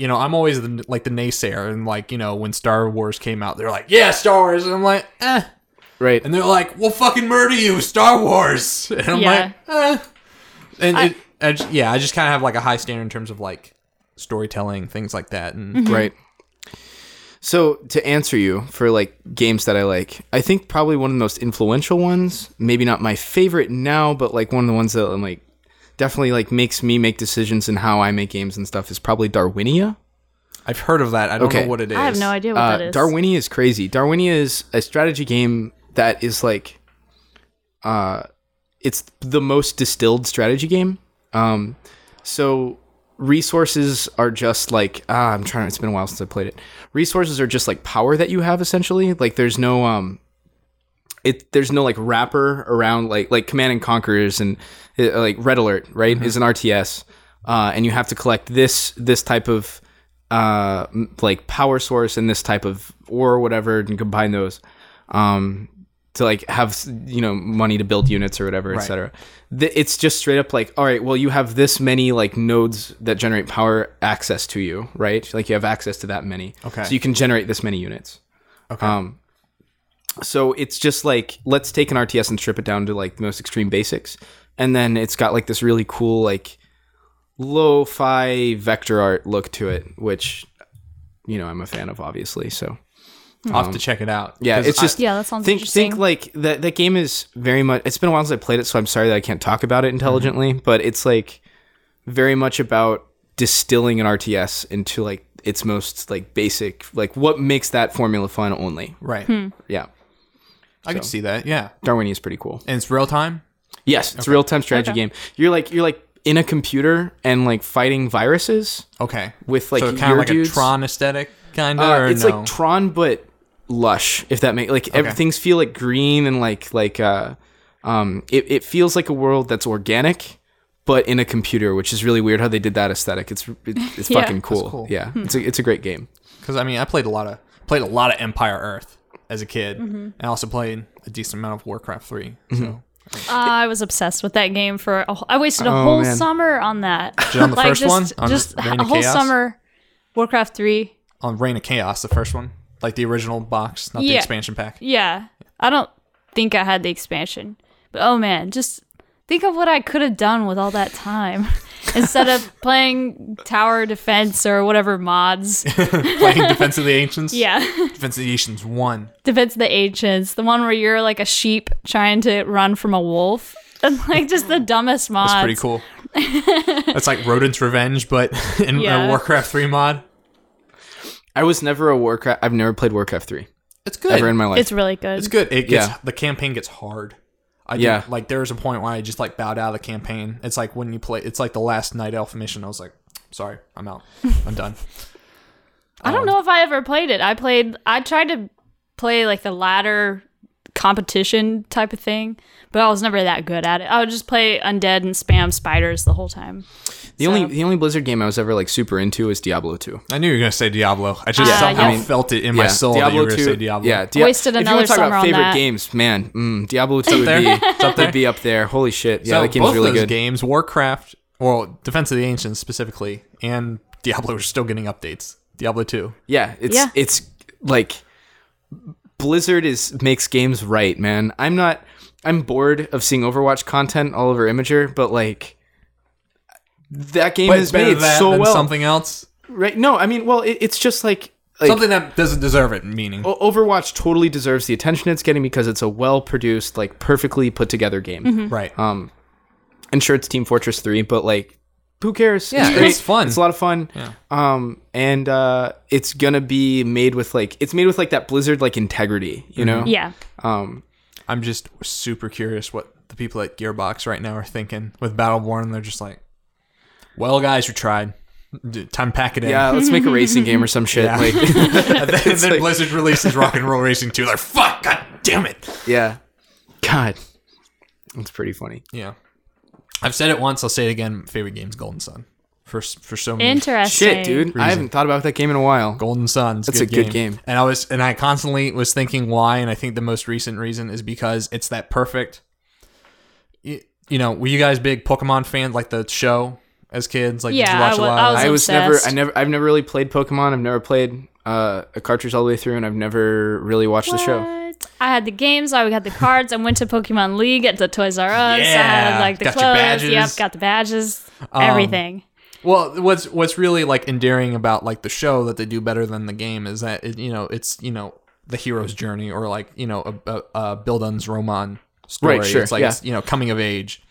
Speaker 1: you know, I'm always the, like the naysayer, and like you know when Star Wars came out, they're like, yeah, Star Wars, and I'm like, eh,
Speaker 3: Right.
Speaker 1: and they're like, we'll fucking murder you, Star Wars, and I'm
Speaker 2: Yeah.
Speaker 1: like, eh, and it, I ju- yeah, I just kind of have like a high standard in terms of like storytelling, things like that, and
Speaker 2: Mm.
Speaker 3: Right. So to answer you for like games that I like, I think probably one of the most influential ones, maybe not my favorite now, but like one of the ones that I'm like definitely like makes me make decisions in how I make games and stuff is probably Darwinia.
Speaker 1: I've heard of that. I don't
Speaker 3: Okay.
Speaker 1: know what it is.
Speaker 2: I have no idea what
Speaker 3: Uh,
Speaker 2: that is.
Speaker 3: Darwinia is crazy. Darwinia is a strategy game that is like, uh, it's the most distilled strategy game. Um, so resources are just like ah, I'm trying. It's been a while since I played it. Resources are just like power that you have essentially. Like there's no um, it there's no like wrapper around like like Command and Conquerors and uh, like Red Alert right is an RTS, uh, and you have to collect this this type of uh m- like power source and this type of ore or whatever and combine those um to like have s- you know money to build units or whatever et etc Th- it's just straight up like all right well you have this many like nodes that generate power access to you right like you have access to that many
Speaker 1: Okay.
Speaker 3: so you can generate this many units
Speaker 1: Okay.
Speaker 3: um so it's just like let's take an rts and strip it down to like the most extreme basics and then it's got like this really cool like lo-fi vector art look to it which you know i'm a fan of obviously so
Speaker 1: I'll have to check it out.
Speaker 3: yeah
Speaker 1: 'Cause
Speaker 3: it's
Speaker 1: I-
Speaker 3: just
Speaker 2: Yeah, that sounds
Speaker 3: think
Speaker 2: interesting.
Speaker 3: think like that that game is very much it's been a while since i played it so i'm sorry that i can't talk about it intelligently but it's like very much about distilling an rts into like its most like basic like what makes that formula fun only
Speaker 1: right.
Speaker 2: Hmm.
Speaker 3: yeah
Speaker 1: I could see that. Yeah,
Speaker 3: darwinia is pretty cool
Speaker 1: and it's real time.
Speaker 3: yes it's a real-time strategy game you're like you're like in a computer and like fighting viruses
Speaker 1: Okay,
Speaker 3: With, like,
Speaker 1: so kind
Speaker 3: your
Speaker 1: of like
Speaker 3: dudes?
Speaker 1: a Tron aesthetic kind of?
Speaker 3: Uh,
Speaker 1: or
Speaker 3: it's
Speaker 1: no?
Speaker 3: like Tron, but lush. If that makes like ev- things feel like green and like like uh, um, it it feels like a world that's organic, but in a computer, which is really weird how they did that aesthetic. It's it, it's
Speaker 2: Yeah.
Speaker 3: fucking cool.
Speaker 1: cool. Hmm.
Speaker 3: Yeah, it's a it's a great game.
Speaker 1: Because I mean, I played a lot of played a lot of Empire Earth as a kid,
Speaker 2: Mm-hmm.
Speaker 1: and I also played a decent amount of Warcraft Three.
Speaker 3: Mm-hmm.
Speaker 1: So
Speaker 2: Uh, I was obsessed with that game for. A, I wasted a
Speaker 3: Oh,
Speaker 2: whole
Speaker 3: man.
Speaker 2: summer on that.
Speaker 1: you on the first
Speaker 2: just,
Speaker 1: one? On
Speaker 2: just
Speaker 1: Reign
Speaker 2: a
Speaker 1: of
Speaker 2: whole
Speaker 1: Chaos?
Speaker 2: summer. Warcraft three.
Speaker 1: on Reign of Chaos, the first one, like the original box, not the
Speaker 2: Yeah.
Speaker 1: expansion pack.
Speaker 2: Yeah, I don't think I had the expansion, but oh man, just think of what I could have done with all that time instead of playing tower defense or whatever mods.
Speaker 1: Playing Defense of the Ancients.
Speaker 2: Yeah.
Speaker 1: Defense of the Ancients One.
Speaker 2: Defense of the Ancients, the one where you're like a sheep trying to run from a wolf. And like just the dumbest mods.
Speaker 1: That's pretty cool. That's like Rodent's Revenge, but in
Speaker 2: Yeah.
Speaker 1: a Warcraft Three mod.
Speaker 3: I was never a Warcraft. I've never played Warcraft three
Speaker 1: It's good.
Speaker 3: ever in my life.
Speaker 2: It's really good.
Speaker 1: It's good. It gets
Speaker 3: Yeah.
Speaker 1: the campaign gets hard. I
Speaker 3: Yeah.
Speaker 1: yeah. like there was a point where I just like bowed out of the campaign. It's like when you play. It's like the last Night Elf mission. I was like, sorry, I'm out. I'm done.
Speaker 2: I don't know if I ever played it. I played I tried to play like the ladder competition type of thing, but I was never that good at it. I would just play undead and spam spiders the whole time.
Speaker 3: the only the only Blizzard game I was ever like super into was Diablo two.
Speaker 1: I knew you were gonna say Diablo. I just
Speaker 2: Yeah,
Speaker 1: somehow
Speaker 2: yeah.
Speaker 1: felt it in my soul that you were gonna say Diablo.
Speaker 3: Yeah,
Speaker 2: Wasted
Speaker 3: if you wanna
Speaker 2: another
Speaker 3: talk
Speaker 2: summer
Speaker 3: about
Speaker 2: on
Speaker 3: favorite
Speaker 2: that.
Speaker 3: games, man. Mm, Diablo two would
Speaker 1: there.
Speaker 3: be
Speaker 1: It's up
Speaker 3: would be up there. Holy shit! Yeah,
Speaker 1: so
Speaker 3: that game's
Speaker 1: both
Speaker 3: really
Speaker 1: of those
Speaker 3: good.
Speaker 1: games, Warcraft, well, Defense of the Ancients specifically, and Diablo are still getting updates. Diablo two.
Speaker 3: Yeah, it's
Speaker 2: Yeah.
Speaker 3: it's like Blizzard is makes games right, man. I'm not I'm bored of seeing Overwatch content all over Imager, but like that game
Speaker 1: But
Speaker 3: is
Speaker 1: it's better
Speaker 3: made
Speaker 1: that
Speaker 3: so
Speaker 1: than
Speaker 3: well.
Speaker 1: something else.
Speaker 3: Right? No, I mean, well, it, it's just like like
Speaker 1: something that doesn't deserve it. Meaning,
Speaker 3: O- Overwatch totally deserves the attention it's getting because it's a well produced, like perfectly put together game.
Speaker 1: right?
Speaker 3: Um, and sure, it's Team Fortress Three, but like, who cares?
Speaker 1: Yeah,
Speaker 3: great.
Speaker 1: it's fun.
Speaker 3: It's a lot of fun. Um, and uh, it's gonna be made with like it's made with like that Blizzard like integrity, you know?
Speaker 1: Mm-hmm.
Speaker 2: Yeah.
Speaker 3: Um,
Speaker 1: I'm just super curious what the people at Gearbox right now are thinking with Battleborn. They're just like, well, guys, we tried. D- Time to pack it in.
Speaker 3: yeah, let's make a racing game or some shit.
Speaker 1: Yeah.
Speaker 3: Like,
Speaker 1: and then, and then
Speaker 3: like-
Speaker 1: Blizzard releases Rock and Roll Racing 2. They're like, fuck, god damn it.
Speaker 3: yeah. God, that's pretty funny.
Speaker 1: Yeah. I've said it once. I'll say it again. Favorite game's Golden Sun. For, s- for so many.
Speaker 2: Interesting.
Speaker 3: Shit, dude, I haven't thought about that game in a while.
Speaker 1: Golden Sun's
Speaker 3: That's a good game.
Speaker 1: And I was and I constantly was thinking why, and I think the most recent reason is because it's that perfect. You, you know, were you guys big Pokemon fans like the show as kids? Like, did
Speaker 2: Yeah,
Speaker 1: you watch
Speaker 2: I
Speaker 1: a
Speaker 2: wa-
Speaker 1: lot?
Speaker 2: I
Speaker 1: of
Speaker 2: was
Speaker 1: that?
Speaker 3: I was
Speaker 2: obsessed.
Speaker 3: never, I never, I've never really played Pokemon. I've never played uh, a cartridge all the way through, and I've never really watched the show.
Speaker 2: What? I had the games. I got the cards. I went to Pokemon League at the Toys R Us. I
Speaker 1: Yeah.
Speaker 2: had like the
Speaker 1: Got your
Speaker 2: clothes.
Speaker 1: badges. Um,
Speaker 2: Yep, got the badges. everything.
Speaker 1: Well, what's what's really like endearing about like the show that they do better than the game is that it, you know it's you know the hero's journey or like you know a, a, a Bildun's Roman story.
Speaker 3: Right, sure,
Speaker 1: It's like
Speaker 3: yeah.
Speaker 1: it's, you know coming of age,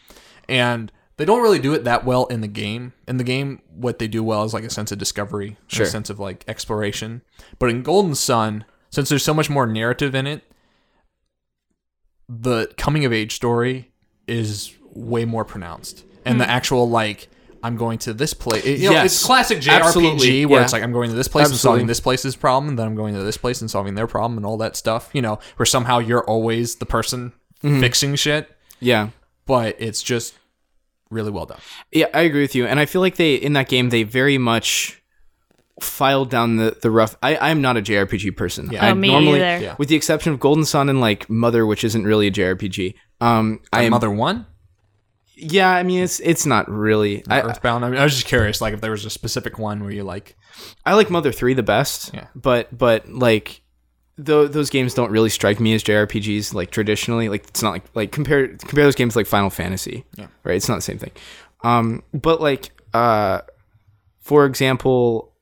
Speaker 1: and they don't really do it that well in the game. In the game, what they do well is like a sense of discovery, and
Speaker 3: Sure.
Speaker 1: a sense of like exploration. But in Golden Sun, since there's so much more narrative in it, the coming of age story is way more pronounced, and the actual like I'm going to this place. You know,
Speaker 3: Hmm. Yes.
Speaker 1: it's classic JRPG
Speaker 3: Absolutely,
Speaker 1: where
Speaker 3: yeah.
Speaker 1: it's like I'm going to this place and
Speaker 3: Absolutely.
Speaker 1: solving this place's problem, and then I'm going to this place and solving their problem, and all that stuff. You know, where somehow you're always the person
Speaker 3: Mm-hmm.
Speaker 1: fixing shit,
Speaker 3: Yeah,
Speaker 1: but it's just really well done.
Speaker 3: Yeah, I agree with you, and I feel like they in that game they very much filed down the the rough. I I'm not a JRPG person.
Speaker 1: Yeah.
Speaker 3: I
Speaker 1: Oh,
Speaker 2: me
Speaker 3: normally,
Speaker 2: either.
Speaker 1: Yeah.
Speaker 3: with the exception of Golden Sun and like Mother, which isn't really a JRPG. Um, I am.
Speaker 1: Mother One,
Speaker 3: Yeah, I mean it's it's not really. I
Speaker 1: Earthbound. I, mean, I was just curious, like if there was a specific one where you like,
Speaker 3: I like Mother Three the best.
Speaker 1: Yeah.
Speaker 3: But but like. Though those games don't really strike me as JRPGs, like traditionally, like it's not like like compare compare those games to, like Final Fantasy,
Speaker 1: Yeah.
Speaker 3: right? It's not the same thing. Um, but like uh, for example,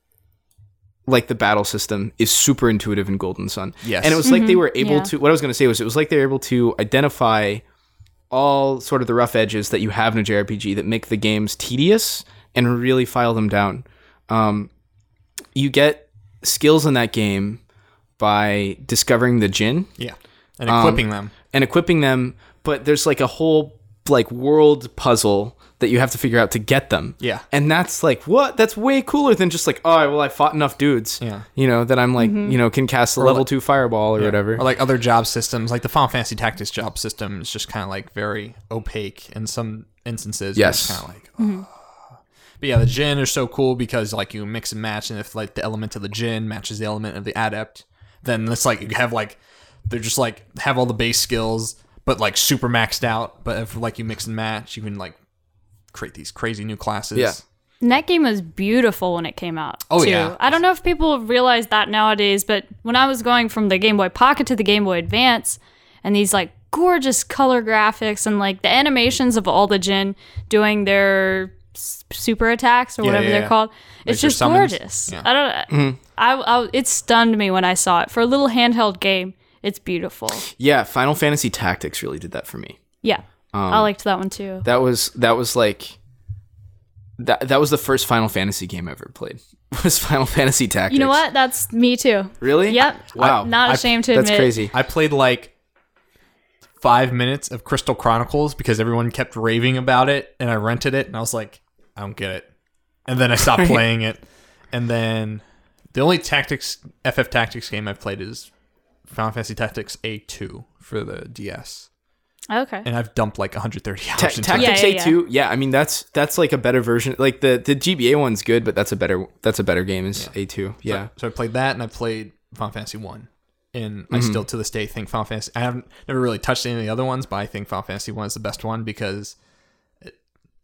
Speaker 3: like the battle system is super intuitive in Golden Sun.
Speaker 1: Yes.
Speaker 3: And it was like they were able
Speaker 2: Yeah.
Speaker 3: to what I was gonna say was it was like they were able to identify all sort of the rough edges that you have in a JRPG that make the games tedious and really file them down. Um, you get skills in that game by discovering the Jin
Speaker 1: yeah, and equipping them.
Speaker 3: and equipping them, but there's like a whole like world puzzle that you have to figure out to get them.
Speaker 1: Yeah.
Speaker 3: And that's like, what? That's way cooler than just like, all right, well, I fought enough dudes.
Speaker 1: Yeah.
Speaker 3: You know, that I'm like, you know, can cast a level two fireball or whatever.
Speaker 1: Or like other job systems, like the Final Fantasy Tactics job system is just kind of like very opaque in some instances. You're just
Speaker 3: Yes.
Speaker 1: Kind of like. "Ah." But yeah, the gin are so cool because like you mix and match, and if like the element of the gin matches the element of the adept, then it's like you have like they're just like have all the base skills, but like super maxed out. But if like you mix and match, you can like create these crazy new classes.
Speaker 3: Yeah.
Speaker 2: And that game was beautiful when it came out.
Speaker 1: Oh,
Speaker 2: too.
Speaker 1: yeah.
Speaker 2: I don't know if people realize that nowadays, but when I was going from the Game Boy Pocket to the Game Boy Advance, and these like gorgeous color graphics and like the animations of all the Jin doing their s- super attacks or
Speaker 1: Yeah,
Speaker 2: whatever
Speaker 1: yeah,
Speaker 2: they're
Speaker 1: yeah.
Speaker 2: called, it's
Speaker 1: your
Speaker 2: just
Speaker 1: summons.
Speaker 2: gorgeous.
Speaker 1: Yeah. Mm-hmm.
Speaker 2: I don't. I, I it stunned me when I saw it for a little handheld game. It's beautiful.
Speaker 3: Yeah, Final Fantasy Tactics really did that for me.
Speaker 2: Yeah,
Speaker 1: Um,
Speaker 2: I liked that one too.
Speaker 3: That was that was like that that was the first Final Fantasy game I ever played. Was Final Fantasy Tactics.
Speaker 2: You know what? That's me too.
Speaker 3: Really?
Speaker 2: Yep.
Speaker 3: Wow.
Speaker 2: Not
Speaker 3: I-
Speaker 2: ashamed to
Speaker 3: That's
Speaker 2: admit.
Speaker 3: crazy.
Speaker 1: I played like five minutes of Crystal Chronicles because everyone kept raving about it, and I rented it, and I was like, I don't get it. And then I stopped playing it. And then the only tactics FF Tactics game I've played is Final Fantasy Tactics A2 for the DS,
Speaker 2: Okay.
Speaker 1: and I've dumped like 130 hours
Speaker 3: Ta-
Speaker 1: into it.
Speaker 3: Tactics
Speaker 2: Yeah, yeah,
Speaker 3: A two, yeah. I mean that's that's like a better version. Like the the GBA one's good, but that's a better that's a better game is A two. Yeah,
Speaker 1: So I played that, and I played Final Fantasy One, and I
Speaker 3: Mm-hmm.
Speaker 1: still to this day think Final Fantasy. I haven't never really touched any of the other ones, but I think Final Fantasy One is the best one because it,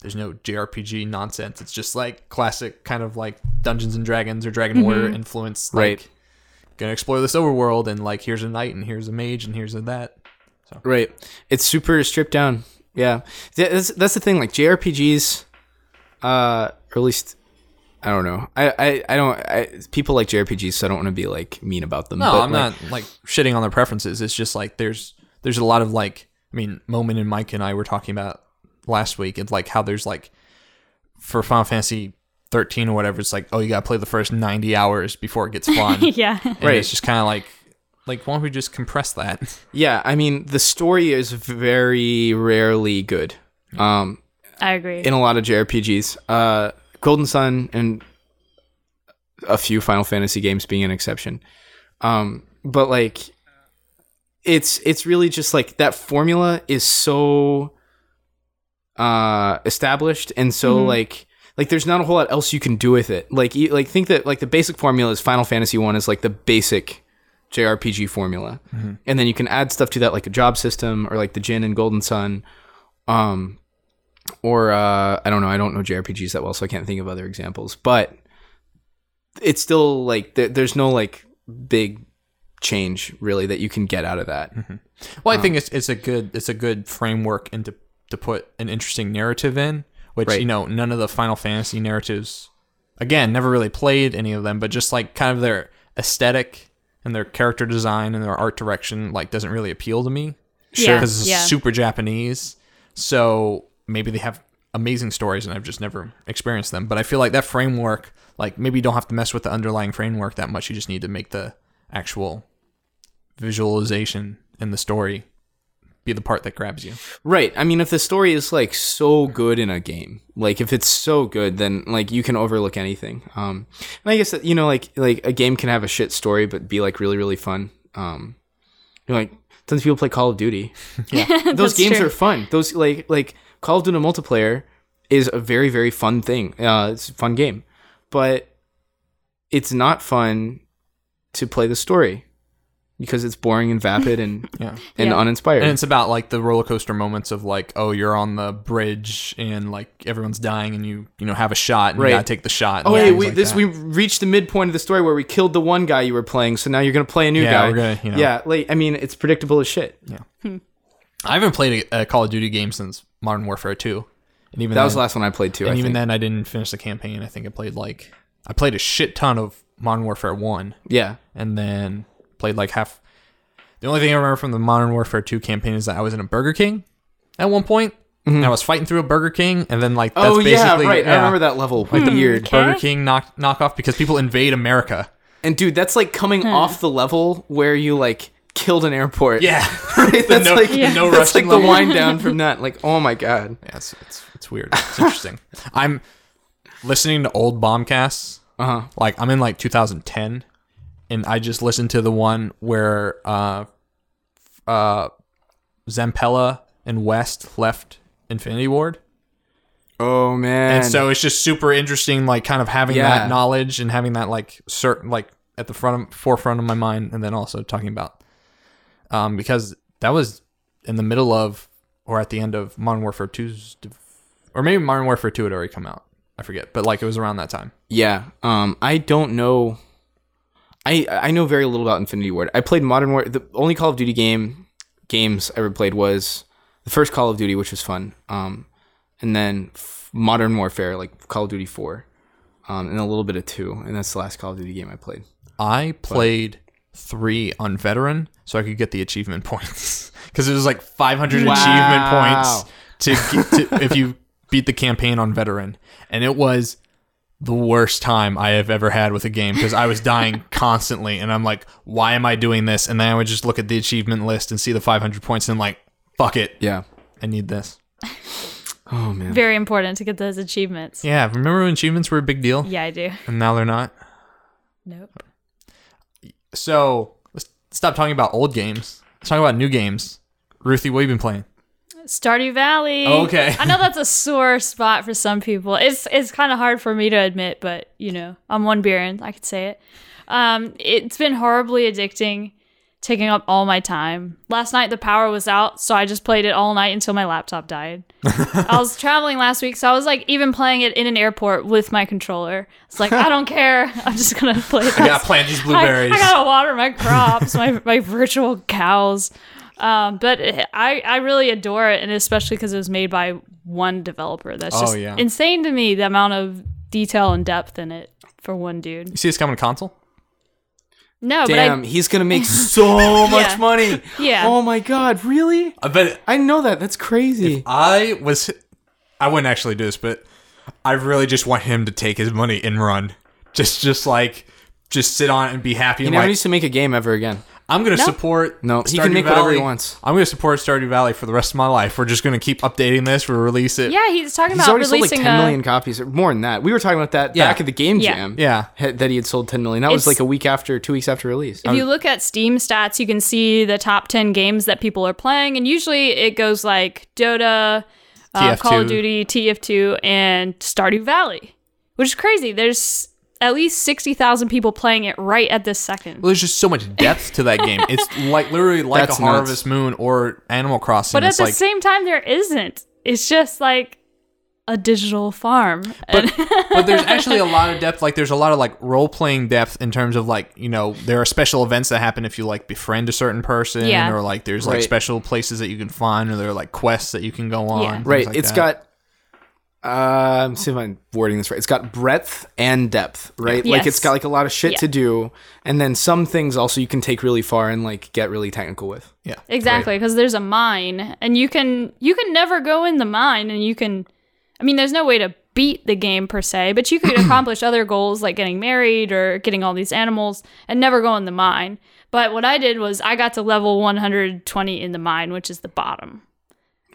Speaker 1: there's no JRPG nonsense. It's just like classic kind of like Dungeons and Dragons or Dragon Warrior influence. Like,
Speaker 3: Mm-hmm. Right.
Speaker 1: Gonna explore this overworld, and like here's a knight, and here's a mage, and here's a that.
Speaker 3: right. It's super stripped down. Yeah, Th- that's that's the thing. Like JRPGs, uh, or at least I don't know. I I, I don't. I, people like JRPGs, so I don't want to be like mean about them.
Speaker 1: No,
Speaker 3: but,
Speaker 1: I'm
Speaker 3: like,
Speaker 1: not like shitting on their preferences. It's just like there's there's a lot of like I mean, Moment and Mike and I were talking about last week and like how there's like for Final Fantasy 13 or whatever, it's like oh you gotta play the first 90 hours before it gets fun. and
Speaker 2: yeah.
Speaker 1: right.
Speaker 3: Right.
Speaker 1: It's just kind of like like why don't we just compress that?
Speaker 3: Yeah, I mean the story is very rarely good. Um,
Speaker 2: I agree.
Speaker 3: in a lot of JRPGs. Uh, Golden Sun and a few Final Fantasy games being an exception. Um, but like, it's it's really just like that formula is so uh, established, and so like like there's not a whole lot else you can do with it. Like you, like think that like the basic formula is Final Fantasy One is like the basic JRPG formula, and then you can add stuff to that like a job system or like the Jin and Golden Sun. Um, or uh, I don't know. I don't know JRPGs that well, so I can't think of other examples. But it's still like there, there's no like big change really that you can get out of that.
Speaker 1: Well, I think it's it's a good it's a good framework and to to put an interesting narrative in, which
Speaker 3: Right.
Speaker 1: you know none of the Final Fantasy narratives. Again, never really played any of them, but just like kind of their aesthetic and their character design and their art direction, like doesn't really appeal to me.
Speaker 2: Sure.
Speaker 1: because it's
Speaker 2: Yeah.
Speaker 1: super Japanese. So maybe they have amazing stories, and I've just never experienced them. But I feel like that framework, like maybe you don't have to mess with the underlying framework that much. You just need to make the actual visualization and the story be the part that grabs you.
Speaker 3: Right. I mean, if the story is like so good in a game, like if it's so good, then like you can overlook anything. Um, and I guess that, you know, like like a game can have a shit story, but be like really really fun. Um, you know, like tons of people play Call of Duty. Yeah, those
Speaker 2: That's
Speaker 3: games
Speaker 2: true.
Speaker 3: are fun. Those like like Call of Duty multiplayer is a very very fun thing. Uh, it's a fun game, but it's not fun to play the story because it's boring and vapid and
Speaker 1: Yeah.
Speaker 3: and
Speaker 2: Yeah.
Speaker 3: uninspired.
Speaker 1: And it's about like the roller coaster moments of like, oh, you're on the bridge and like everyone's dying and you you know have a shot and
Speaker 3: Right.
Speaker 1: you gotta take the shot.
Speaker 3: Oh
Speaker 1: and
Speaker 3: yeah,
Speaker 1: things
Speaker 3: we,
Speaker 1: like
Speaker 3: this
Speaker 1: that.
Speaker 3: we reached the midpoint of the story where we killed the one guy you were playing, so now you're gonna play a new
Speaker 1: Yeah,
Speaker 3: guy.
Speaker 1: we're gonna, you know.
Speaker 3: Yeah, like I mean, it's predictable as shit.
Speaker 1: I haven't played a, a Call of Duty game since Modern Warfare Two, and even
Speaker 3: That was the
Speaker 1: then-
Speaker 3: last one I played too.
Speaker 1: and
Speaker 3: I
Speaker 1: even
Speaker 3: think.
Speaker 1: then I didn't finish the campaign. I think I played like I played a shit ton of Modern Warfare One,
Speaker 3: yeah,
Speaker 1: and then played like half. The only thing I remember from the Modern Warfare Two campaign is that I was in a Burger King at one point, and I was fighting through a Burger King, and then like that's
Speaker 3: Mm-hmm. oh yeah,
Speaker 1: basically
Speaker 3: right. I remember that level. Like the weird.
Speaker 2: okay.
Speaker 1: Burger King knock knockoff because people invade America.
Speaker 3: And dude, that's like coming off the level where you like killed an airport.
Speaker 1: Yeah.
Speaker 3: that's
Speaker 1: no-
Speaker 3: like
Speaker 1: the no
Speaker 3: that's
Speaker 1: Russian
Speaker 3: like the
Speaker 1: level.
Speaker 3: wind down from that. Like, oh my god.
Speaker 1: Yeah, it's, it's, it's weird. It's interesting. I'm listening to old bombcasts.
Speaker 3: Uh huh.
Speaker 1: Like I'm in like 2010, and I just listened to the one where uh, uh, Zampella and West left Infinity Ward,
Speaker 3: Oh man.
Speaker 1: and so it's just super interesting. Like kind of having
Speaker 3: Yeah.
Speaker 1: that knowledge and having that like certain like at the front of, forefront of my mind, and then also talking about um because that was in the middle of or at the end of Modern Warfare 2's de- or maybe Modern Warfare 2 had already come out. I forget, but like it was around that time.
Speaker 3: Yeah. Um, I don't know. I I know very little about Infinity Ward. I played Modern War. The only Call of Duty game games I ever played was the first Call of Duty, which was fun. Um, and then f- Modern Warfare, like Call of Duty Four, um, and a little bit of two, and that's the last Call of Duty game I played.
Speaker 1: I played three on veteran so I could get the achievement points because it was like 500
Speaker 3: Wow.
Speaker 1: achievement points to, get to if you beat the campaign on veteran, and it was the worst time I have ever had with a game because I was dying constantly, and I'm like, why am I doing this? And then I would just look at the achievement list and see the 500 points, and I'm like, fuck it,
Speaker 3: Yeah.
Speaker 1: I need this.
Speaker 3: Oh man.
Speaker 2: Very important to get those achievements.
Speaker 1: Yeah, remember when achievements were a big deal,
Speaker 2: Yeah, I do.
Speaker 1: and now they're not.
Speaker 2: Nope.
Speaker 1: So let's stop talking about old games. Let's talk about new games. Ruthie, what have you been playing?
Speaker 2: Stardew Valley.
Speaker 1: Okay.
Speaker 2: I know that's a sore spot for some people. It's it's kind of hard for me to admit, but you know, I'm one beer in. I could say it. Um, it's been horribly addicting, taking up all my time. Last night the power was out, so I just played it all night until my laptop died. I was traveling last week, so I was like even playing it in an airport with my controller. It's like I don't care. I'm just gonna play. This.
Speaker 1: I gotta plant these blueberries.
Speaker 2: I, I gotta water my crops, my my virtual cows. Um, but it, I I really adore it, and especially because it was made by one developer. That's
Speaker 1: Oh,
Speaker 2: just
Speaker 1: yeah.
Speaker 2: insane to me the amount of detail and depth in it for one dude.
Speaker 1: you see this coming to console?
Speaker 2: No,
Speaker 3: Damn, he's gonna make so much
Speaker 2: Yeah.
Speaker 3: money.
Speaker 2: Yeah.
Speaker 3: Oh my god, really?
Speaker 1: I bet
Speaker 3: I didn't know that. That's crazy.
Speaker 1: I was. I wouldn't actually do this, but I really just want him to take his money and run. Just, just like, just sit on it and be happy.
Speaker 3: He
Speaker 1: And
Speaker 3: never
Speaker 1: like,
Speaker 3: needs to make a game ever again.
Speaker 1: I'm gonna
Speaker 2: No.
Speaker 1: support.
Speaker 3: No, he can make whatever he wants.
Speaker 1: I'm gonna support Stardew Valley for the rest of my life. We're just gonna keep updating this. We'll release it.
Speaker 2: but I, yeah, he's talking
Speaker 3: He's
Speaker 2: about
Speaker 3: already sold like
Speaker 2: releasing
Speaker 3: 10
Speaker 2: a-
Speaker 3: million copies or more than that. We were talking about that
Speaker 1: Yeah.
Speaker 3: back at the game
Speaker 2: Yeah.
Speaker 3: jam.
Speaker 1: Yeah.
Speaker 3: ha- That he had sold 10 million. That was
Speaker 2: It's-
Speaker 3: like a week after, two weeks after release.
Speaker 1: Oh.
Speaker 2: If you look at Steam stats, you can see the top 10 games that people are playing, and usually it goes like Dota, uh,
Speaker 1: TF2.
Speaker 2: Call of Duty, TF2, and Stardew Valley, which is crazy. There's at least 60,000 people playing it right at this second.
Speaker 1: Well, there's just so much depth to that game. It's like literally like
Speaker 3: That's
Speaker 1: a
Speaker 3: nuts.
Speaker 1: Harvest Moon or Animal Crossing.
Speaker 2: but at
Speaker 1: it's
Speaker 2: the
Speaker 1: like,
Speaker 2: same time, there isn't. It's just like a digital farm.
Speaker 1: but, but there's actually a lot of depth. Like there's a lot of like role playing depth in terms of like you know there are special events that happen if you like befriend a certain person
Speaker 2: Yeah.
Speaker 1: or like there's like
Speaker 3: Right.
Speaker 1: special places that you can find or there are like quests that you can go on.
Speaker 2: Yeah.
Speaker 1: things
Speaker 3: right.
Speaker 1: Like
Speaker 3: it's
Speaker 1: that.
Speaker 3: got. Uh, I'm see if I'm wording this right. It's got breadth and depth, right? Like
Speaker 2: Yes.
Speaker 3: it's got like a lot of shit
Speaker 2: Yeah.
Speaker 3: to do, and then some things also you can take really far and like get really technical with.
Speaker 1: yeah.
Speaker 2: Exactly, because there's a mine, and you can you can never go in the mine, and you can, I mean, there's no way to beat the game per se, but you could accomplish other goals like getting married or getting all these animals, and never go in the mine. But what I did was I got to level 120 in the mine, which is the bottom,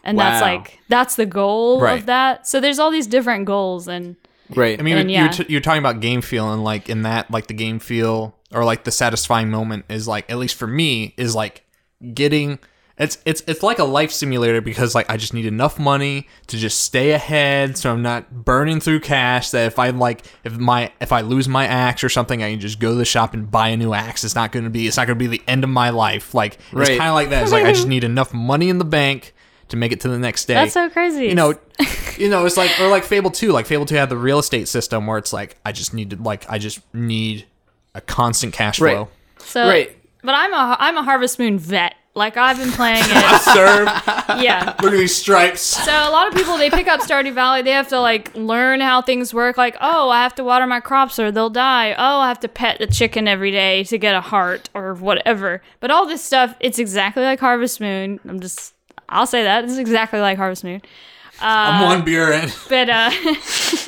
Speaker 2: and that's
Speaker 3: Wow.
Speaker 2: like that's the goal
Speaker 1: Right.
Speaker 2: of that. So there's all these different goals, and
Speaker 3: Right.
Speaker 1: I mean,
Speaker 2: And
Speaker 1: you're,
Speaker 2: yeah.
Speaker 1: you're, t- you're talking about game feel and like in that like the game feel or like the satisfying moment is like at least for me is like getting it's it's it's like a life simulator because like I just need enough money to just stay ahead so I'm not burning through cash that if I like if my if I lose my axe or something I can just go to the shop and buy a new axe it's not going to be it's not going to be the end of my life like
Speaker 3: Right.
Speaker 1: it's kind of like that it's like I just need enough money in the bank to make it to the next day
Speaker 2: That's so crazy.
Speaker 1: you know you know it's like or like fable 2 like fable 2 had the real estate system where it's like i just need to like i just need a constant cash
Speaker 3: Right.
Speaker 1: flow
Speaker 2: so
Speaker 3: Right.
Speaker 2: But I'm a I'm a Harvest Moon vet. Like I've been playing it.
Speaker 1: serve
Speaker 2: yeah.
Speaker 1: look at these stripes
Speaker 2: So a lot of people they pick up Stardew Valley, they have to like learn how things work. Like, oh, I have to water my crops or they'll die. Oh, I have to pet the chicken every day to get a heart or whatever. But all this stuff, it's exactly like Harvest Moon. I'm just I'll say that. It's exactly like Harvest Moon.
Speaker 1: i'm one beer in
Speaker 2: But uh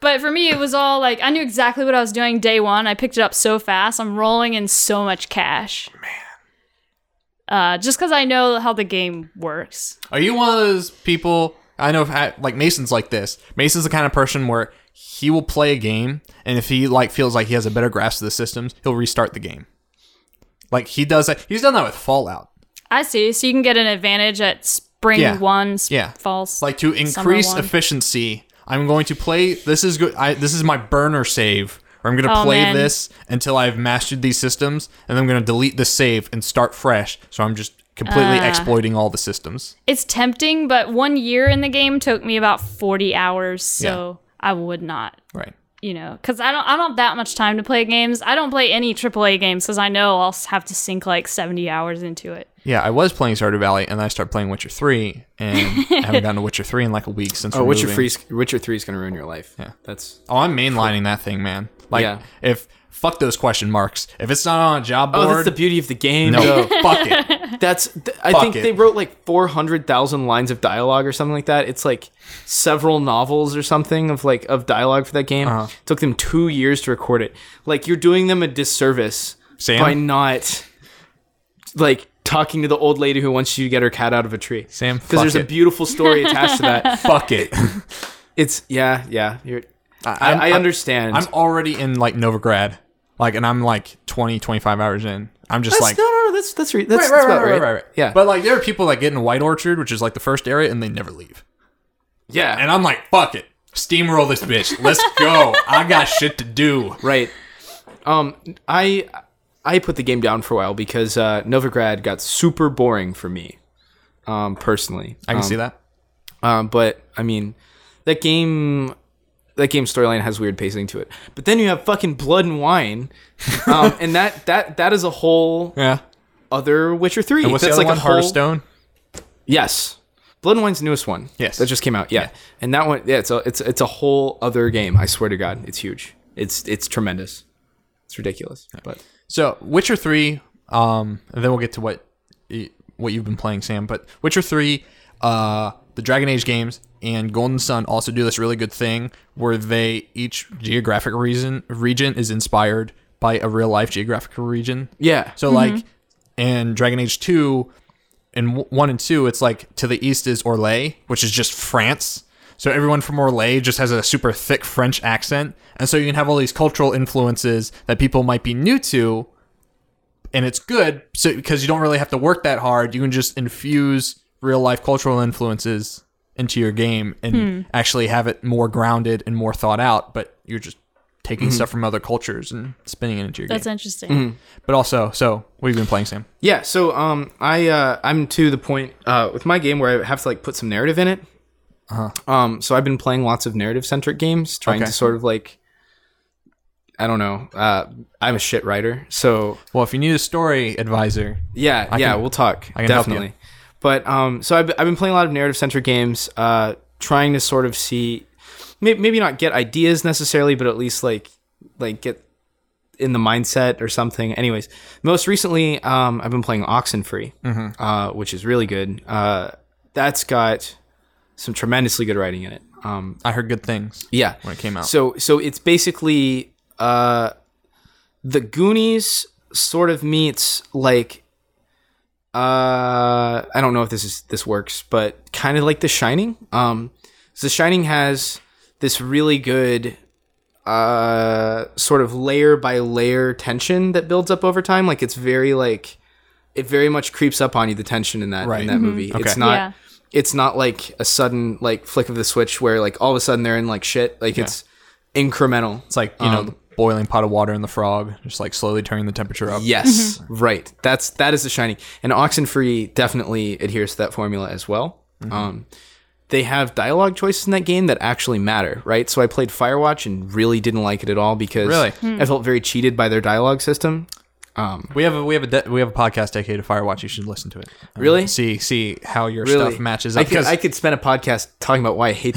Speaker 2: But for me, it was all like I knew exactly what I was doing day one. I picked it up so fast. I'm rolling in so much cash. Man. uh, just because I know how the game works.
Speaker 1: Are you one of those people? I know, if I, like Mason's like this. Mason's the kind of person where he will play a game, and if he like feels like he has a better grasp of the systems, he'll restart the game. Like he does that. He's done that with Fallout.
Speaker 2: I see. So you can get an advantage at spring
Speaker 1: Yeah.
Speaker 2: one, sp-
Speaker 1: Yeah.
Speaker 2: fall.
Speaker 1: Like to increase
Speaker 2: one.
Speaker 1: efficiency, I'm going to play. This is good. I, this is my burner save. Or I'm going to
Speaker 2: Oh,
Speaker 1: play
Speaker 2: man.
Speaker 1: this until I've mastered these systems, and then I'm going to delete the save and start fresh. So I'm just completely
Speaker 2: Ah.
Speaker 1: exploiting all the systems.
Speaker 2: it's tempting, but one year in the game took me about forty hours, so I would not.
Speaker 1: Right.
Speaker 2: You know, because I don't, I don't have that much time to play games. I don't play any AAA games because I know I'll s- have to sink like seventy hours into it.
Speaker 1: Yeah, I was playing Stardew Valley, and then I started playing Witcher Three, and I haven't gotten to Witcher Three in like a week since.
Speaker 3: Oh,
Speaker 1: we're
Speaker 3: Witcher
Speaker 1: moving.
Speaker 3: three, Witcher three is gonna ruin your life. Yeah, that's.
Speaker 1: Oh, I'm mainlining that thing, man. Like,
Speaker 3: Yeah.
Speaker 1: if fuck those question marks. If it's not on a job
Speaker 3: Oh,
Speaker 1: board,
Speaker 3: that's the beauty of the game.
Speaker 1: no,
Speaker 3: though.
Speaker 1: fuck it.
Speaker 3: That's th- I
Speaker 1: Fuck
Speaker 3: think
Speaker 1: it.
Speaker 3: they wrote like 400,000 lines of dialogue or something like that. It's like several novels or something of like of dialogue for that game.
Speaker 1: Uh-huh.
Speaker 3: took them 2 years to record it. Like you're doing them a disservice
Speaker 1: Sam?
Speaker 3: by not like talking to the old lady who wants you to get her cat out of a tree.
Speaker 1: Sam,
Speaker 3: Cuz
Speaker 1: fuck
Speaker 3: there's a
Speaker 1: it.
Speaker 3: beautiful story attached to that.
Speaker 1: fuck it.
Speaker 3: It's yeah, yeah. You're I,
Speaker 1: I'm-
Speaker 3: I
Speaker 1: I'm-
Speaker 3: understand.
Speaker 1: I'm already in like Novigrad, like, and I'm like 20, 25 hours in. I'm just
Speaker 3: That's-
Speaker 1: like.
Speaker 3: no, no, no, that's that's re- that's,
Speaker 1: Right,
Speaker 3: that's
Speaker 1: right,
Speaker 3: about
Speaker 1: right, right, right, right.
Speaker 3: Yeah.
Speaker 1: But like, there are people that get in White Orchard, which is like the first area, and they never leave.
Speaker 3: yeah.
Speaker 1: And I'm like, fuck it, steamroll this bitch. Let's go. I got shit to do.
Speaker 3: Right. Um, I I put the game down for a while because uh, Novigrad got super boring for me, um, personally.
Speaker 1: I can see that.
Speaker 3: Um, but I mean, that game that game storyline has weird pacing to it. But then you have fucking Blood and Wine, um, and that that that is a whole
Speaker 1: Yeah.
Speaker 3: other Witcher three.
Speaker 1: And what's
Speaker 3: That's
Speaker 1: the other one?
Speaker 3: like a whole-
Speaker 1: Hearthstone.
Speaker 3: Yes. Blood and Wine's the newest one.
Speaker 1: Yes.
Speaker 3: That just came out. Yeah.
Speaker 1: Yeah.
Speaker 3: And that one, yeah, it's a, it's it's a whole other game. I swear to God, it's huge. It's it's tremendous. It's ridiculous. But
Speaker 1: So Witcher three, um, and then we'll get to what y- what you've been playing, Sam. But Witcher three, uh, the Dragon Age games and Golden Sun also do this really good thing where they each geographic reason region is inspired by a real life geographic region.
Speaker 3: yeah.
Speaker 1: So like in Dragon Age 2 and w- 1 and 2 it's like to the east is Orlais, which is just France. So everyone from Orlais just has a super thick French accent. And so you can have all these cultural influences that people might be new to and it's good so because you don't really have to work that hard. You can just infuse real life cultural influences into your game and actually have it more grounded and more thought out, but you're just taking stuff from other cultures and spinning it into your game.
Speaker 2: That's interesting.
Speaker 1: But also, so what have you been playing, Sam?
Speaker 3: Yeah, so um, I uh, I'm to the point uh, with my game where I have to like put some narrative in it. Uh-huh. Um, so I've been playing lots of narrative centric games, trying
Speaker 1: Okay.
Speaker 3: to sort of like, I don't know. Uh, I'm a shit writer, so
Speaker 1: Well, if you need a story advisor,
Speaker 3: yeah, yeah,
Speaker 1: can-
Speaker 3: we'll talk
Speaker 1: I can help you.
Speaker 3: definitely. But um, so I've, I've been playing a lot of narrative centric games, uh, trying to sort of see, may- maybe not get ideas necessarily, but at least like like get in the mindset or something. Anyways, most recently, um, I've been playing Oxenfree,
Speaker 1: Mm-hmm.
Speaker 3: uh, which is really good. Uh, that's got some tremendously good writing in it. Um,
Speaker 1: I heard good things.
Speaker 3: yeah,
Speaker 1: when it came out.
Speaker 3: So so it's basically uh, the Goonies sort of meets like uh, I don't know if this is this works, but kind of like The Shining. Um, so The Shining has this really good uh, sort of layer by layer tension that builds up over time. Like it's very like it very much creeps up on you the tension in that
Speaker 1: Right.
Speaker 3: in that movie. It's not
Speaker 2: Yeah.
Speaker 3: it's not like a sudden like flick of the switch where like all of a sudden they're in like shit. Like it's incremental.
Speaker 1: It's like you
Speaker 3: Um,
Speaker 1: know the boiling pot of water and the frog, just like slowly turning the temperature up.
Speaker 3: Yes,
Speaker 1: Mm-hmm.
Speaker 3: right. That's that is the shining, and Oxenfree definitely adheres to that formula as well.
Speaker 1: Mm-hmm.
Speaker 3: Um, they have dialogue choices in that game that actually matter, right? So I played Firewatch and really didn't like it at all because
Speaker 1: Really?
Speaker 3: I felt very cheated by their dialogue system.
Speaker 1: we have a we have a de- we have a podcast dedicated to Firewatch. You should listen to it. Um,
Speaker 3: Really?
Speaker 1: See see how your
Speaker 3: Really
Speaker 1: stuff matches
Speaker 3: I
Speaker 1: up.
Speaker 3: could,
Speaker 1: 'cause-
Speaker 3: I could spend a podcast talking about why I hate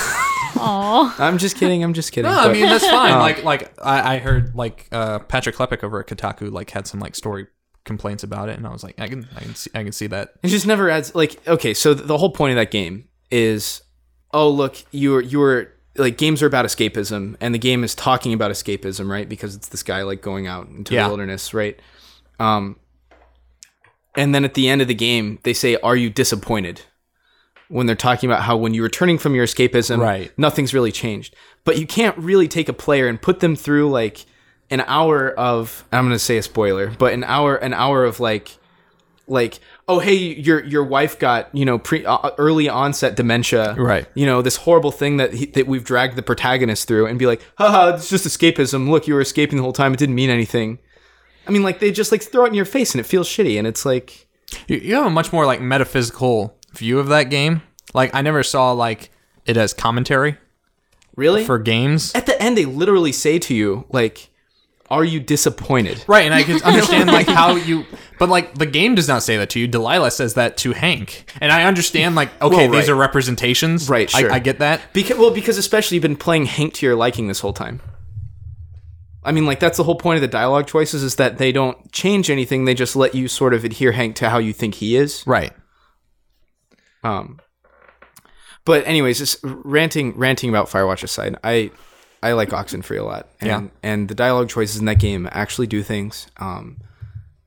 Speaker 3: game.
Speaker 2: Aw.
Speaker 3: I'm just kidding. I'm just kidding.
Speaker 1: No, I
Speaker 3: but-
Speaker 1: mean that's fine. like like I, I heard like uh, Patrick Klepek over at Kotaku like had some like story complaints about it, and I was like, I can I can see I can see that.
Speaker 3: It just never adds like okay, so th- the whole point of that game is oh look, you're you're like games are about escapism and the game is talking about escapism, right? Because it's this guy like going out into
Speaker 1: Yeah.
Speaker 3: the wilderness, right? Um and then at the end of the game, they say, "Are you disappointed?" When they're talking about how when you're returning from your escapism,
Speaker 1: Right.
Speaker 3: nothing's really changed. But you can't really take a player and put them through like an hour of I'm going to say a spoiler, but an hour an hour of like like oh hey your your wife got you know pre uh, early onset dementia
Speaker 1: Right.
Speaker 3: you know this horrible thing that he, that we've dragged the protagonist through and be like haha it's just escapism look you were escaping the whole time it didn't mean anything i mean like they just like throw it in your face and it feels shitty and it's like
Speaker 1: You, you have a much more like metaphysical view of that game. Like I never saw like it as commentary
Speaker 3: really
Speaker 1: for games.
Speaker 3: at the end they literally say to you like are you disappointed
Speaker 1: Right, and I can understand like how you, but like the game does not say that to you. Delilah says that to Hank, and I understand like okay,
Speaker 3: Well, right.
Speaker 1: these are representations.
Speaker 3: Right,
Speaker 1: I-
Speaker 3: sure.
Speaker 1: I, get that.
Speaker 3: because well because especially you've been playing hank to your liking this whole time i mean like that's the whole point of the dialogue choices is that they don't change anything they just let you sort of adhere hank to how you think he is
Speaker 1: Right.
Speaker 3: Um, but anyways, just ranting ranting about Firewatch aside, I I like Oxenfree a lot. And,
Speaker 1: Yeah.
Speaker 3: and the dialogue choices in that game actually do things. Um,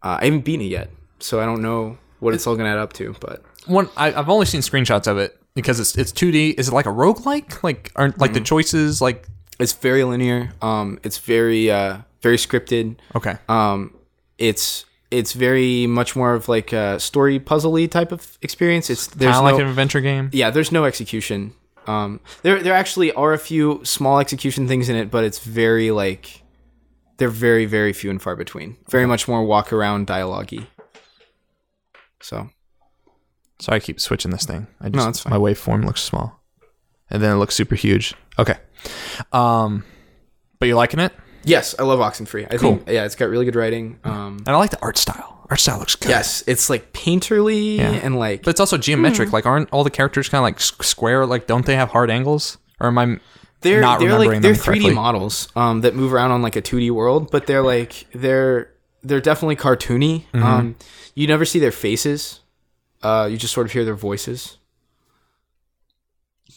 Speaker 3: uh, I haven't beaten it yet, so I don't know what it's all gonna add up to. But
Speaker 1: One, I, I've only seen screenshots of it because it's it's 2D. Is it like a roguelike? Like aren't like the
Speaker 3: Mm.
Speaker 1: choices like
Speaker 3: it's very linear. Um, it's very uh, very scripted.
Speaker 1: okay?
Speaker 3: Um, it's it's very much more of like a story puzzly type of experience. It's there's
Speaker 1: Kind of like
Speaker 3: no-
Speaker 1: an adventure game.
Speaker 3: yeah, there's no execution. Um, there there actually are a few small execution things in it, but it's very like they're very very few and far between. Very much more walk around dialogue-y. So
Speaker 1: Sorry, I keep switching this thing. I just,
Speaker 3: that's fine.
Speaker 1: My waveform looks small, and then it looks super huge. Okay. Um, but you liking it?
Speaker 3: yes, I love Oxenfree. I think yeah, it's got really good writing. Um,
Speaker 1: And I like the art style. Art style looks good.
Speaker 3: yes, it's like painterly and like
Speaker 1: But it's also geometric.
Speaker 2: Hmm.
Speaker 1: Like, aren't all the characters kind of like s- square? Like, don't they have hard angles? Or am I
Speaker 3: they're
Speaker 1: not
Speaker 3: they're
Speaker 1: remembering
Speaker 3: like they're
Speaker 1: them
Speaker 3: 3D
Speaker 1: correctly?
Speaker 3: models um, that move around on like a 2D world, but they're like they're they're definitely cartoony.
Speaker 1: Mm-hmm.
Speaker 3: Um, you never see their faces. Uh, you just sort of hear their voices.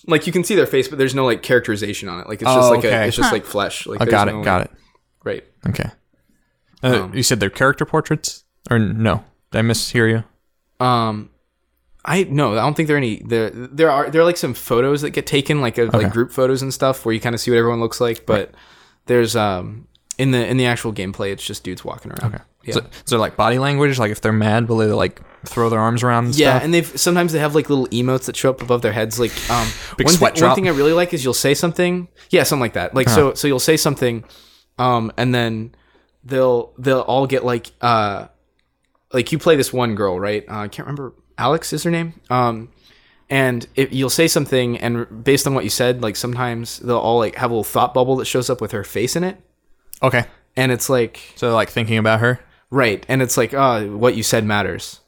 Speaker 3: Like you can see their face, but there's no like characterization on it. Like it's just
Speaker 1: Oh,
Speaker 3: like a,
Speaker 1: okay.
Speaker 3: it's just like flesh. Like
Speaker 1: I oh, got it. got it.
Speaker 3: Right.
Speaker 1: Okay. Uh,
Speaker 3: Um,
Speaker 1: you said they're character portraits, or n- no? Did I mishear you?
Speaker 3: Um, I no, I don't think there are any. There there are there are like some photos that get taken, like of like group photos and stuff, where you kind of see what everyone looks like. But there's um in the in the actual gameplay, it's just dudes walking around. Okay. Yeah.
Speaker 1: Is, it, is there like body language? Like, if they're mad, will they like throw their arms around? And
Speaker 3: Yeah,
Speaker 1: stuff?
Speaker 3: and they've sometimes they have like little emotes that show up above their heads. Like um,
Speaker 1: Big
Speaker 3: one, thi-
Speaker 1: sweat
Speaker 3: one
Speaker 1: drop.
Speaker 3: thing I really like is you'll say something. Yeah, something like that. Like so, so you'll say something, um, and then they'll they'll all get like uh, like you play this one girl, right? Uh, I can't remember. Alex is her name. Um, and it, you'll say something, and based on what you said, like sometimes they'll all like have a little thought bubble that shows up with her face in it,
Speaker 1: Okay.
Speaker 3: and it's like
Speaker 1: So they're like thinking about her.
Speaker 3: right, and it's like uh, what you said matters.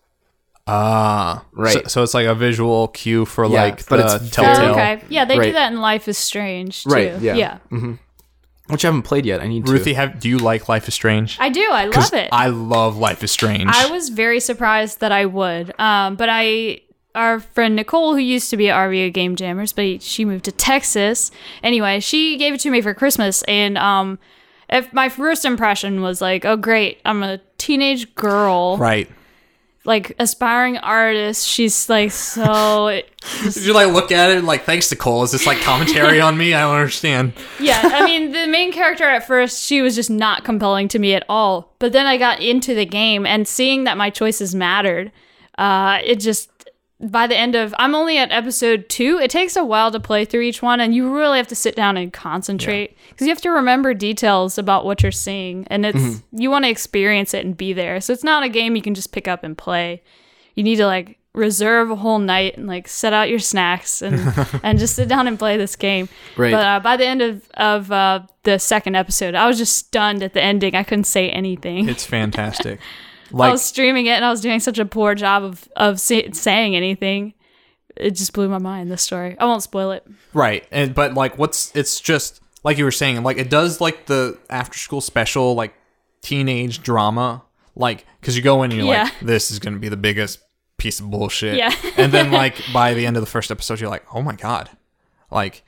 Speaker 1: Ah,
Speaker 3: Right.
Speaker 1: So, so it's like a visual cue for like
Speaker 3: but
Speaker 1: the
Speaker 3: it's very-
Speaker 2: Oh,
Speaker 1: telltale.
Speaker 2: okay. Yeah, they do
Speaker 3: Right.
Speaker 2: that in Life is Strange too.
Speaker 3: Right, yeah.
Speaker 2: yeah.
Speaker 3: Which I haven't played yet. I need to.
Speaker 1: Ruthie, have do you like Life is Strange?
Speaker 2: I do. I
Speaker 1: Mm-hmm. 'Cause
Speaker 2: love it.
Speaker 1: I love Life is Strange.
Speaker 2: I was very surprised that I would. Um, but I, our friend Nicole, who used to be at RVO Game Jammers, but she moved to Texas. Anyway, she gave it to me for Christmas, and um, if my first impression was like, "Oh, great! I'm a teenage girl,
Speaker 1: right.
Speaker 2: like aspiring artist." She's like so.
Speaker 1: Did you like look at it and like, thanks to Cole, is this like commentary on me? I don't understand.
Speaker 2: yeah, I mean, the main character at first, she was just not compelling to me at all. But then I got into the game and seeing that my choices mattered, uh, it just, by the end of, I'm only at episode two. It takes a while to play through each one, and you really have to sit down and concentrate because you have to remember details about what you're seeing. And it's, you want to experience it and be there. So it's not a game you can just pick up and play you need to like reserve a whole night and like set out your snacks and and just sit down and play this game
Speaker 3: Right.
Speaker 2: but uh, by the end of of uh, the second episode i was just stunned at the ending i couldn't say anything
Speaker 1: It's fantastic.
Speaker 2: i
Speaker 1: Like
Speaker 2: was streaming it and i was doing such a poor job of of say, saying anything it just blew my mind the story i won't spoil it
Speaker 1: right, and but like what's it's just like you were saying, like it does like the after school special like teenage drama, like because you go in and you're
Speaker 2: Yeah.
Speaker 1: like, this is gonna be the biggest piece of bullshit,
Speaker 2: Yeah.
Speaker 1: and then like by the end of the first episode, you're like, oh my god, like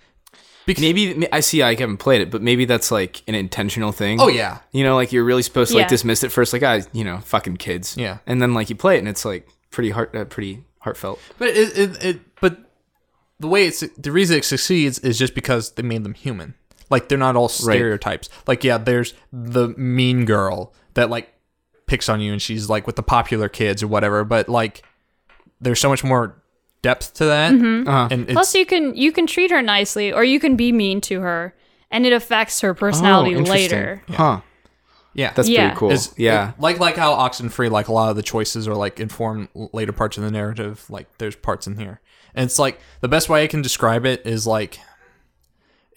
Speaker 1: Because-
Speaker 3: maybe I see I haven't played it, but maybe that's like an intentional thing.
Speaker 1: Oh, yeah.
Speaker 3: You know, like you're really supposed to
Speaker 2: Yeah.
Speaker 3: like dismiss it first, like I, you know, fucking kids.
Speaker 1: Yeah.
Speaker 3: And then like you play it, and it's like pretty heart, uh, pretty heartfelt.
Speaker 1: But it, it, it but the way it's the reason it succeeds is just because they made them human. Like they're not all stereotypes. Like yeah, there's the mean girl that like picks on you and she's like with the popular kids or whatever, but like there's so much more depth to that.
Speaker 3: Uh-huh.
Speaker 1: And it's,
Speaker 2: Plus, you can you can treat her nicely, or you can be mean to her, and it affects her personality
Speaker 1: Oh,
Speaker 3: interesting.
Speaker 2: later.
Speaker 3: Huh.
Speaker 1: yeah.
Speaker 3: That's
Speaker 2: Yeah.
Speaker 3: pretty cool.
Speaker 1: It's-
Speaker 3: yeah.
Speaker 1: like like how Oxenfree, like a lot of the choices are like inform later parts of the narrative. Like there's parts in here, and it's like the best way I can describe it is like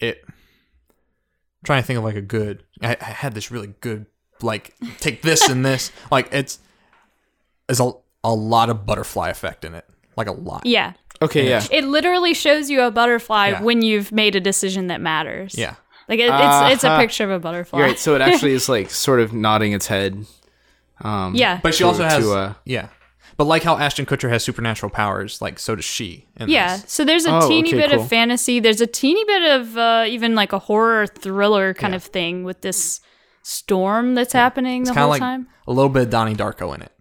Speaker 1: it. I'm trying to think of like a good. I, I had this really good like take this and this like it's there's a a lot of butterfly effect in it, like a lot.
Speaker 2: Yeah,
Speaker 3: okay. Yeah.
Speaker 2: it literally shows you a butterfly
Speaker 1: Yeah.
Speaker 2: when you've made a decision that matters.
Speaker 1: Yeah.
Speaker 2: like it, it's it's a
Speaker 3: Uh-huh.
Speaker 2: picture of a butterfly.
Speaker 3: You're right. So it actually is like sort of nodding its head.
Speaker 2: yeah,
Speaker 1: But she
Speaker 3: To-
Speaker 1: also has
Speaker 3: to, uh,
Speaker 1: yeah. But like how Ashton Kutcher has supernatural powers, like so does she. In
Speaker 2: yeah.
Speaker 1: this.
Speaker 2: So there's a
Speaker 3: Oh,
Speaker 2: teeny
Speaker 3: okay,
Speaker 2: bit
Speaker 3: cool.
Speaker 2: of fantasy. There's a teeny bit of uh, even like a horror thriller kind of thing with this storm that's happening the
Speaker 1: Kinda
Speaker 2: whole
Speaker 1: like
Speaker 2: time.
Speaker 1: a little bit of Donnie Darko in it.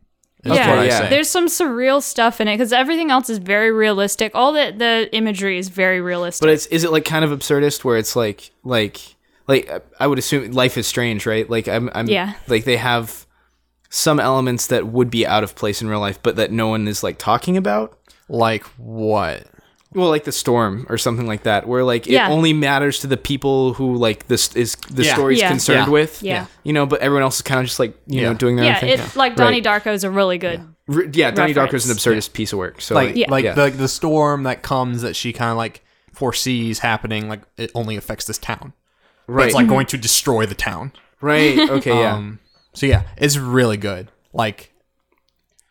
Speaker 1: is
Speaker 2: Yeah,
Speaker 1: what I
Speaker 3: yeah.
Speaker 1: say.
Speaker 2: there's some surreal stuff in it because everything else is very realistic. All the the imagery is very realistic.
Speaker 3: But it's is it like kind of absurdist where it's like like like uh, I would assume life is strange, right? Like I'm I'm
Speaker 2: Yeah.
Speaker 3: like they have some elements that would be out of place in real life, but that no one is like talking about.
Speaker 1: Like what?
Speaker 3: Well, like the storm or something like that, where like it
Speaker 2: Yeah.
Speaker 3: only matters to the people who like this is the
Speaker 1: Yeah.
Speaker 3: story's
Speaker 2: Yeah.
Speaker 3: concerned
Speaker 1: Yeah.
Speaker 3: with.
Speaker 2: Yeah.
Speaker 3: you know, but everyone else is kind of just like you
Speaker 1: Yeah.
Speaker 3: know doing their
Speaker 2: yeah,
Speaker 3: own thing.
Speaker 2: it, like Donnie Darko is a really good.
Speaker 3: R- yeah, Donnie Darko is an
Speaker 1: reference.
Speaker 3: absurdist piece of work. So
Speaker 1: like
Speaker 3: like,
Speaker 2: Yeah.
Speaker 1: like
Speaker 3: yeah.
Speaker 1: The, the storm that comes that she kind of like foresees happening like it only affects this town But
Speaker 3: right,
Speaker 2: Mm-hmm.
Speaker 1: it's like going to destroy the town
Speaker 3: right, okay, yeah.
Speaker 1: um so yeah it's really good like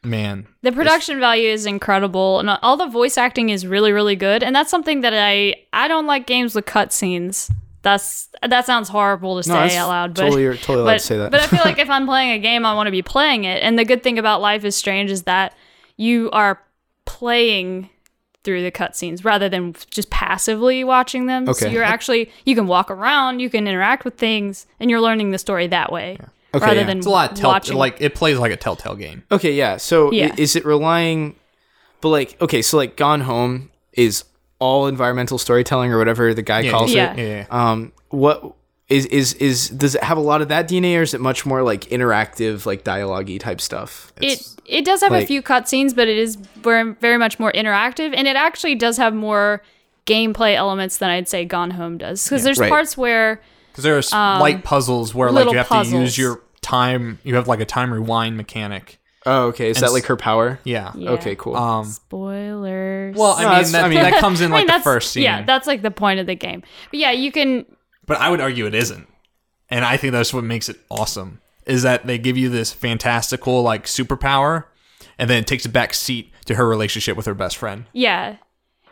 Speaker 1: man
Speaker 2: The production value is incredible, and all the voice acting is really, really good. And that's something that I I don't like games with cutscenes. That's that sounds horrible to say
Speaker 3: that's
Speaker 2: out loud, but
Speaker 3: totally- you're totally
Speaker 2: but,
Speaker 3: allowed to say that.
Speaker 2: but I feel like if I'm playing a game, I want to be playing it. And the good thing about Life is Strange is that you are playing through the cutscenes rather than just passively watching them. So
Speaker 3: Okay.
Speaker 2: you're actually you can walk around, you can interact with things, and you're learning the story that way
Speaker 3: Okay,
Speaker 2: rather
Speaker 3: yeah.
Speaker 2: than
Speaker 1: it's a lot of tell-
Speaker 2: watching.
Speaker 1: like it plays like a telltale game
Speaker 3: Okay, yeah. So i-
Speaker 2: Yeah.
Speaker 3: is it relying but like okay, so like Gone Home is all environmental storytelling or whatever the guy calls
Speaker 2: yeah.
Speaker 3: it.
Speaker 1: yeah, yeah.
Speaker 3: Um what is is is does it have a lot of that DNA or is it much more like interactive like dialogue-y type stuff?
Speaker 2: it it does have a
Speaker 3: like-
Speaker 2: few cutscenes, but it is ver- very much more interactive, and it actually does have more gameplay elements than I'd say Gone Home does. Because there's
Speaker 3: Right.
Speaker 2: parts where
Speaker 1: 'Cause there are slight puzzles where like
Speaker 2: Um, little
Speaker 1: you have to use
Speaker 2: puzzles.
Speaker 1: your time you have like a time rewind mechanic
Speaker 3: Oh, okay. Is that
Speaker 1: s-
Speaker 3: like her power?
Speaker 1: yeah,
Speaker 2: Yeah.
Speaker 3: Okay, cool.
Speaker 1: um
Speaker 2: spoilers.
Speaker 1: well i
Speaker 3: No,
Speaker 1: mean
Speaker 3: that's-
Speaker 1: that,
Speaker 3: I mean-
Speaker 1: that comes in
Speaker 2: I
Speaker 1: like
Speaker 2: mean,
Speaker 1: the
Speaker 2: that's-
Speaker 1: first scene
Speaker 2: Yeah, that's like the point of the game. But yeah, you can.
Speaker 1: but I would argue it isn't. And I think that's what makes it awesome is that they give you this fantastical like superpower and then it takes a back seat to her relationship with her best friend.
Speaker 2: Yeah,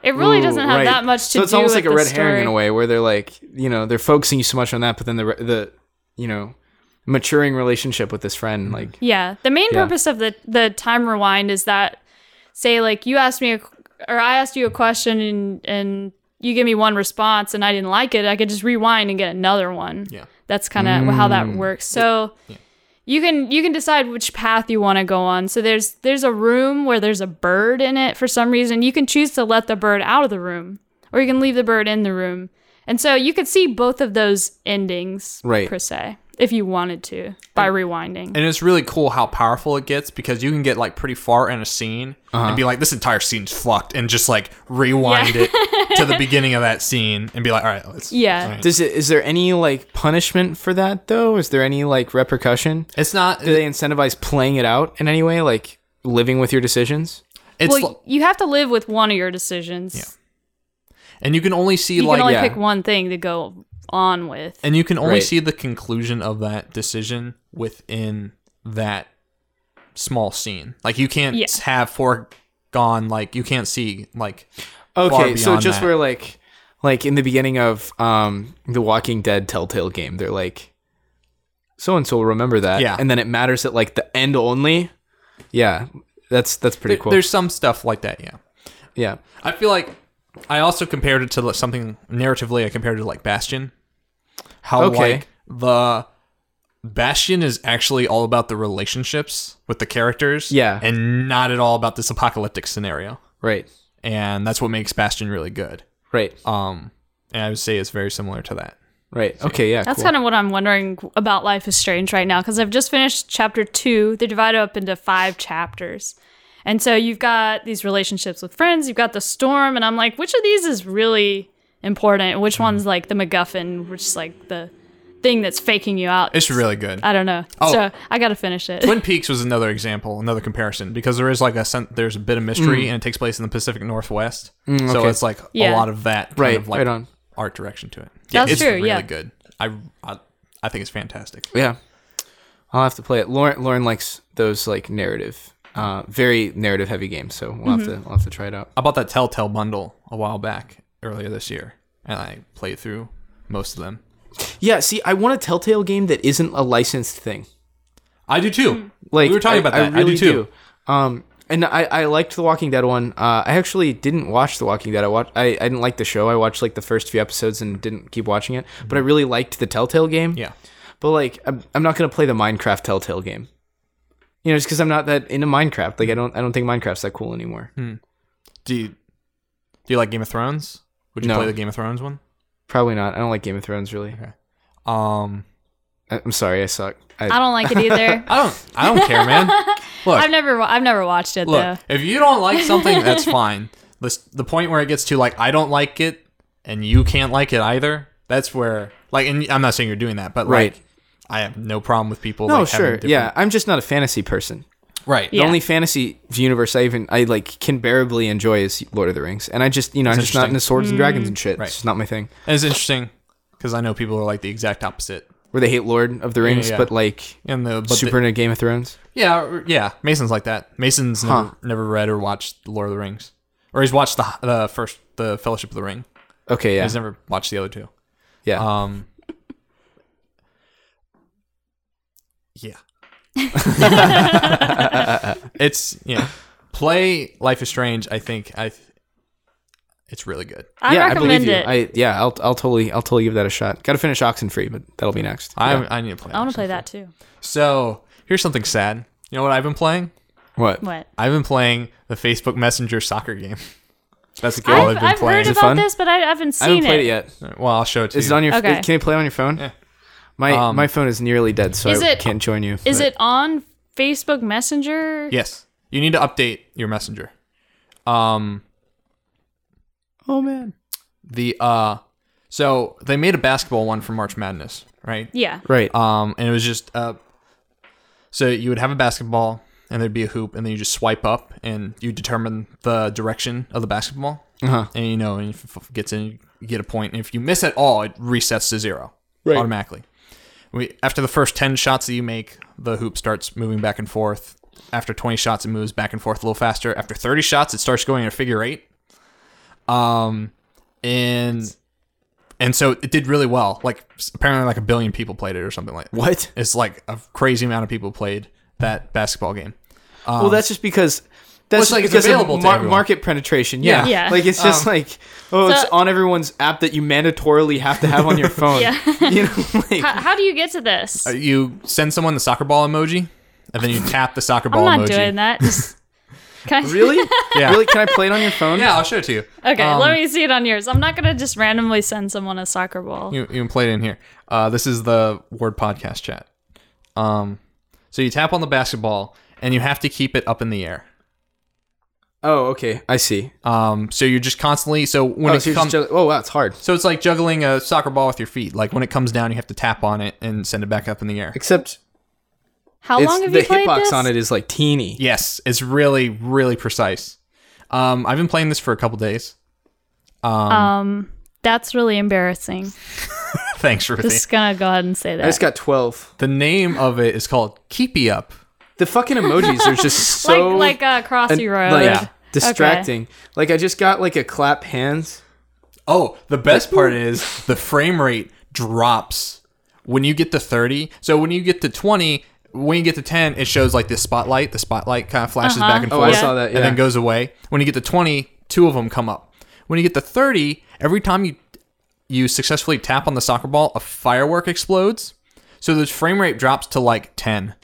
Speaker 2: it really
Speaker 3: Ooh,
Speaker 2: doesn't have
Speaker 3: right.
Speaker 2: that much to
Speaker 3: So it's
Speaker 2: do
Speaker 3: almost
Speaker 2: with
Speaker 3: like a
Speaker 2: the
Speaker 3: red
Speaker 2: story.
Speaker 3: herring in a way where they're like, you know, they're focusing you so much on that, but then the re- the you know, maturing relationship with this
Speaker 1: Mm-hmm.
Speaker 3: friend like
Speaker 2: Yeah. The main
Speaker 3: Yeah.
Speaker 2: purpose of the the time rewind is that say like you asked me a, or I asked you a question and and you give me one response and I didn't like it, I could just rewind and get another one.
Speaker 1: Yeah.
Speaker 2: That's kind of how that works. So you can you can decide which path you want to go on. So there's there's a room where there's a bird in it for some reason. You can choose to let the bird out of the room or you can leave the bird in the room. And so you could see both of those endings
Speaker 3: Right.
Speaker 2: per se if you wanted to by rewinding.
Speaker 1: And it's really cool how powerful it gets because you can get like pretty far in a scene and be like, this entire scene's fucked and just like rewind it to the beginning of that scene and be like, all right, let's.
Speaker 2: Yeah.
Speaker 1: all right."
Speaker 3: Does it is there any like punishment for that though? Is there any like repercussion?
Speaker 1: It's not.
Speaker 3: Do they incentivize playing it out in any way, like living with your decisions?
Speaker 1: It's
Speaker 2: well,
Speaker 1: li-
Speaker 2: you have to live with one of your decisions.
Speaker 1: Yeah. and you can only see
Speaker 2: You
Speaker 1: like
Speaker 2: can only
Speaker 3: yeah.
Speaker 2: pick one thing to go on with.
Speaker 1: And you can only
Speaker 3: Right.
Speaker 1: see the conclusion of that decision within that small scene. Like you can't
Speaker 2: Yeah.
Speaker 1: have foregone like you can't see like
Speaker 3: Okay, so
Speaker 1: beyond
Speaker 3: just
Speaker 1: that.
Speaker 3: where like, like in the beginning of um the Walking Dead Telltale game, they're like, so and so will remember that,
Speaker 1: Yeah.
Speaker 3: and then it matters at like the end only. Yeah, that's that's pretty cool.
Speaker 1: there's some stuff like that, yeah.
Speaker 3: yeah,
Speaker 1: I feel like I also compared it to like, something narratively. I compared it to like Bastion. How
Speaker 3: Okay.
Speaker 1: like the Bastion is actually all about the relationships with the characters,
Speaker 3: Yeah.
Speaker 1: and not at all about this apocalyptic scenario.
Speaker 3: Right.
Speaker 1: And that's what makes Bastion really good.
Speaker 3: Right. uh,
Speaker 1: Um, and I would say it's very similar to that.
Speaker 3: Right. Okay. Yeah.
Speaker 2: That's kind of what I'm wondering about Life is Strange right now because I've just finished chapter two. They're divided up into five chapters. And so you've got these relationships with friends, you've got the storm, and I'm like, which of these is really important? and Which
Speaker 1: Mm-hmm.
Speaker 2: one's like the MacGuffin, which is like the thing that's faking you out?
Speaker 1: It's really good.
Speaker 2: I don't know.
Speaker 1: Oh.
Speaker 2: So I got to finish it.
Speaker 1: Twin Peaks was another example, another comparison, because there is like a sen- there's a bit of mystery and it takes place in the Pacific Northwest, so
Speaker 3: Mm. okay.
Speaker 1: it's like
Speaker 2: Yeah.
Speaker 1: a lot of that kind
Speaker 3: Right,
Speaker 1: of like
Speaker 3: right on.
Speaker 1: art direction to it.
Speaker 2: That's
Speaker 1: it's
Speaker 2: true,
Speaker 1: Really
Speaker 2: yeah.
Speaker 1: good. I, I I think it's fantastic.
Speaker 3: Yeah. I'll have to play it. Lauren Lauren likes those like narrative, uh, very narrative heavy games. So we'll have to we'll have to try it out.
Speaker 1: I bought that Telltale bundle a while back earlier this year, and I played through most of them.
Speaker 3: Yeah. See, I want a Telltale game that isn't a licensed thing.
Speaker 1: I do too.
Speaker 3: Hmm. Like
Speaker 1: we were talking
Speaker 3: I-
Speaker 1: about
Speaker 3: I
Speaker 1: that. I,
Speaker 3: really
Speaker 1: do too.
Speaker 3: do. Um, and I, I liked the Walking Dead one. Uh, I actually didn't watch the Walking Dead. I watched. I, I didn't like the show. I watched like the first few episodes and didn't keep watching it. But I really liked the Telltale game.
Speaker 1: Yeah,
Speaker 3: But like, I'm, I'm not gonna play the Minecraft Telltale game. You know, just because I'm not that into Minecraft. Like, I don't I don't think Minecraft's that cool anymore.
Speaker 1: Hmm. do you, do you like Game of Thrones? Would you
Speaker 3: No.
Speaker 1: play the Game of Thrones one?
Speaker 3: Probably not. I don't like Game of Thrones really.
Speaker 1: Um,
Speaker 3: I- I'm sorry, I suck.
Speaker 2: I
Speaker 3: I,
Speaker 2: don't like it either.
Speaker 1: I don't I don't care, man. Look,
Speaker 2: I've never wa- I've never watched it
Speaker 1: Look,
Speaker 2: though.
Speaker 1: if you don't like something, that's fine. The, s- the point where it gets to like I don't like it and you can't like it either. That's where like and I'm not saying you're doing that, but
Speaker 3: Right.
Speaker 1: like I have no problem with people.
Speaker 3: no,
Speaker 1: like, having
Speaker 3: sure,
Speaker 1: different-
Speaker 3: yeah. I'm just not a fantasy person.
Speaker 1: right.
Speaker 2: Yeah.
Speaker 3: The only fantasy universe I even I like can bearably enjoy is Lord of the Rings, and I just you know I'm just not
Speaker 1: interesting. Mm.
Speaker 3: into swords and dragons and shit.
Speaker 1: Right.
Speaker 3: It's just not my thing.
Speaker 1: And it's interesting because I know people are like the exact opposite.
Speaker 3: Where they hate Lord of the Rings,
Speaker 1: yeah.
Speaker 3: but like
Speaker 1: And the but
Speaker 3: super
Speaker 1: the-
Speaker 3: into Game of Thrones.
Speaker 1: yeah or- yeah Mason's like that. Mason's
Speaker 3: Huh.
Speaker 1: never, never read or watched Lord of the Rings, or he's watched the the first the Fellowship of the Ring.
Speaker 3: Okay, yeah,
Speaker 1: He's never watched the other two.
Speaker 3: yeah.
Speaker 1: Um. Yeah. it's yeah. Play Life is Strange. I think I. th- It's really good.
Speaker 2: I
Speaker 3: yeah,
Speaker 2: recommend it. I,
Speaker 3: I yeah, I'll I'll totally I'll totally give that a shot. Got to finish Oxenfree, but that'll be next.
Speaker 1: I
Speaker 3: Yeah.
Speaker 1: I need to play.
Speaker 2: want to
Speaker 1: this.
Speaker 2: play that too.
Speaker 1: So here's something sad. You know what I've been playing?
Speaker 3: what?
Speaker 2: What?
Speaker 1: I've been playing the Facebook Messenger soccer game. That's a
Speaker 2: I've,
Speaker 1: all I've been
Speaker 2: I've
Speaker 1: playing.
Speaker 2: heard
Speaker 3: it
Speaker 2: about
Speaker 3: fun?
Speaker 2: this, but I haven't seen
Speaker 3: I haven't played it yet.
Speaker 1: well, I'll show it to
Speaker 3: Is
Speaker 1: you.
Speaker 3: it on your?
Speaker 2: Okay.
Speaker 3: Can you play it on your phone?
Speaker 1: Yeah.
Speaker 3: My
Speaker 1: Um,
Speaker 3: my phone is nearly dead, so
Speaker 2: Is
Speaker 3: I
Speaker 2: it-
Speaker 3: can't join you.
Speaker 2: Is
Speaker 3: but-
Speaker 2: it on Facebook Messenger?
Speaker 1: yes, you need to update your Messenger. Um.
Speaker 3: Oh man.
Speaker 1: the uh so they made a basketball one for March Madness, right?
Speaker 2: Yeah.
Speaker 3: Right.
Speaker 1: Um and it was just uh so you would have a basketball and there'd be a hoop and then you just swipe up and you determine the direction of the basketball.
Speaker 3: Uh-huh.
Speaker 1: And you know, and if it gets in you get a point and if you miss at all it resets to zero
Speaker 3: Right.
Speaker 1: automatically. We after the first 10 shots that you make, the hoop starts moving back and forth. After 20 shots it moves back and forth a little faster. After 30 shots it starts going in a figure 8 and and so it did really well. Like s- apparently, like a billion people played it or something like.
Speaker 3: What?
Speaker 1: It's like a crazy amount of people played that basketball game.
Speaker 3: well, that's just because
Speaker 1: Um, it's
Speaker 3: that's just
Speaker 1: like it's
Speaker 3: because
Speaker 1: available
Speaker 3: of
Speaker 1: to
Speaker 3: mar-
Speaker 1: everyone. Um,
Speaker 3: market penetration. Yeah.
Speaker 1: Yeah.
Speaker 2: Yeah.
Speaker 3: Like it's just like oh,
Speaker 2: So-
Speaker 3: it's on everyone's app that you mandatorily have to have on your phone.
Speaker 2: Yeah.
Speaker 3: You know, like
Speaker 2: How, how do you get to this?
Speaker 1: Uh, You send someone the soccer ball emoji, and then you tap the soccer
Speaker 2: I'm
Speaker 1: ball
Speaker 2: not
Speaker 1: emoji.
Speaker 2: doing that. Just Can I-
Speaker 3: really?
Speaker 1: Yeah.
Speaker 3: Really? Can I play it on your phone?
Speaker 1: Yeah, I'll show it to you.
Speaker 2: Okay,
Speaker 1: Um,
Speaker 2: let me see it on yours. I'm not gonna just randomly send someone a soccer ball.
Speaker 1: You, you can play it in here. Uh, this is the Word Podcast chat. Um, so you tap on the basketball, and you have to keep it up in the air.
Speaker 3: Oh, okay. I see.
Speaker 1: Um, so you're just constantly. So when
Speaker 3: Oh,
Speaker 1: it
Speaker 3: so you're just
Speaker 1: comes,
Speaker 3: jugg- oh wow, it's hard.
Speaker 1: so it's like juggling a soccer ball with your feet. Like when it comes down, you have to tap on it and send it back up in the air.
Speaker 3: Except
Speaker 2: How
Speaker 3: it's,
Speaker 2: long have
Speaker 3: the
Speaker 2: you played
Speaker 3: hitbox
Speaker 2: this?
Speaker 3: on it is like teeny.
Speaker 1: Yes, it's really, really precise. Um, I've been playing this for a couple days.
Speaker 2: Um, that's really embarrassing.
Speaker 1: Thanks, Ruthie.
Speaker 2: Just gonna go ahead and say
Speaker 3: I
Speaker 2: that.
Speaker 3: just got twelve.
Speaker 1: the name of it is called Keepy Up.
Speaker 3: The fucking emojis are just
Speaker 2: like
Speaker 3: so
Speaker 2: like uh, Crossy
Speaker 3: an-
Speaker 2: Road.
Speaker 3: like,
Speaker 1: Yeah.
Speaker 3: distracting. Like I just got like a clap hands.
Speaker 1: Oh, the best part is the frame rate drops when you get to 30. So when you get to 20, when you get to 10, it shows like this spotlight. The spotlight kind of flashes back and
Speaker 3: Oh,
Speaker 1: forth.
Speaker 3: I saw that.
Speaker 1: And
Speaker 3: yeah.
Speaker 1: then goes away. When you get to 20, two of them come up. When you get to 30, every time you you successfully tap on the soccer ball, a firework explodes. So the frame rate drops to like 10.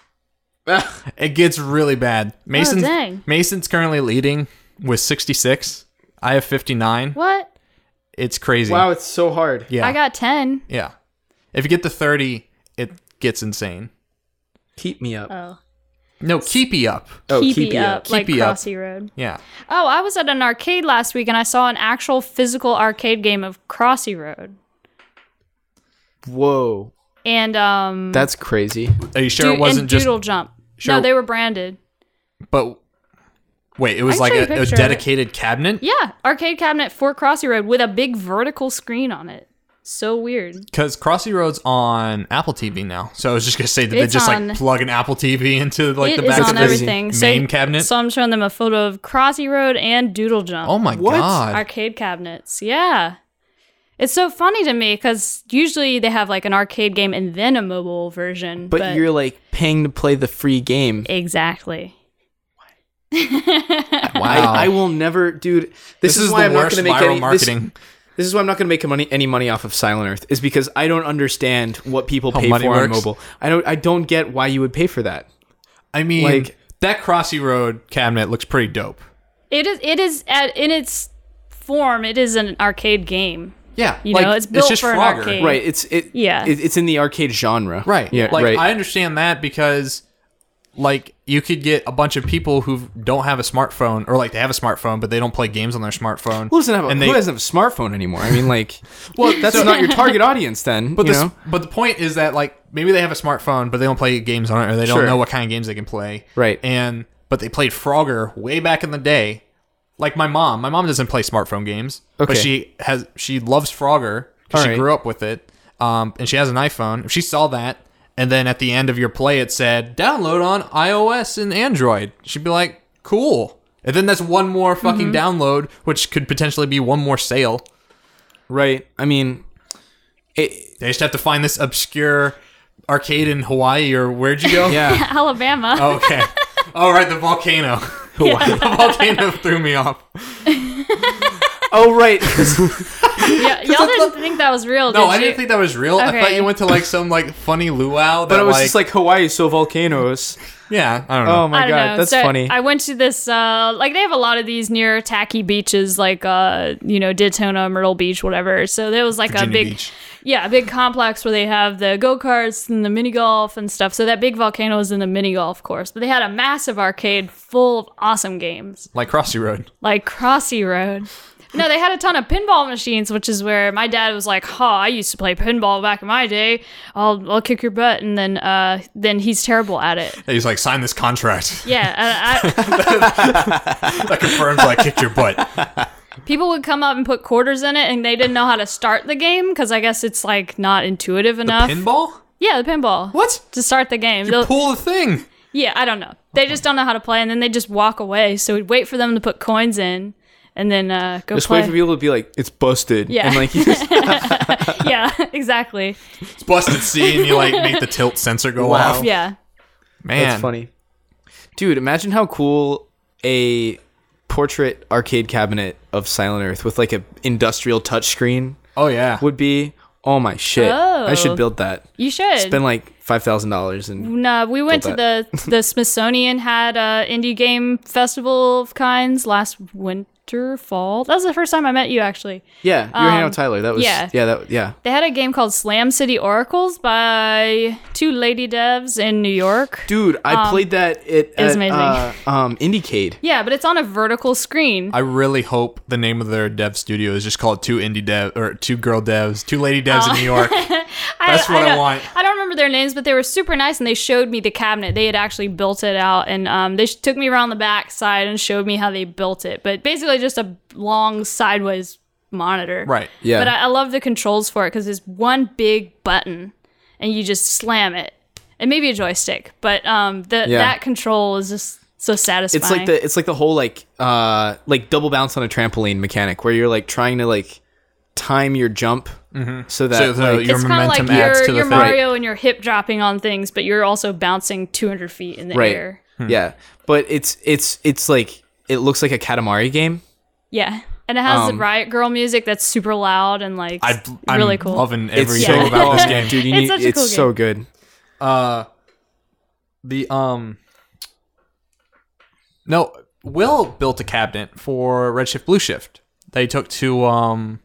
Speaker 1: It gets really bad. Mason's
Speaker 2: Oh, dang.
Speaker 1: Mason's currently leading with 66. I have 59.
Speaker 2: What?
Speaker 1: It's crazy.
Speaker 3: wow, it's so hard.
Speaker 1: Yeah.
Speaker 2: I got 10.
Speaker 1: yeah. If you get to 30, it gets insane.
Speaker 3: Keep me up.
Speaker 2: Oh.
Speaker 1: No, keep ye up.
Speaker 3: Oh,
Speaker 2: keep,
Speaker 3: keep
Speaker 2: it
Speaker 3: it
Speaker 2: up,
Speaker 3: up.
Speaker 2: like
Speaker 1: Keep it up.
Speaker 2: Crossy Road.
Speaker 1: Yeah.
Speaker 2: Oh, I was at an arcade last week and I saw an actual physical arcade game of Crossy Road.
Speaker 3: Whoa,
Speaker 2: And um
Speaker 3: that's crazy.
Speaker 1: Are you sure
Speaker 2: Doo-
Speaker 1: it wasn't
Speaker 2: and
Speaker 1: just
Speaker 2: Doodle Jump.
Speaker 1: Sure-
Speaker 2: No, they were branded.
Speaker 1: but wait, it
Speaker 2: I
Speaker 1: was
Speaker 2: can
Speaker 1: like
Speaker 2: show
Speaker 1: a,
Speaker 2: you a
Speaker 1: a
Speaker 2: picture of it.
Speaker 1: dedicated cabinet?
Speaker 2: Yeah, arcade cabinet for Crossy Road with a big vertical screen on it. So weird.
Speaker 1: Because Crossy Road's on Apple TV now. So I was just going to say, did
Speaker 2: It's
Speaker 1: they just
Speaker 2: on-
Speaker 1: like plug an Apple TV into like
Speaker 2: It
Speaker 1: the
Speaker 2: is
Speaker 1: back
Speaker 3: That's
Speaker 1: of
Speaker 2: on
Speaker 1: the
Speaker 3: crazy.
Speaker 2: everything. So,
Speaker 1: main cabinet?
Speaker 2: So I'm showing them a photo of Crossy Road and Doodle Jump.
Speaker 1: Oh my
Speaker 3: What?
Speaker 1: God.
Speaker 2: arcade cabinets. Yeah. It's so funny to me because usually they have like an arcade game and then a mobile version.
Speaker 3: But, you're like paying to play the free game.
Speaker 2: exactly.
Speaker 1: Wow.
Speaker 3: I, I will never, dude. This,
Speaker 1: this
Speaker 3: is,
Speaker 1: is,
Speaker 3: why
Speaker 1: the
Speaker 3: I'm not
Speaker 1: worst
Speaker 3: going to make
Speaker 1: viral
Speaker 3: any. This,
Speaker 1: marketing.
Speaker 3: this is why I'm not going to make money any money off of Silent Earth is because I don't understand what people pay
Speaker 1: money
Speaker 3: for on
Speaker 1: works?
Speaker 3: mobile. I don't. I don't get why you would pay for that.
Speaker 1: I mean,
Speaker 3: Like-
Speaker 1: that Crossy Road cabinet looks pretty dope.
Speaker 2: It is. It is at, in its form. It is an arcade game.
Speaker 1: Yeah,
Speaker 2: You know, it's built for an arcade.
Speaker 3: Right. It's it.
Speaker 2: Yeah.
Speaker 3: It, it's in the arcade genre.
Speaker 1: Right.
Speaker 3: Yeah.
Speaker 1: Like
Speaker 3: right.
Speaker 1: I understand that because like you could get a bunch of people who don't have a smartphone or like they have a smartphone but they don't play games on their smartphone.
Speaker 3: who doesn't have a,
Speaker 1: and
Speaker 3: who
Speaker 1: they-
Speaker 3: doesn't have a smartphone anymore? I mean, like,
Speaker 1: Well,
Speaker 3: that's
Speaker 1: so-
Speaker 3: not your target audience then.
Speaker 1: But
Speaker 3: you
Speaker 1: the,
Speaker 3: know?
Speaker 1: but the point is that like maybe they have a smartphone but they don't play games on it or they don't
Speaker 3: Sure.
Speaker 1: know what kind of games they can play.
Speaker 3: Right.
Speaker 1: And but they played Frogger way back in the day. Like my mom, my mom doesn't play smartphone games, but
Speaker 3: Okay.
Speaker 1: she has she loves Frogger because she
Speaker 3: Alright.
Speaker 1: grew up with it. Um, and she has an iPhone. If she saw that, and then at the end of your play it said download on iOS and Android, she'd be like, cool. And then that's one more fucking
Speaker 3: Mm-hmm.
Speaker 1: download, which could potentially be one more sale.
Speaker 3: right. I mean, it.
Speaker 1: They just have to find this obscure arcade in Hawaii or where'd you go?
Speaker 3: Yeah.
Speaker 2: Alabama.
Speaker 1: Okay. All right, the volcano. the volcano threw me off.
Speaker 3: oh, right. 'Cause
Speaker 2: yeah, y'all didn't think that was real, did
Speaker 1: No, I
Speaker 2: you?
Speaker 1: didn't think that was real. I thought
Speaker 2: Okay.
Speaker 1: you went to like some like funny luau. That,
Speaker 3: but it was
Speaker 1: like,
Speaker 3: just like Hawaii, so volcanoes.
Speaker 1: yeah. I don't know.
Speaker 3: Oh my
Speaker 2: I don't
Speaker 3: god,
Speaker 2: know.
Speaker 3: that's
Speaker 2: So
Speaker 3: funny.
Speaker 2: I went to this uh like they have a lot of these near tacky beaches like uh you know Daytona, Myrtle Beach, whatever. So there was like
Speaker 1: Virginia
Speaker 2: a big
Speaker 1: Beach.
Speaker 2: yeah, a big complex where they have the go-karts and the mini golf and stuff. So that big volcano is in the mini golf course, but they had a massive arcade full of awesome games
Speaker 1: like Crossy Road.
Speaker 2: like Crossy Road. No, they had a ton of pinball machines, which is where my dad was like, "Ha, I used to play pinball back in my day. I'll I'll kick your butt." And then uh then he's terrible at it.
Speaker 1: He's like, sign this contract
Speaker 2: Yeah, I, I,
Speaker 1: that confirms I kicked your butt.
Speaker 2: people would come up and put quarters in it and they didn't know how to start the game because i guess it's like not intuitive enough
Speaker 1: Pinball?
Speaker 2: yeah the pinball
Speaker 1: What?
Speaker 2: to start the game
Speaker 1: You
Speaker 2: They'll-
Speaker 1: pull the thing.
Speaker 2: yeah i don't know they just don't know how to play and then they just walk away so we'd wait for them to put coins in and then uh, go
Speaker 3: Just
Speaker 2: play.
Speaker 3: wait for people to be like, it's busted.
Speaker 2: Yeah.
Speaker 3: And like, you just,
Speaker 2: yeah, exactly.
Speaker 1: It's busted C, and you like make the tilt sensor go
Speaker 3: Wow.
Speaker 1: off.
Speaker 2: Yeah,
Speaker 1: Man,
Speaker 3: That's funny. Dude, imagine how cool a portrait arcade cabinet of Silent Earth with like a industrial touchscreen
Speaker 1: Oh yeah.
Speaker 3: would be. Oh my shit. I
Speaker 2: Oh.
Speaker 3: should build that.
Speaker 2: you should.
Speaker 3: Spend like $5,000 and
Speaker 2: no, we went to
Speaker 3: Build
Speaker 2: the the Smithsonian had a indie game festival of kinds last winter fall. That was the first time I met you actually.
Speaker 3: yeah, you were hanging out with Tyler. That was
Speaker 2: Um, yeah.
Speaker 3: yeah, yeah that yeah.
Speaker 2: They had a game called Slam City Oracles by two lady devs in New York.
Speaker 3: Dude, I played that at,
Speaker 2: Um, was
Speaker 3: at,
Speaker 2: amazing.
Speaker 3: uh, um Indiecade.
Speaker 2: Yeah, but it's on a vertical screen.
Speaker 1: I really hope the name of their dev studio is just called Two Indie Dev or Two Girl Devs, Two Lady Devs in New York. That's what I
Speaker 2: don't-
Speaker 1: want.
Speaker 2: Oh. I don't remember their names, but they were super nice, and they showed me the cabinet. They had actually built it out, and um, they sh- took me around the back side and showed me how they built it. But basically, just a long sideways monitor.
Speaker 1: Right.
Speaker 3: Yeah.
Speaker 2: But I, I love the controls for it because it's one big button, and you just slam it, and maybe a joystick. But um, the,
Speaker 3: Yeah.
Speaker 2: that control is just so satisfying.
Speaker 3: it's like the it's like the whole like uh like double bounce on a trampoline mechanic where you're like trying to like time your jump so that
Speaker 1: Mm-hmm. So, so
Speaker 3: like,
Speaker 1: your
Speaker 2: it's kind of
Speaker 1: momentum
Speaker 2: like your,
Speaker 1: adds to the
Speaker 2: your
Speaker 1: thing.
Speaker 2: Mario and you're hip dropping on things, but you're also bouncing 200 feet in the air.
Speaker 1: Hmm.
Speaker 3: yeah but it's it's it's like it looks like a katamari game
Speaker 2: Yeah. And it has the Riot Girl music that's super loud and like
Speaker 1: Um, I, I'm
Speaker 2: really cool.
Speaker 1: loving everything
Speaker 2: so Yeah.
Speaker 1: about this
Speaker 3: good,
Speaker 1: game.
Speaker 3: dude. You
Speaker 2: It's
Speaker 3: need-
Speaker 2: such a
Speaker 3: it's
Speaker 2: cool
Speaker 3: so good.
Speaker 1: Uh, the um, no, Will built a cabinet for Redshift Blue Shift that he took to um,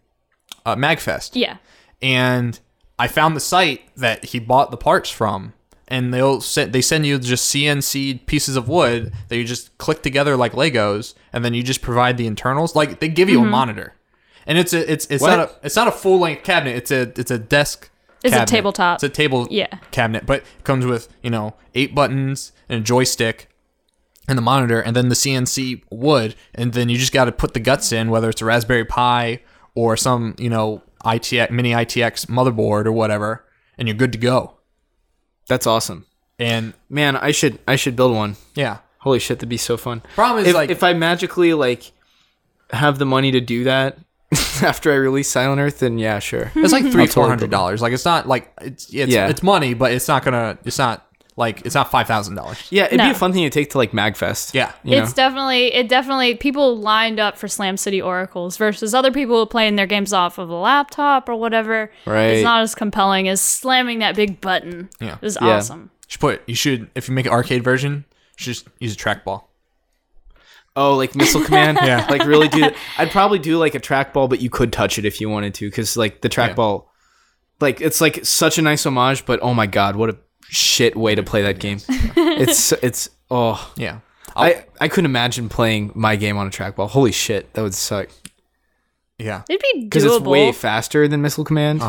Speaker 1: uh, Magfest,
Speaker 2: yeah.
Speaker 1: and I found the site that he bought the parts from, and they'll send they send you just CNC pieces of wood that you just click together like Legos, and then you just provide the internals. Like they give you
Speaker 2: Mm-hmm.
Speaker 1: a monitor, and it's a it's it's
Speaker 3: What?
Speaker 1: not a it's not a full length cabinet. It's a it's a desk.
Speaker 2: It's a
Speaker 1: cabinet.
Speaker 2: tabletop.
Speaker 1: It's a table
Speaker 2: Yeah.
Speaker 1: cabinet, but it comes with you know eight buttons and a joystick. And the monitor, and then the CNC wood, and then you just got to put the guts in, whether it's a Raspberry Pi or some, you know, ITX mini ITX motherboard or whatever, and you're good to go.
Speaker 3: That's awesome.
Speaker 1: And
Speaker 3: Man, I should I should build one.
Speaker 1: yeah,
Speaker 3: Holy shit, that'd be so fun.
Speaker 1: Problem is,
Speaker 3: if,
Speaker 1: like-
Speaker 3: if I magically like have the money to do that after I release Silent Earth, then yeah, sure.
Speaker 2: Hmm.
Speaker 1: it's like three
Speaker 3: I'll
Speaker 1: four
Speaker 3: totally
Speaker 1: hundred
Speaker 3: build
Speaker 1: dollars. Like it's not like it's it's,
Speaker 3: Yeah.
Speaker 1: it's money, but it's not gonna it's not like it's not five thousand dollars.
Speaker 3: Yeah, it'd be
Speaker 2: No.
Speaker 3: a fun thing to take to like Magfest.
Speaker 1: Yeah.
Speaker 3: you know?
Speaker 2: It's definitely it definitely people lined up for Slam City Oracles versus other people who playing their games off of a laptop or whatever.
Speaker 3: Right.
Speaker 2: It's not as compelling as slamming that big button.
Speaker 1: Yeah.
Speaker 2: It was
Speaker 3: Yeah.
Speaker 2: awesome.
Speaker 1: You should put you should if you make an arcade version, you should just use a trackball.
Speaker 3: Oh, like missile command.
Speaker 1: Yeah.
Speaker 3: like really do. I'd probably do like a trackball, but you could touch it if you wanted to, because like the trackball, like it's like such a nice homage. But oh my god, what a shit way to play that game. it's it's oh,
Speaker 1: Yeah. I'll,
Speaker 3: I I couldn't imagine playing my game on a trackball. Holy shit, that would suck.
Speaker 1: yeah.
Speaker 2: It'd be
Speaker 3: Because it's way
Speaker 2: doable.
Speaker 3: faster than missile command.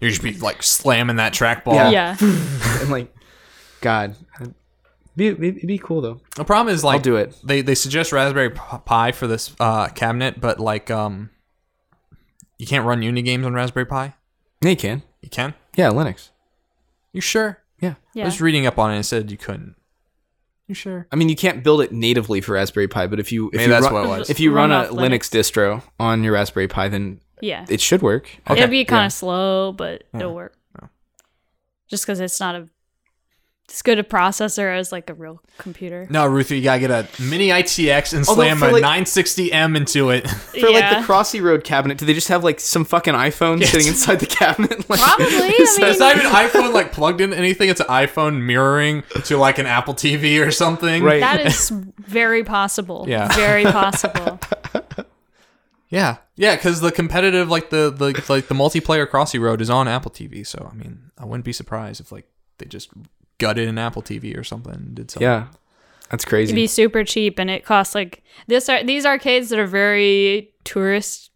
Speaker 1: You should be like slamming that trackball.
Speaker 3: Yeah.
Speaker 2: yeah.
Speaker 3: And like, God, it'd be, it'd be cool though.
Speaker 1: The problem is like
Speaker 3: do it.
Speaker 1: They they suggest Raspberry Pi for this uh, cabinet, but like um, you can't run Uni games on Raspberry Pi.
Speaker 3: Yeah, you can.
Speaker 1: You can.
Speaker 3: Yeah, Linux.
Speaker 1: You sure?
Speaker 3: Yeah.
Speaker 1: I
Speaker 2: Yeah.
Speaker 1: was reading up on it and it said you couldn't. You sure?
Speaker 3: I mean, you can't build it natively for Raspberry Pi, but if you if
Speaker 1: Maybe
Speaker 3: you
Speaker 1: that's
Speaker 3: run,
Speaker 1: what it was.
Speaker 3: if you run,
Speaker 2: Run
Speaker 3: a
Speaker 2: off Linux.
Speaker 3: Linux distro on your Raspberry Pi, then
Speaker 2: yeah.
Speaker 3: it should work.
Speaker 1: Okay.
Speaker 2: It'll be kind
Speaker 3: yeah.
Speaker 2: of slow, but it'll work. Just because it's not a as good a processor as like a real computer.
Speaker 1: No, Ruthie, you gotta get a mini ITX and
Speaker 3: Although
Speaker 1: slam
Speaker 3: for,
Speaker 1: a
Speaker 3: like-
Speaker 1: 960M into it.
Speaker 3: For like the
Speaker 2: Yeah.
Speaker 3: Crossy Road cabinet, do they just have like some fucking iPhone sitting inside the cabinet? Like,
Speaker 2: Probably, I
Speaker 3: it's
Speaker 2: mean-
Speaker 1: it's not even iPhone like plugged in anything. It's an iPhone mirroring to like an Apple TV or something.
Speaker 3: Right.
Speaker 2: That is very possible.
Speaker 1: Yeah.
Speaker 2: Very possible.
Speaker 1: Yeah. Yeah, because the competitive like the the like the multiplayer Crossy Road is on Apple TV. So I mean, I wouldn't be surprised if like they just gutted an Apple TV or something. And did something.
Speaker 3: yeah, that's crazy.
Speaker 2: be super cheap and it costs like this are these arcades that are very tourist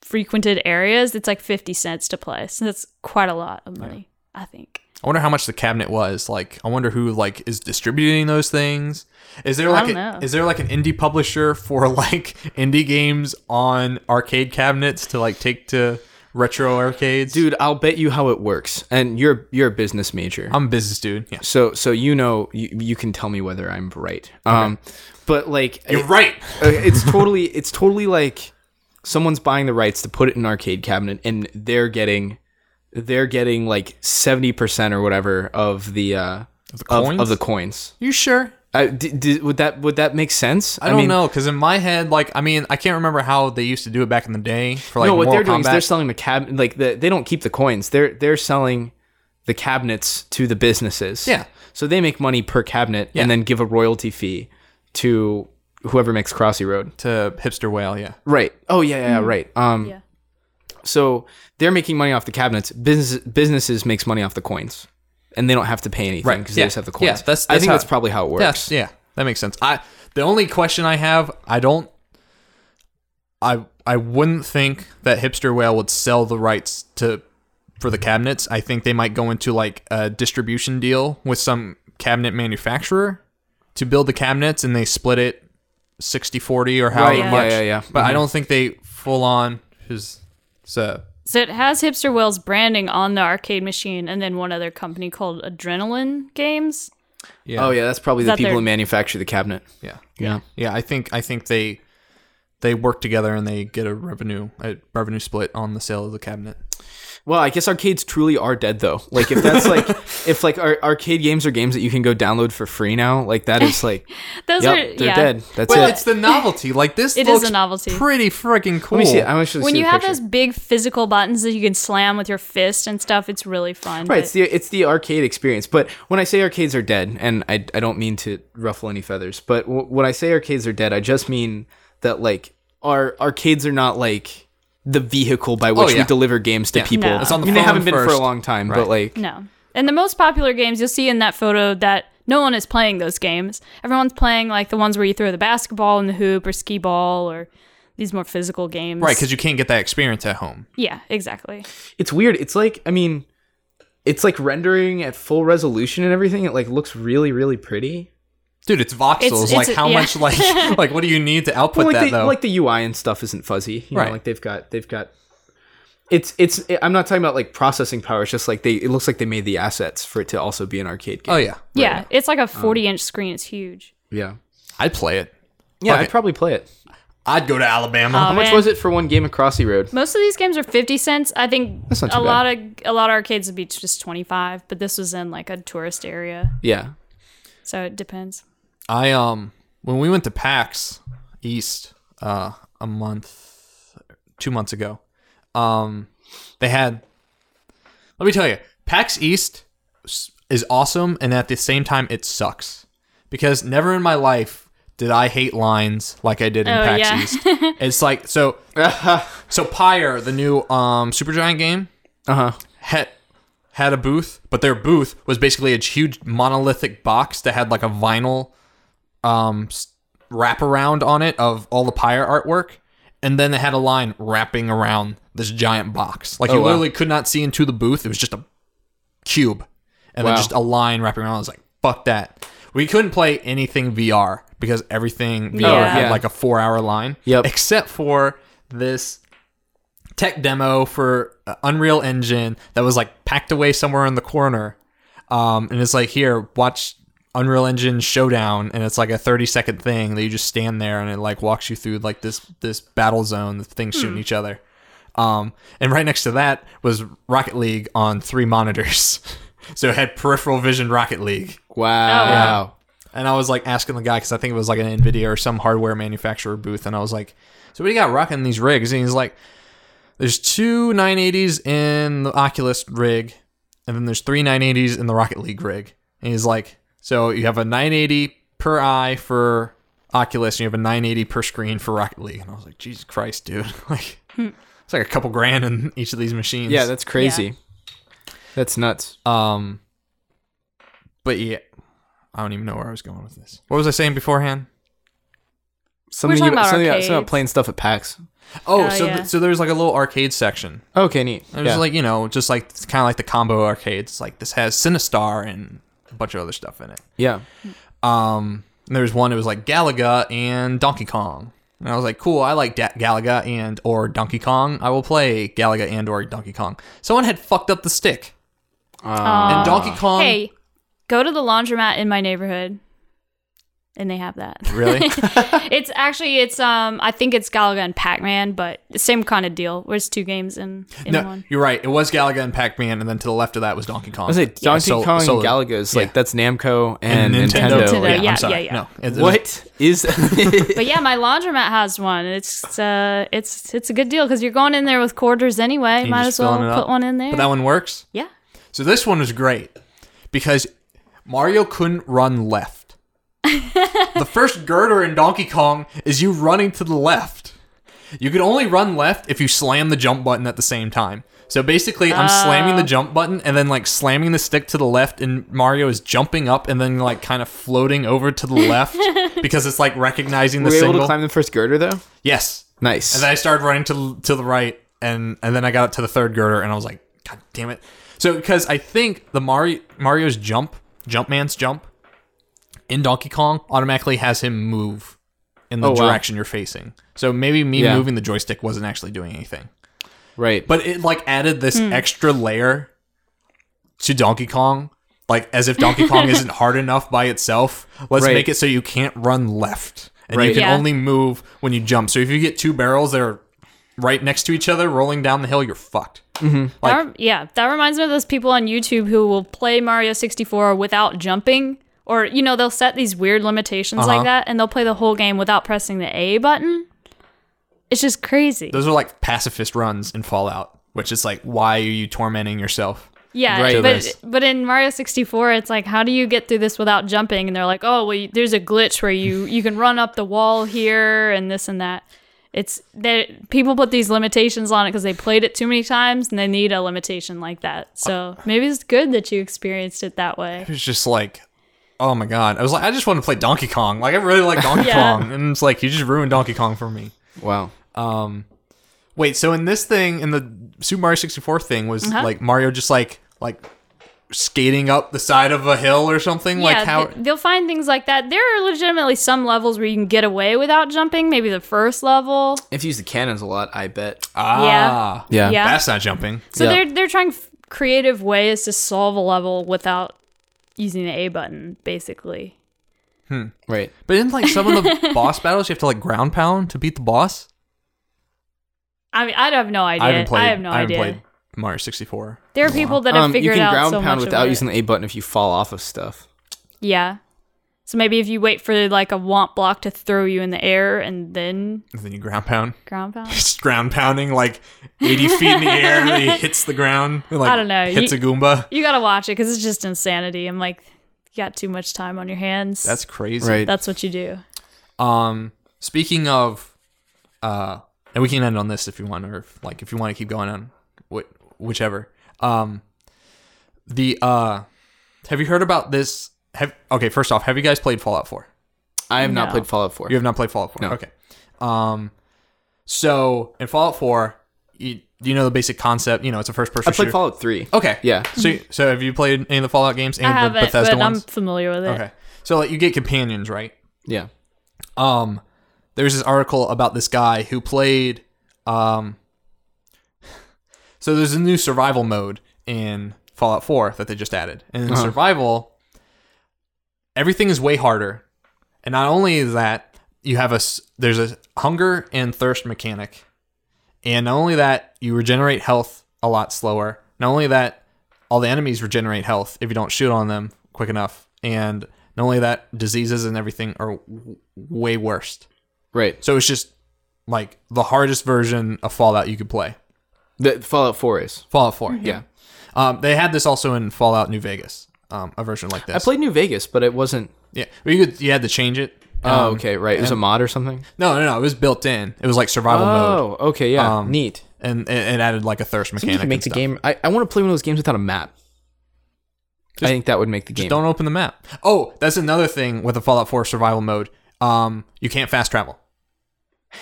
Speaker 2: frequented areas it's like 50 cents to play so that's quite a lot of money i think
Speaker 1: I wonder how much the cabinet was. Like, I wonder who like is distributing those things. Is there like
Speaker 2: don't
Speaker 1: a,
Speaker 2: know.
Speaker 1: is there like an indie publisher for like indie games on arcade cabinets to like take to retro arcades?
Speaker 3: Dude, I'll bet you how it works. And you're you're a business major.
Speaker 1: I'm a business dude. Yeah,
Speaker 3: so so you know you, you can tell me whether I'm right. Um but like
Speaker 1: you're right.
Speaker 3: Uh, it's totally it's totally like someone's buying the rights to put it in an arcade cabinet and they're getting they're getting like 70% or whatever of the uh of
Speaker 1: the
Speaker 3: of,
Speaker 1: coins?
Speaker 3: the coins.
Speaker 1: You sure?
Speaker 3: I, d- d- would that would that make sense?
Speaker 1: I don't 'cause
Speaker 3: mean,
Speaker 1: know because in my head, like, I mean, I can't remember how they used to do it back in the day for like
Speaker 3: no, what
Speaker 1: Mortal
Speaker 3: they're doing is
Speaker 1: Kombat.
Speaker 3: they're selling the cab like the, they don't keep the coins. They're they're selling the cabinets to the businesses.
Speaker 1: Yeah.
Speaker 3: So they make money per cabinet
Speaker 1: Yeah.
Speaker 3: and then give a royalty fee to whoever makes Crossy Road.
Speaker 1: to hipster whale. Yeah,
Speaker 3: Right. Oh yeah, yeah, yeah, right. Um
Speaker 2: Mm. yeah
Speaker 3: So they're making money off the cabinets. Business, businesses makes money off the coins, and they don't have to pay anything
Speaker 1: Right,
Speaker 3: because
Speaker 1: yeah,
Speaker 3: they just have the coins.
Speaker 1: yeah, that's-
Speaker 3: I
Speaker 1: that's
Speaker 3: think
Speaker 1: how-
Speaker 3: that's probably how it works.
Speaker 1: yes, yeah, that makes sense. I the only question I have, I don't, I I wouldn't think that hipster whale would sell the rights to for the cabinets. I think they might go into like a distribution deal with some cabinet manufacturer to build the cabinets, and they split it 60-40 or however
Speaker 3: Right, yeah,
Speaker 1: much.
Speaker 3: yeah, yeah.
Speaker 1: But I
Speaker 3: Mhm.
Speaker 1: don't think they full on is so.
Speaker 2: so it has hipster whales branding on the arcade machine and then one other company called adrenaline games
Speaker 1: Yeah.
Speaker 3: Oh yeah, that's probably the
Speaker 2: that
Speaker 3: people
Speaker 2: their-
Speaker 3: who manufacture the cabinet.
Speaker 1: Yeah.
Speaker 3: Yeah.
Speaker 1: Yeah, I think I think they they work together and they get a revenue a revenue split on the sale of the cabinet.
Speaker 3: Well, I guess arcades truly are dead though. Like if that's like if like ar- arcade games are games that you can go download for free now, like that is like
Speaker 2: Those
Speaker 3: yep,
Speaker 2: are
Speaker 3: they're
Speaker 2: yeah.
Speaker 3: dead. That's
Speaker 1: Well,
Speaker 3: it.
Speaker 1: it's the novelty. Like this
Speaker 2: It is
Speaker 1: looks
Speaker 2: a novelty.
Speaker 1: Pretty freaking cool.
Speaker 3: Let me see. it. I want you to
Speaker 2: When
Speaker 3: see
Speaker 2: you
Speaker 3: the
Speaker 2: have
Speaker 3: picture.
Speaker 2: those big physical buttons that you can slam with your fist and stuff, it's really fun.
Speaker 3: Right,
Speaker 2: but-
Speaker 3: it's the it's the arcade experience. But when I say arcades are dead, and I, I don't mean to ruffle any feathers, but w- when I say arcades are dead, I just mean that like our arcades are not like the vehicle by which
Speaker 1: Oh, yeah.
Speaker 3: we deliver games to people.
Speaker 2: No. It's
Speaker 1: on the
Speaker 3: I mean, they
Speaker 1: phone
Speaker 3: haven't been for a
Speaker 1: first.
Speaker 3: long time, but like
Speaker 2: No. And the most popular games you'll see in that photo that no one is playing those games. Everyone's playing like the ones where you throw the basketball in the hoop or skee ball or these more physical games.
Speaker 1: right, because you can't get that experience at home.
Speaker 2: yeah, exactly.
Speaker 3: it's weird. It's like I mean, it's like rendering at full resolution and everything. It like looks really really pretty.
Speaker 1: Dude, it's voxels.
Speaker 2: It's-
Speaker 1: like
Speaker 2: it's-
Speaker 1: how
Speaker 2: yeah.
Speaker 1: much like like what do you need to output
Speaker 3: Well, like
Speaker 1: that
Speaker 3: the,
Speaker 1: though?
Speaker 3: like the UI and stuff isn't fuzzy. You
Speaker 1: Right.
Speaker 3: Know, like they've got they've got. It's it's. I'm not talking about like processing power. It's just like they. It looks like they made the assets for it to also be an arcade game.
Speaker 1: oh yeah.
Speaker 2: Yeah, it's like a
Speaker 3: Um,
Speaker 2: 40 inch screen. It's huge.
Speaker 3: yeah.
Speaker 1: I'd play it.
Speaker 3: Yeah,
Speaker 1: Fuck
Speaker 3: I'd
Speaker 1: it.
Speaker 3: probably play it.
Speaker 1: I'd go to Alabama.
Speaker 2: Oh,
Speaker 3: How much
Speaker 2: man.
Speaker 3: was it for one game of Crossy Road?
Speaker 2: Most of these games are 50 cents. I think
Speaker 3: That's not too
Speaker 2: a lot of a lot of arcades would be just 25, but this was in like a tourist area.
Speaker 3: Yeah.
Speaker 2: So it depends.
Speaker 1: I um when we went to PAX East uh a month two months ago, um they had let me tell you, PAX East s- is awesome and at the same time it sucks. Because never in my life did I hate lines like I did in
Speaker 2: Oh,
Speaker 1: PAX
Speaker 2: yeah.
Speaker 1: East. It's like so so Pyre, the new um Supergiant game, Uh-huh.
Speaker 3: Uh huh.
Speaker 2: Oh,
Speaker 1: had had a booth, but their booth was basically a huge monolithic box that had like a vinyl um s- wraparound on it of all the pyre artwork, and then they had a line wrapping around this giant box. Like you
Speaker 3: Oh, wow.
Speaker 1: literally could not see into the booth. It was just a cube, and
Speaker 3: Wow.
Speaker 1: then just a line wrapping around. I was like, "Fuck that." We couldn't play anything VR because everything VR
Speaker 2: Yeah.
Speaker 1: had
Speaker 3: Yeah.
Speaker 1: like a four-hour line.
Speaker 3: Yep.
Speaker 1: Except for this tech demo for uh, Unreal Engine that was like packed away somewhere in the corner. Um, and it's like, here, watch Unreal Engine Showdown, and it's like a 30 second thing that you just stand there and it like walks you through like this this battle zone, the things shooting each other. Um, and right next to that was Rocket League on three monitors. so it had peripheral vision Rocket League.
Speaker 3: Wow.
Speaker 1: And I was like asking the guy because I think it was like an Nvidia or some hardware manufacturer booth, and I was like, "So what do you got rocking these rigs?" And he's like, "There's two 980s in the Oculus rig, and then there's three 980s in the Rocket League rig." And he's like, "So you have a 980 per eye for Oculus, and you have a 980 per screen for Rocket League." And I was like, "Jesus Christ, dude! like, it's like a couple grand in each of these machines."
Speaker 3: Yeah, that's crazy. That's nuts.
Speaker 1: um, but yeah, I don't even know where I was going with this. What was I saying beforehand?
Speaker 3: Something,
Speaker 2: talking
Speaker 3: you,
Speaker 2: about
Speaker 3: something, about, something about
Speaker 2: arcades.
Speaker 3: playing stuff at PAX.
Speaker 1: Oh,
Speaker 2: Oh,
Speaker 1: so
Speaker 2: yeah.
Speaker 1: th- so there's like a little arcade section.
Speaker 3: Okay, neat.
Speaker 1: It was
Speaker 3: Yeah.
Speaker 1: like you know, just like it's kind of like the combo arcades. Like this has Sinistar and a bunch of other stuff in it.
Speaker 3: yeah.
Speaker 1: Um, and there was one. It was like Galaga and Donkey Kong. And I was like, cool. I like da- Galaga and or Donkey Kong. I will play Galaga and or Donkey Kong. Someone had fucked up the stick. uh,
Speaker 2: Oh.
Speaker 1: and Donkey Kong.
Speaker 2: hey, go to the laundromat in my neighborhood. And they have that.
Speaker 1: Really?
Speaker 2: It's actually it's um I think it's Galaga and Pac Man, but the same kind of deal. Where it's two games in, in
Speaker 1: no,
Speaker 2: one.
Speaker 1: you're right. It was Galaga and Pac-Man, and then to the left of that was Donkey Kong.
Speaker 3: I was like,
Speaker 1: Yeah,
Speaker 3: Donkey
Speaker 1: so-
Speaker 3: Kong
Speaker 1: so-
Speaker 3: and Galaga is
Speaker 1: yeah.
Speaker 3: like that's Namco and, Nintendo.
Speaker 1: Nintendo.
Speaker 2: Nintendo,
Speaker 1: Yeah,
Speaker 2: yeah,
Speaker 1: I'm sorry.
Speaker 2: yeah, yeah.
Speaker 1: No, it- it was-
Speaker 3: What is?
Speaker 2: But yeah, my laundromat has one. It's uh it's it's a good deal because you're going in there with quarters anyway.
Speaker 1: you
Speaker 2: Might
Speaker 1: just
Speaker 2: as well
Speaker 1: filling it
Speaker 2: put
Speaker 1: up.
Speaker 2: one in there.
Speaker 1: But that one works.
Speaker 2: yeah.
Speaker 1: So this one was great because Mario couldn't run left. the first girder in Donkey Kong is you running to the left. You can only run left if you slam the jump button at the same time. So basically, I'm slamming the jump button and then like slamming the stick to the left, and Mario is jumping up and then like kind of floating over to the left because it's like recognizing the
Speaker 3: Were you able to
Speaker 1: single.
Speaker 3: climb the first girder though?
Speaker 1: yes,
Speaker 3: Nice.
Speaker 1: and then I started running to to the right, and and then I got up to the third girder, and I was like, God damn it! So because I think the Mario Mario's jump, Jumpman's jump, in Donkey Kong automatically has him move in the
Speaker 3: Oh, wow.
Speaker 1: direction you're facing. So maybe me
Speaker 3: Yeah.
Speaker 1: moving the joystick wasn't actually doing anything,
Speaker 3: right.
Speaker 1: but it like added this
Speaker 2: Hmm.
Speaker 1: extra layer to Donkey Kong. Like as if Donkey Kong isn't hard enough by itself. Let's
Speaker 3: Right.
Speaker 1: make it so you can't run left, and you
Speaker 3: Right.
Speaker 1: can
Speaker 2: Yeah.
Speaker 1: only move when you jump. So if you get two barrels that are right next to each other rolling down the hill, you're fucked. Like-
Speaker 2: That rem- yeah, that reminds me of those people on YouTube who will play Mario 64 without jumping, or you know they'll set these weird limitations
Speaker 1: Uh-huh.
Speaker 2: like that, and they'll play the whole game without pressing the A button. It's just crazy.
Speaker 1: Those are like pacifist runs in Fallout, which is like, why are you tormenting yourself?
Speaker 2: yeah,
Speaker 3: Right.
Speaker 2: but but in Mario 64, it's like, how do you get through this without jumping? And they're like, oh, well, you, there's a glitch where you you can run up the wall here and this and that. It's that people put these limitations on it because they played it too many times and they need a limitation like that. So maybe it's good that you experienced it that way.
Speaker 1: It was just like, oh my god. I was like, I just want to play Donkey Kong. Like, I really like Donkey
Speaker 2: Yeah.
Speaker 1: Kong, and it's like you just ruined Donkey Kong for me.
Speaker 3: Wow.
Speaker 1: Wait, so in this thing, in the Super Mario 64 thing, was
Speaker 2: Uh-huh.
Speaker 1: like Mario just like like skating up the side of a hill or something? like how?
Speaker 2: th- they'll find things like that. There are legitimately some levels where you can get away without jumping. Maybe the first level.
Speaker 3: If you use the cannons a lot, I bet.
Speaker 1: ah,
Speaker 3: Yeah.
Speaker 2: Yeah.
Speaker 1: That's not jumping.
Speaker 2: So
Speaker 3: Yeah.
Speaker 2: they're they're trying f- creative ways to solve a level without using the A button, basically.
Speaker 3: Right.
Speaker 1: But in like some of the boss battles, you have to like ground pound to beat the boss.
Speaker 2: I mean, I have no idea. I, have no idea.
Speaker 1: Mario 64.
Speaker 2: There are people that have
Speaker 3: Um, you
Speaker 2: figured
Speaker 3: can
Speaker 2: out
Speaker 3: ground
Speaker 2: so
Speaker 3: pound
Speaker 2: much
Speaker 3: without
Speaker 2: of
Speaker 3: using
Speaker 2: it.
Speaker 3: the A button if you fall off of stuff.
Speaker 2: Yeah. So maybe if you wait for like a womp block to throw you in the air and then
Speaker 1: And then you ground pound.
Speaker 2: ground pound.
Speaker 1: Just ground pounding like 80 feet in the air. and he hits the ground. and, Like,
Speaker 2: I don't know,
Speaker 1: Hits
Speaker 2: you-
Speaker 1: a Goomba.
Speaker 2: You gotta watch it because it's just insanity. I'm like, you got too much time on your hands.
Speaker 1: That's crazy.
Speaker 3: Right.
Speaker 2: that's what you do.
Speaker 1: Um, speaking of, uh, and we can end on this if you want, or if, like if you want to keep going on, what whichever. Um, the uh, have you heard about this? Have okay. First off, have you guys played Fallout Four?
Speaker 3: I have not
Speaker 2: No.
Speaker 3: played Fallout 4.
Speaker 1: You have not played Fallout 4.
Speaker 3: No.
Speaker 1: Okay. Um, so in Fallout 4, you, you know the basic concept. You know it's a first person.
Speaker 3: I played Fallout 3.
Speaker 1: Okay.
Speaker 3: Yeah.
Speaker 1: So you- so have you played any of the Fallout games and
Speaker 2: I
Speaker 1: the
Speaker 2: haven't,
Speaker 1: Bethesda
Speaker 2: but I'm
Speaker 1: ones?
Speaker 2: familiar with it.
Speaker 1: okay. So like you get companions, right?
Speaker 3: Yeah.
Speaker 1: um there's this article about this guy who played um so there's a new survival mode in Fallout 4 that they just added. And in survival everything is way harder. And not only is that you have a s- there's a hunger and thirst mechanic. And not only that you regenerate health a lot slower. Not only that all the enemies regenerate health if you don't shoot on them quick enough. And not only that diseases and everything are w- way worse.
Speaker 3: Right.
Speaker 1: So it's just like the hardest version of Fallout you could play.
Speaker 3: The Fallout 4 is.
Speaker 1: Fallout 4.
Speaker 3: Yeah.
Speaker 1: Um, they had this also in Fallout New Vegas, um, a version like this.
Speaker 3: I played New Vegas, but it wasn't.
Speaker 1: yeah, but you could you had to change it.
Speaker 3: Oh,
Speaker 1: Um,
Speaker 3: okay. Right. It was a mod or something?
Speaker 1: No, no, no. It was built in. It was like survival mode,
Speaker 3: Oh, okay. Yeah.
Speaker 1: Um,
Speaker 3: Neat.
Speaker 1: and it, it added like a thirst
Speaker 3: Maybe you
Speaker 1: mechanic.
Speaker 3: can make
Speaker 1: and
Speaker 3: the
Speaker 1: stuff.
Speaker 3: game. I, I want to play one of those games without a map. I think that would make the game.
Speaker 1: Don't open the map. Oh, that's another thing with the Fallout 4 survival mode. Um, you can't fast travel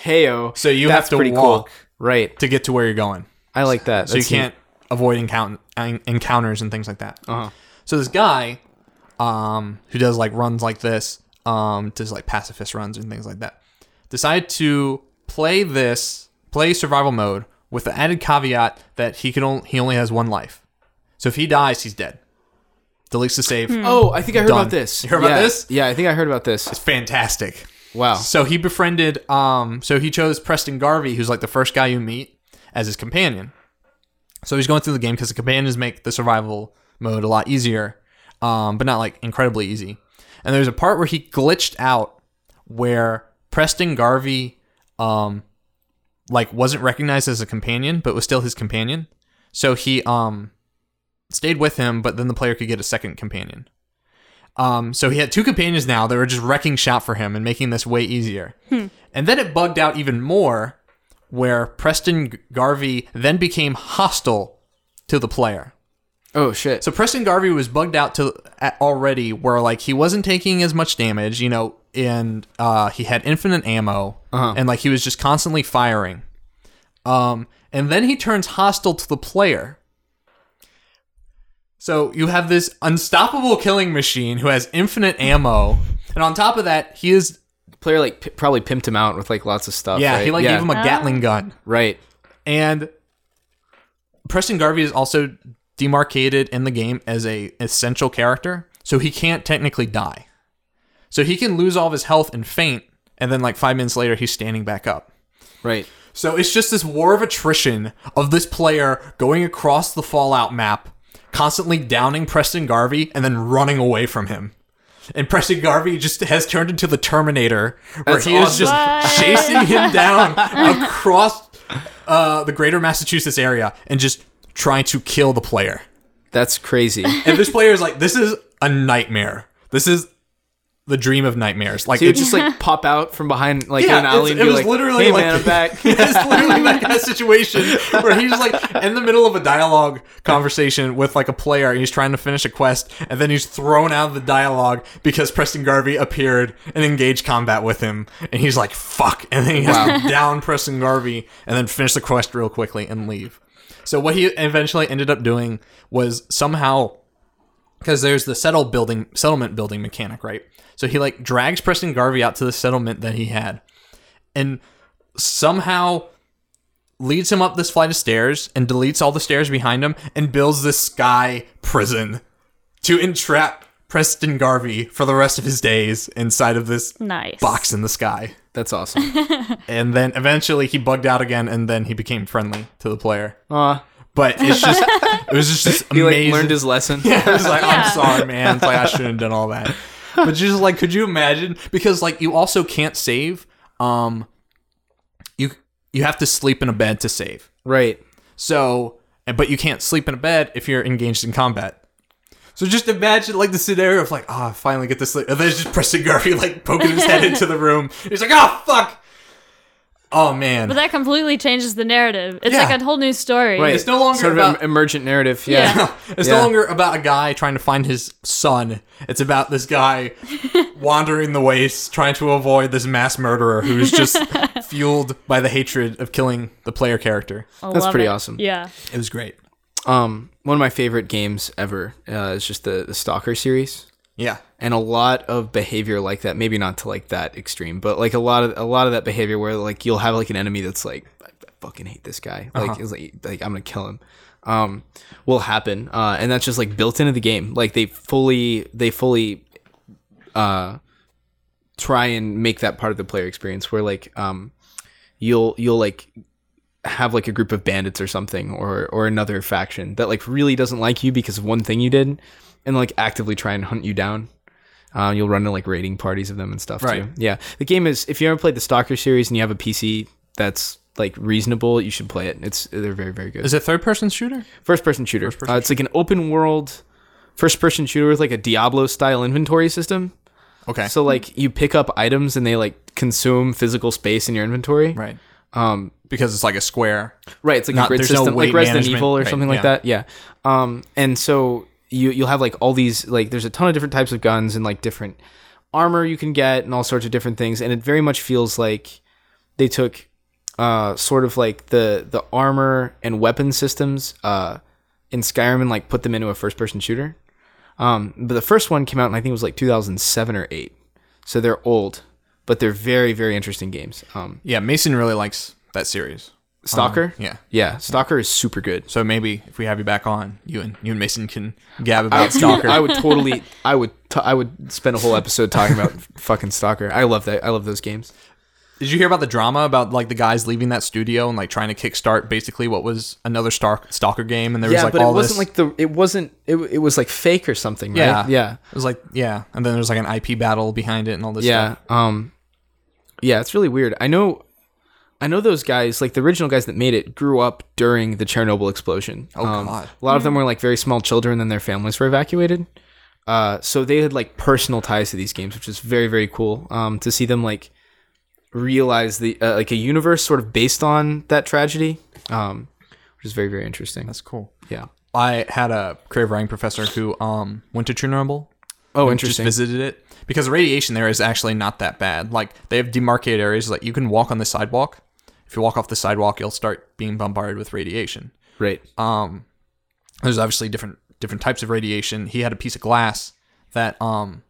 Speaker 3: Heyo.
Speaker 1: So you
Speaker 3: That's
Speaker 1: have to
Speaker 3: pretty
Speaker 1: walk.
Speaker 3: Cool. Right.
Speaker 1: to get to where you're going.
Speaker 3: I like that.
Speaker 1: so you can't avoid encount- en- encounters and things like that.
Speaker 3: Uh-huh.
Speaker 1: So this guy, um, who does like runs like this, um, does like pacifist runs and things like that, decided to play this play survival mode with the added caveat that he can only he only has one life. So if he dies, he's dead. Deletes the save.
Speaker 3: Oh, I think I heard
Speaker 1: Done.
Speaker 3: about this.
Speaker 1: You heard about
Speaker 3: Yeah.
Speaker 1: this?
Speaker 3: Yeah, I think I heard about this.
Speaker 1: Fantastic.
Speaker 3: Wow.
Speaker 1: So he befriended. Um, so he chose Preston Garvey, who's like the first guy you meet, as his companion. So he's going through the game because the companions make the survival mode a lot easier, um, but not like incredibly easy. And there's a part where he glitched out where Preston Garvey, um, like wasn't recognized as a companion, but was still his companion. So he um stayed with him, but then the player could get a second companion. Um, so he had two companions now that were just wrecking shop for him and making this way easier. And then it bugged out even more, where Preston G- Garvey then became hostile to the player.
Speaker 3: Oh shit.
Speaker 1: So Preston Garvey was bugged out to at already, where like he wasn't taking as much damage, you know, and uh, he had infinite ammo, and like he was just constantly firing. Um, and then he turns hostile to the player. So you have this unstoppable killing machine who has infinite ammo, and on top of that, he is
Speaker 3: player like p- probably pimped him out with like lots of stuff.
Speaker 1: yeah
Speaker 3: right?
Speaker 1: he like gave him a Gatling gun.
Speaker 3: right.
Speaker 1: And Preston Garvey is also demarcated in the game as a essential character, so he can't technically die. So he can lose all of his health and faint, and then like five minutes later he's standing back up.
Speaker 3: Right.
Speaker 1: So it's just this war of attrition of this player going across the Fallout map, constantly downing Preston Garvey and then running away from him. And Preston Garvey just has turned into the Terminator, where
Speaker 3: That's
Speaker 1: he is
Speaker 3: awesome.
Speaker 1: just
Speaker 2: What?
Speaker 1: chasing him down across uh, the greater Massachusetts area and just trying to kill the player.
Speaker 3: That's crazy.
Speaker 1: And this player is like, this is a nightmare. This is the dream of nightmares. Like,
Speaker 3: He would
Speaker 1: it's-
Speaker 3: just like pop out from behind like
Speaker 1: Yeah,
Speaker 3: an
Speaker 1: it's-
Speaker 3: alley and
Speaker 1: it
Speaker 3: be
Speaker 1: was
Speaker 3: like,
Speaker 1: literally
Speaker 3: "Hey
Speaker 1: like-
Speaker 3: man, I'm back."
Speaker 1: it's literally that kind of situation where he's like in the middle of a dialogue conversation with like a player and he's trying to finish a quest and then he's thrown out of the dialogue because Preston Garvey appeared and engaged combat with him and he's like fuck and then he has to down Preston Garvey and then finish the quest real quickly and leave. So what he eventually ended up doing was somehow because there's the settle building settlement building mechanic, right? So he like drags Preston Garvey out to the settlement that he had and somehow leads him up this flight of stairs and deletes all the stairs behind him and builds this sky prison to entrap Preston Garvey for the rest of his days inside of this
Speaker 2: Nice.
Speaker 1: box in the sky.
Speaker 3: That's awesome.
Speaker 1: And then eventually he bugged out again and then he became friendly to the player.
Speaker 3: Aw.
Speaker 1: But it's just it was just this
Speaker 3: he like
Speaker 1: amazing
Speaker 3: learned his lesson.
Speaker 1: I was like,
Speaker 2: Yeah.
Speaker 1: I'm sorry, man. It's like I shouldn't have done all that. But just like, could you imagine? Because like, you also can't save. Um, you you have to sleep in a bed to save.
Speaker 3: Right.
Speaker 1: So, but you can't sleep in a bed if you're engaged in combat. So just imagine like the scenario of like, ah, I finally get to sleep, and then it's just Preston Garvey like poking his head into the room. He's like, oh fuck. Oh man.
Speaker 2: But that completely changes the narrative. It's
Speaker 1: Yeah.
Speaker 2: like a whole new story.
Speaker 3: Right.
Speaker 1: It's no longer
Speaker 3: sort of
Speaker 1: about-
Speaker 3: an emergent narrative.
Speaker 2: Yeah.
Speaker 3: Yeah.
Speaker 1: it's no
Speaker 3: Yeah.
Speaker 1: longer about a guy trying to find his son. It's about this guy wandering the wastes, trying to avoid this mass murderer who's just fueled by the hatred of killing the player character.
Speaker 2: I
Speaker 3: That's
Speaker 2: love
Speaker 3: pretty
Speaker 2: it.
Speaker 3: awesome.
Speaker 2: Yeah.
Speaker 1: It was great.
Speaker 3: Um, one of my favorite games ever uh, is just the, the Stalker series.
Speaker 1: Yeah.
Speaker 3: and a lot of behavior like that maybe not to like that extreme but like a lot of a lot of that behavior where like you'll have like an enemy that's like i, I fucking hate this guy like it's like like i'm gonna kill him um will happen uh and that's just like built into the game like they fully they fully uh try and make that part of the player experience where like um you'll you'll like have like a group of bandits or something or or another faction that like really doesn't like you because of one thing you did and like actively try and hunt you down uh, you'll run to like raiding parties of them and stuff
Speaker 1: Right.
Speaker 3: too yeah the game is if you ever played the stalker series and you have a pc that's like reasonable you should play it it's they're very very good
Speaker 1: Is it third person shooter?
Speaker 3: first person shooter uh, it's like an open world first person shooter with like a diablo style inventory system
Speaker 1: Okay.
Speaker 3: so like you pick up items and they like consume physical space in your inventory
Speaker 1: right. Um, because it's like a square.
Speaker 3: Right, it's like
Speaker 1: Not-
Speaker 3: a grid
Speaker 1: there's no
Speaker 3: system,
Speaker 1: weight
Speaker 3: like Resident
Speaker 1: management.
Speaker 3: Evil or
Speaker 1: Right,
Speaker 3: something like
Speaker 1: yeah.
Speaker 3: that. Yeah. Um, and so you you'll have like all these like there's a ton of different types of guns and like different armor you can get and all sorts of different things, and it very much feels like they took uh sort of like the the armor and weapon systems uh in Skyrim and like put them into a first person shooter. Um, but the first one came out, and I think it was like 2007 or eight, so they're old, but they're very very interesting games. Um,
Speaker 1: Yeah. Mason really likes that series.
Speaker 3: Stalker.
Speaker 1: Yeah.
Speaker 3: Yeah, Stalker is super good.
Speaker 1: So maybe if we have you back on, you and you and Mason can gab about Stalker.
Speaker 3: I would totally. I would. T- I would spend a whole episode talking about fucking Stalker. I love that. I love those games.
Speaker 1: Did you hear about the drama about like the guys leaving that studio and like trying to kickstart basically what was another Star- Stalker game? And there was
Speaker 3: Yeah,
Speaker 1: like
Speaker 3: but it
Speaker 1: all
Speaker 3: wasn't
Speaker 1: this.
Speaker 3: like the. It wasn't. It, w- it was like fake or something. Right?
Speaker 1: Yeah.
Speaker 3: Yeah.
Speaker 1: It was like, yeah. And then there's like an IP battle behind it and all this
Speaker 3: Yeah.
Speaker 1: stuff.
Speaker 3: Um. Yeah, it's really weird. I know. I know those guys, like the original guys that made it, grew up during the Chernobyl explosion. Oh
Speaker 1: God.
Speaker 3: A lot of them were like very small children, and their families were evacuated. Uh, so they had like personal ties to these games, which is very very cool. Um, to see them like realize the uh, like a universe sort of based on that tragedy, um, which is very very interesting.
Speaker 1: That's cool.
Speaker 3: yeah.
Speaker 1: I had a creative writing professor who um went to Chernobyl,
Speaker 3: Oh,
Speaker 1: just
Speaker 3: interesting.
Speaker 1: visited it because the radiation there is actually not that bad. Like they have demarcated areas like you can walk on the sidewalk. If you walk off the sidewalk, you'll start being bombarded with radiation.
Speaker 3: right.
Speaker 1: um, there's obviously different different types of radiation. He had a piece of glass that um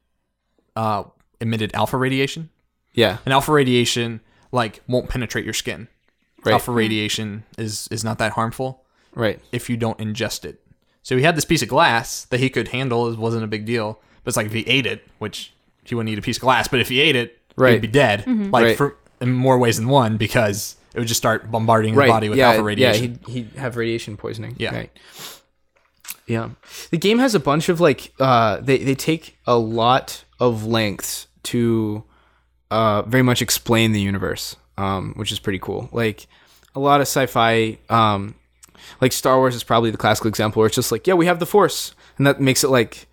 Speaker 1: uh emitted alpha radiation.
Speaker 3: yeah.
Speaker 1: And alpha radiation like won't penetrate your skin.
Speaker 3: Right.
Speaker 1: Alpha radiation is is not that harmful
Speaker 3: Right.
Speaker 1: if you don't ingest it. So he had this piece of glass that he could handle. It wasn't a big deal. But it's like if he ate it, which he wouldn't eat a piece of glass, but if he ate it,
Speaker 3: Right.
Speaker 1: he'd be dead. Like
Speaker 3: Right.
Speaker 1: for in more ways than one because it would just start bombarding your
Speaker 3: right.
Speaker 1: body with
Speaker 3: yeah,
Speaker 1: alpha radiation.
Speaker 3: Yeah, he'd, he'd have radiation poisoning.
Speaker 1: Yeah.
Speaker 3: Right. Yeah. The game has a bunch of like uh they, they take a lot of lengths to uh very much explain the universe, um, which is pretty cool. Like a lot of sci-fi um like Star Wars is probably the classical example where it's just like, yeah, we have the force and that makes it like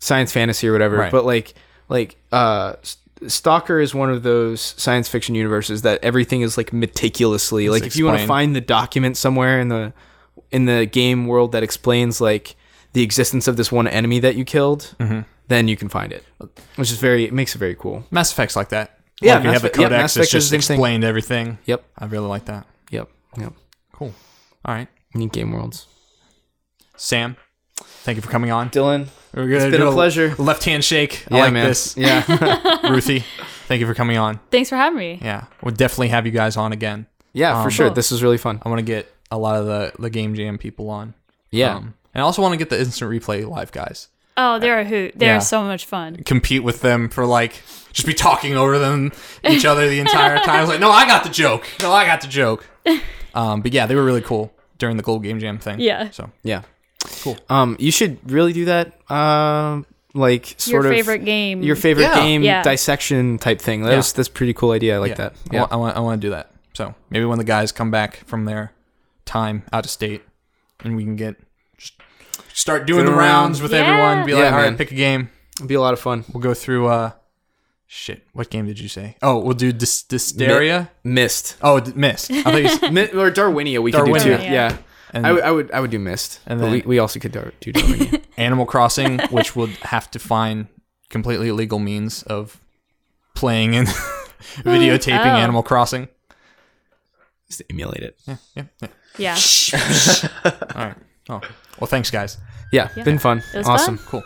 Speaker 3: science fantasy or whatever.
Speaker 1: Right.
Speaker 3: But like like uh S- Stalker is one of those science fiction universes that everything is like meticulously like if you want to
Speaker 1: explained.
Speaker 3: find the document somewhere in the in the game world that explains like the existence of this one enemy that you killed,
Speaker 1: Mm-hmm.
Speaker 3: then you can find it, which is very it makes it very cool.
Speaker 1: Mass Effect's like that.
Speaker 3: Yeah,
Speaker 1: like you
Speaker 3: Mass
Speaker 1: have a
Speaker 3: Effect- yeah,
Speaker 1: codex
Speaker 3: Mass
Speaker 1: that's
Speaker 3: Effect is
Speaker 1: just
Speaker 3: the same thing.
Speaker 1: explained everything.
Speaker 3: Yep,
Speaker 1: I really like that.
Speaker 3: yep, yep.
Speaker 1: Cool. All right,
Speaker 3: Neat game worlds.
Speaker 1: Sam. Thank you for coming on.
Speaker 3: Dylan,
Speaker 1: We're gonna
Speaker 3: been
Speaker 1: do
Speaker 3: a pleasure.
Speaker 1: Left hand shake. I
Speaker 3: yeah,
Speaker 1: like
Speaker 3: man.
Speaker 1: this.
Speaker 3: Yeah,
Speaker 1: Ruthie, thank you for coming on.
Speaker 2: Thanks for having me.
Speaker 1: Yeah, we'll definitely have you guys on again.
Speaker 3: yeah, for
Speaker 1: Um,
Speaker 3: sure.
Speaker 2: Cool.
Speaker 3: This was really fun.
Speaker 1: I want to get a lot of the the game jam people on.
Speaker 3: Yeah,
Speaker 1: Um, and I also want to get the instant replay live guys.
Speaker 2: Oh, they're a hoot. They're
Speaker 1: Yeah.
Speaker 2: so much fun.
Speaker 1: Compete with them for like just be talking over them each other the entire time. I was like, no, I got the joke. No, I got the joke. Um, but yeah, they were really cool during the Gold Game Jam thing.
Speaker 2: Yeah.
Speaker 1: So
Speaker 3: yeah,
Speaker 1: Cool.
Speaker 3: Um, you should really do that. Um, like
Speaker 2: Your
Speaker 3: sort of
Speaker 2: favorite game.
Speaker 3: your favorite
Speaker 1: Yeah.
Speaker 3: game
Speaker 2: Yeah.
Speaker 3: dissection type thing. That
Speaker 1: Yeah.
Speaker 3: was that's a pretty cool idea. I like
Speaker 1: yeah,
Speaker 3: that.
Speaker 1: I, want, I want I want to do that. So maybe when the guys come back from their time out of state, and we can get just start doing
Speaker 3: Go
Speaker 1: the
Speaker 3: around.
Speaker 1: rounds with
Speaker 2: Yeah.
Speaker 1: everyone. Be like,
Speaker 3: Yeah,
Speaker 1: all right,
Speaker 3: man.
Speaker 1: pick a game.
Speaker 3: It'd be a lot of fun.
Speaker 1: We'll go through. uh Shit, what game did you say? Oh, we'll do Dys- Dysteria.
Speaker 3: Mist.
Speaker 1: Oh, d- Mist. I thought you s-
Speaker 3: Mi- or Darwinia, we could do
Speaker 1: Darwinia.
Speaker 3: too.
Speaker 2: Darwinia.
Speaker 3: Yeah,
Speaker 1: and
Speaker 3: I, w- I would, I would do Mist,
Speaker 1: And
Speaker 3: but
Speaker 1: then-
Speaker 3: we, we also could Dar- do Darwinia.
Speaker 1: Animal Crossing, which would have to find completely illegal means of playing and videotaping
Speaker 2: Oh.
Speaker 1: Animal Crossing.
Speaker 3: Just emulate it. Yeah.
Speaker 1: Yeah. yeah.
Speaker 2: Yeah.
Speaker 1: All right. Oh, well, thanks, guys.
Speaker 3: been fun.
Speaker 2: It was
Speaker 3: awesome.
Speaker 1: Cool.